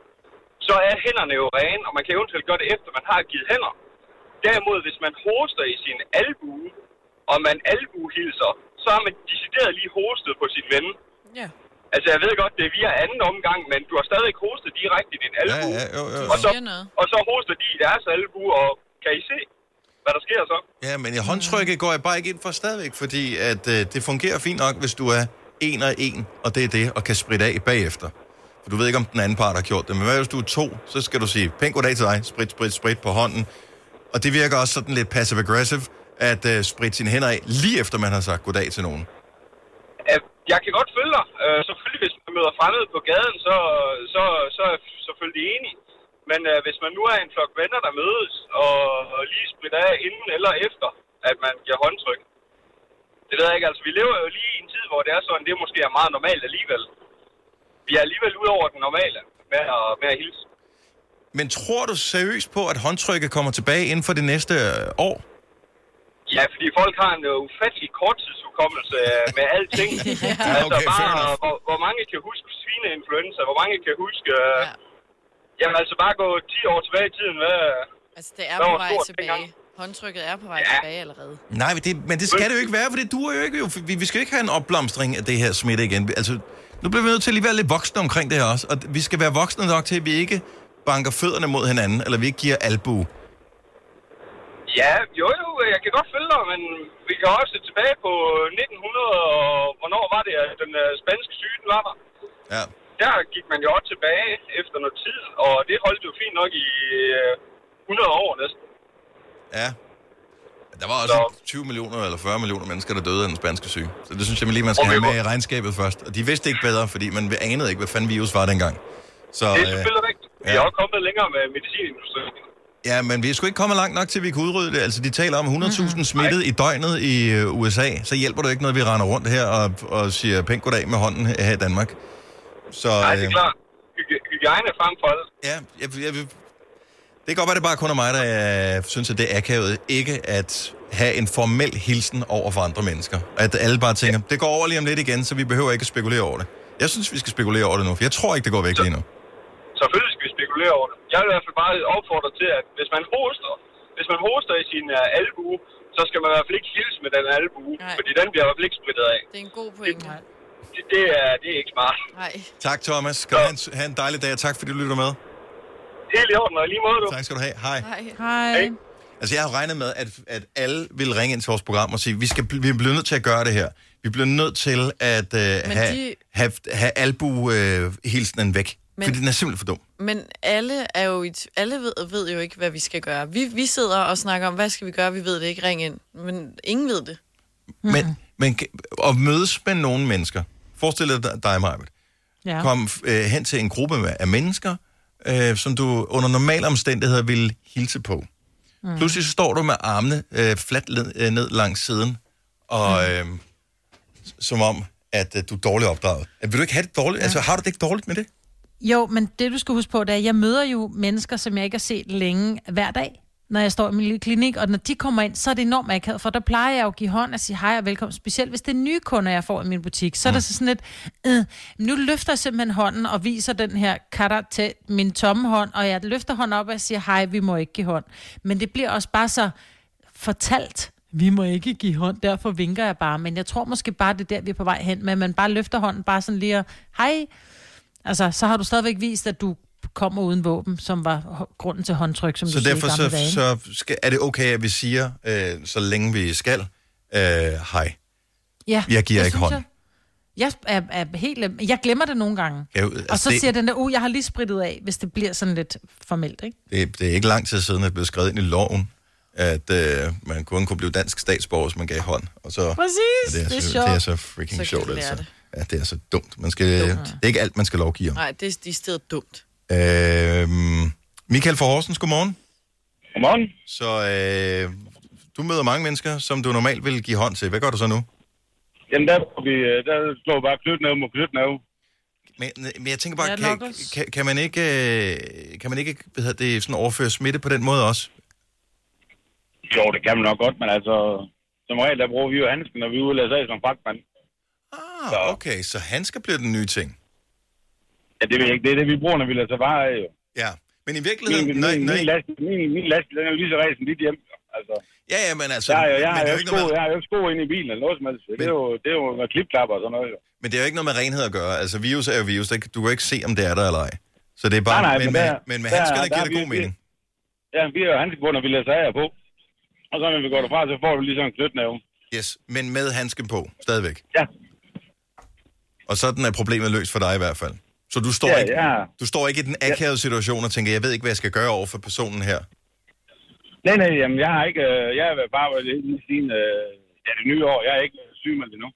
F: så er hænderne jo rene, og man kan eventuelt gøre det efter, man har givet hænder. Derimod, hvis man hoster i sin albue, og man albuehilser, så har man decideret lige hostet på sin ven.
D: Ja.
F: Altså, jeg ved godt, det er via anden omgang, men du har stadig hostet direkte i din albue. Ja, ja, jo, jo, jo. Og, så, og så hoster de i deres albue, og kan I se, hvad der sker så?
A: Ja, men i håndtrykket går jeg bare ikke ind for stadigvæk, fordi at, øh, det fungerer fint nok, hvis du er en og en, og det er det, og kan spritte af bagefter. For du ved ikke, om den anden part har gjort det. Men hvad hvis du er to, så skal du sige, pænt goddag til dig, sprit, sprit, sprit på hånden. Og det virker også sådan lidt passive-aggressive, at øh, spritte sine hænder af, lige efter man har sagt goddag til nogen.
F: Øh, Jeg kan godt følge dig. Øh, Selvfølgelig, hvis man møder fremmede på gaden, så, så, så er jeg selvfølgelig enig. Men øh, hvis man nu er en flok venner, der mødes, og, og lige spritter af inden eller efter, at man giver håndtryk. Det ved jeg ikke, altså vi lever jo lige i en tid, hvor det er sådan, det måske er meget normalt alligevel. Vi er alligevel ud over den normale med at, med at hilse.
A: Men tror du seriøst på, at håndtrykket kommer tilbage inden for det næste øh, år?
F: Ja, fordi folk har en uh, ufattelig korttidshukommelse øh, med alting. ja, okay, altså bare, hvor, hvor mange kan huske svineinfluenza, hvor mange kan huske... Uh, ja. Jamen altså bare gå 10 år tilbage i tiden, hvad...
D: Altså, det er
F: Nå,
D: på vej
F: stort
D: tilbage. Håndtrykket er på vej tilbage allerede.
A: Nej, men det, men det skal det jo ikke være, for det duer jo ikke. Jo. Vi, vi skal jo ikke have en opblomstring af det her smitte igen. Altså, nu bliver vi nødt til at lige være lidt voksne omkring det her også. Og vi skal være voksne nok til, at vi ikke banker fødderne mod hinanden, eller vi ikke giver albu.
F: Ja, jo jo, jeg kan godt følge dig, men vi kan også se tilbage på 1900, og hvornår var det, at den uh, spanske syge den var der.
A: Ja.
F: Der gik man jo også tilbage efter noget tid, og det holdt jo fint nok i uh, 100 år næsten.
A: Ja. Der var også 20 millioner eller 40 millioner mennesker, der døde af den spanske syge. Så det synes jeg lige, man skal
F: Og vi
A: have med
F: må-
A: i regnskabet først. Og de vidste ikke bedre, fordi man anede ikke, hvad fanden virus var dengang. Så,
F: det
A: øh,
F: er selvfølgelig rigtigt. Vi er også kommet længere med medicinindustrien.
A: Ja, men vi er sgu ikke kommet langt nok til, at vi kan udrydde det. Altså, de taler om
F: Mhm.
A: 100.000 smittede i døgnet i øh, USA. Så hjælper det ikke noget, vi render rundt her og, og siger pænt goddag med hånden her i Danmark. Så,
F: Nej, det
A: øh,
F: er klart. Hygi- Hygiejne frem for alt.
A: Ja, jeg, jeg, vil- det kan godt være, det bare kun er mig, der øh, synes, at det er akavet. Ikke at have en formel hilsen over for andre mennesker. At alle bare tænker, det går over lige om lidt igen, så vi behøver ikke at spekulere over det. Jeg synes, vi skal spekulere over det nu, for jeg tror ikke, det går væk lige nu.
F: Selvfølgelig skal vi spekulere over det. Jeg vil i hvert fald bare opfordre til, at hvis man hoster, hvis man hoster i sin uh, albue, så skal man i hvert fald ikke hilse med den albue, Nej. fordi den bliver i hvert fald ikke spritet af.
D: Det er en god pointe.
F: Det, det, er, det er ikke smart.
D: Nej.
A: Tak, Thomas. Kan du have en, have en dejlig dag, og tak fordi du lytter med.
F: Helt i orden, og i lige måde du.
A: Tak skal du have. Hej.
B: Hej.
A: Altså, jeg har regnet med, at, at alle vil ringe ind til vores program og sige, vi, skal, bl- vi bliver nødt til at gøre det her. Vi bliver nødt til at øh, have,
D: de-
A: have, have albu-hilsenen væk. Men... Fordi den er simpelthen for dum.
D: Men alle, er jo i t- alle ved, ved jo ikke, hvad vi skal gøre. Vi, vi sidder og snakker om, hvad skal vi gøre, vi ved det ikke, ring ind. Men ingen ved det.
A: Men, men kan- at mødes med nogle mennesker. Forestil dig dig, Marvitt.
B: Ja.
A: Kom øh, hen til en gruppe af- af mennesker, øh, som du under normale omstændigheder ville hilse på. Mm. Pludselig så står du med armene øh, fladt led, øh, ned langs siden, og
B: Mm.
A: øh, s- som om, at øh, du er dårligt opdraget. Øh, Vil du ikke have det dårligt? Ja. Altså, har du det ikke dårligt med det?
B: Jo, men det du skal huske på, det er, at jeg møder jo mennesker, som jeg ikke har set længe hver dag, når jeg står i min lille klinik, og når de kommer ind, så er det enormt akavet, for der plejer jeg jo at give hånd og sige hej og velkommen, specielt hvis det er nye kunder, jeg får i min butik, så er der så sådan lidt, øh, nu løfter jeg simpelthen hånden og viser den her katter til min tomme hånd, og jeg løfter hånden op og siger, hej, vi må ikke give hånd. Men det bliver også bare så fortalt, vi må ikke give hånd, derfor vinker jeg bare, men jeg tror måske bare, det er der, vi er på vej hen, men man bare løfter hånden, bare sådan lige og, hej, Altså, så har du stadigvæk vist, at du kommer uden våben, som var h- grunden til håndtryk, som
A: Så
B: du
A: derfor
B: siger i gamle
A: så,
B: dage.
A: så skal, er det okay, at vi siger, øh, så længe vi skal, øh, hej.
B: Ja,
A: Jeg giver
B: det
A: ikke
B: synes
A: hånd.
B: Jeg, jeg, er, er helt, jeg glemmer det nogle gange.
A: Ja, altså,
B: og så
A: det-
B: siger den der, uh, jeg har lige sprittet af, hvis det bliver sådan lidt formelt, ikke?
A: Det, det er ikke lang tid siden, at det blev skrevet ind i loven, at øh, man kun kunne blive dansk statsborger, hvis man gav hånd. Og så,
B: Præcis,
A: Ja, det, er,
B: det er
A: så-
B: sjovt.
A: Øh, Det er så freaking
D: Så
A: sjovt,
D: kan vi lære
A: altså. Ja, det er så dumt. Man skal, dumt. Det er ikke alt, man skal lovgive om.
D: Nej, det er de steder dumt.
A: Øh, Michael fra Horsens, godmorgen.
V: Godmorgen.
A: Så øh, du møder mange mennesker, som du normalt vil give hånd til. Hvad gør du så nu?
V: Jamen, der, får vi, øh, der slår vi bare knytnæve mod knytnæve.
A: Men, men jeg tænker bare, kan, kan, kan man ikke, øh, kan man ikke hvad hedder det, sådan overføre smitte på den måde også?
V: Jo, det kan man nok godt, men altså... Som regel, der bruger vi jo handsken, når vi udlæser af som fragtmand.
A: Ah, okay, så handsker bliver den nye ting.
V: Ja, det ved jeg ikke. Det er det, vi bruger, når vi lader sig vare af, jo.
A: Ja, men i virkeligheden...
V: Min,
A: nej,
V: min,
A: nej.
V: min, last, min, min last, den er jo lige så ræs som dit hjem. Altså,
A: ja, ja, men altså...
V: Jeg, har jo- jeg,
A: men
V: har
A: det er
V: jo
A: jo
V: ikke
A: ikke
V: sko,
A: noget-
V: jeg har jo ikke sko inde i bilen eller noget som helst. Det er jo, det er jo med klipklapper og sådan noget, jo.
A: Men det er jo ikke noget med renhed at gøre. Altså, virus er jo virus. Der kan- Du kan ikke se, om det er der eller ej. Så det er bare...
V: Nej, nej,
A: men,
V: men
A: med,
V: der-
A: men med
V: der-
A: handsker, der,
V: der
A: giver
V: er
A: det god
V: virkelig-
A: mening.
V: Ja, vi har jo handske på, når vi lader sig af på. Og så når vi går derfra, så får vi lige sådan en knytnæve.
A: Yes, men med handsken på, stadigvæk.
V: Ja.
A: Og sådan er problemet løst for dig i hvert fald. Så du står,
V: Ja,
A: ikke,
V: ja.
A: du står ikke i den akavede situation og tænker, jeg ved ikke, hvad jeg skal gøre over for personen her.
V: Nej, nej, jamen, jeg har ikke... øh, Jeg har været bare været lidt lige siden øh, ja, det nye år. Jeg er ikke syg med det nu.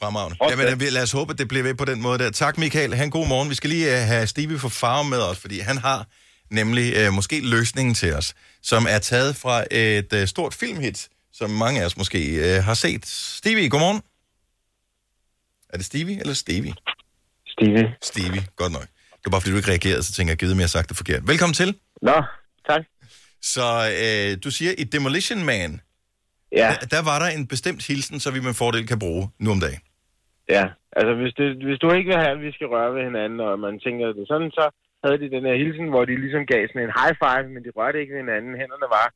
A: Fremragende. Jamen, vi- lad os håbe, at det bliver ved på den måde der. Tak, Michael. Han god morgen. Vi skal lige øh, have Stevie for farve med os, fordi han har nemlig øh, måske løsningen til os, som er taget fra et øh, stort filmhit, som mange af os måske øh, har set. Stevie, godmorgen. Er det Stevie eller Stevie?
I: Stevie.
A: Stevie, godt nok. Det var bare, fordi du ikke reagerede, så tænker jeg, givet mig, jeg har sagt det forkert. Velkommen til.
I: Nå, tak.
A: Så øh, du siger, i Demolition Man,
I: Ja.
A: der, der var der en bestemt hilsen, så vi med fordel kan bruge nu om dagen.
I: Ja, altså hvis, det, hvis du ikke vil have, at vi skal røre ved hinanden, og man tænker det sådan, så havde de den her hilsen, hvor de ligesom gav sådan en high five, men de rørte ikke ved hinanden. Hænderne var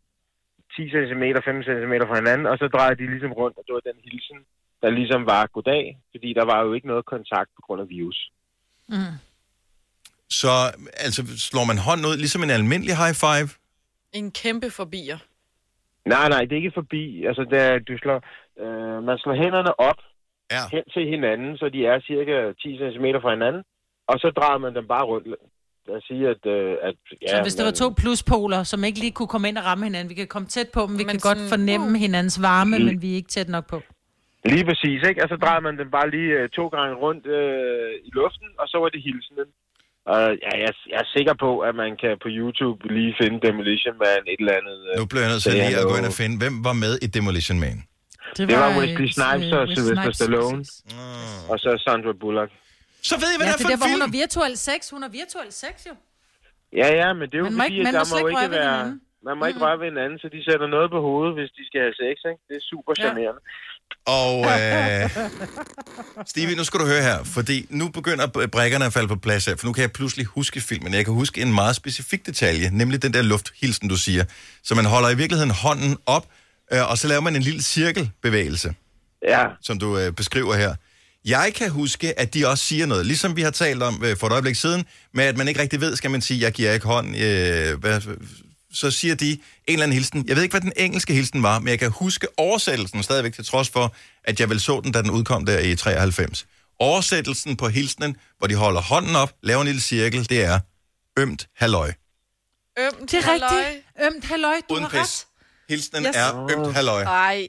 I: 10 cm, 5 cm fra hinanden, og så drejede de ligesom rundt, og det var den hilsen, der ligesom var goddag, fordi der var jo ikke noget kontakt på grund af virus.
B: Mm.
A: Så altså, slår man hånden ud, ligesom en almindelig high five?
D: En kæmpe forbier.
I: Nej, Ah, nej, det er ikke forbi. Altså, det er, du slår, øh, man slår hænderne op
A: ja.
I: hen til hinanden, så de er cirka 10 cm fra hinanden, og så drejer man dem bare rundt. Lad os sige, at... Øh, at ja,
B: Ja, så hvis det var
I: man-
B: to pluspoler, som ikke lige kunne komme ind og ramme hinanden, vi kan komme tæt på dem, vi kan godt
I: sådan,
B: fornemme hinandens varme,
I: Mm.
B: men vi er ikke tæt nok på.
I: Lige præcis, ikke? Og så drejer man den bare lige øh, to gange rundt øh, i luften, og så var det hilsenen. Og ja, jeg, jeg er sikker på, at man kan på YouTube lige finde Demolition Man et eller andet. Øh,
A: Nu bliver jeg nødt til
I: det er
A: lige at gå
I: noget-
A: ind og finde, hvem var med i Demolition Man?
I: Det var,
B: øh,
I: øh, Wesley Snipes og Sylvester Stallone.
A: Mm.
I: Og så Sandra Bullock.
A: Så ved I,
B: ja, det er der, hvor hun har virtuel sex. Hun har virtuel sex, jo.
I: Ja, ja, men det er jo
B: Man må
I: fordi,
B: ikke-
I: at
B: man må
I: der
B: slet
I: må jo
B: ikke
I: ikke
B: røre ved Mm.
I: være...
B: hinanden.
I: Man må ikke røre ved hinanden, så de sætter noget på hovedet, hvis de skal have sex, ikke? Det er super
B: Ja.
I: charmerende.
A: Og øh, Stevie, nu skal du høre her, fordi nu begynder b- brækkerne at falde på plads her, for nu kan jeg pludselig huske filmen. Jeg kan huske en meget specifik detalje, nemlig den der lufthilsen, du siger. Så man holder i virkeligheden hånden op, øh, og så laver man en lille cirkelbevægelse,
I: ja.
A: som du øh, beskriver her. Jeg kan huske, at de også siger noget, ligesom vi har talt om øh, for et øjeblik siden, med at man ikke rigtig ved, skal man sige, jeg giver ikke hånd. Øh, hvad, så siger de en eller anden hilsen. Jeg ved ikke, hvad den engelske hilsen var, men jeg kan huske oversættelsen stadigvæk, til trods for, at jeg vel så den, da den udkom der i 93. Oversættelsen på hilsenen, hvor de holder hånden op, laver en lille cirkel, det er ømt halløj.
D: Ømt
B: Det er
D: halløj.
B: rigtigt. Ømt halløj, du
A: Uden
B: har ret.
A: pis. Hilsenen
B: Yes.
A: yes. er ømt halløj.
D: Nej.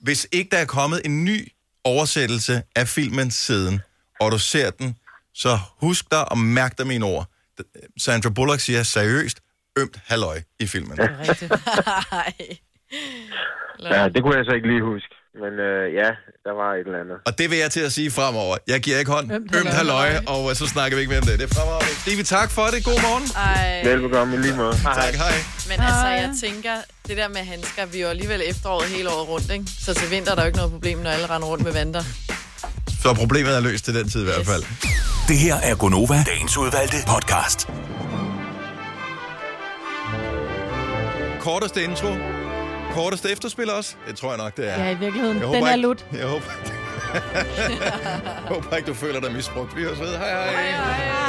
A: Hvis ikke der er kommet en ny oversættelse af filmen siden, og du ser den, så husk dig og mærk dig mine ord. D- Sandra Bullock siger seriøst, ømt halløj i filmen.
I: Ja, det kunne jeg så ikke lige huske. Men øh, ja, der var et eller andet.
A: Og det vil jeg til at sige fremover. Jeg giver ikke hånd. Ømt halløj, og øh, så snakker vi ikke mere om det. Det er fremover. Stevie, tak for det. God morgen.
D: Ej.
I: Velbekomme i lige måde.
A: Tak, hej.
D: Men altså, jeg tænker, det der med handsker, vi er jo alligevel efteråret hele året rundt, ikke? Så til vinter er der jo ikke noget problem, når alle render rundt med vanter.
A: Så problemet er løst til den tid i hvert fald.
E: Det her er Gonova, dagens udvalgte podcast.
A: Korteste intro. Korteste efterspil også. Det tror jeg nok, det er.
B: Ja, i virkeligheden.
A: Jeg
B: Den
A: håber
B: er
A: ikke-
B: lut.
A: Jeg håber ikke. jeg håber ikke, du føler dig misbrugt. Vi høres ved. Hej hej. hej, hej.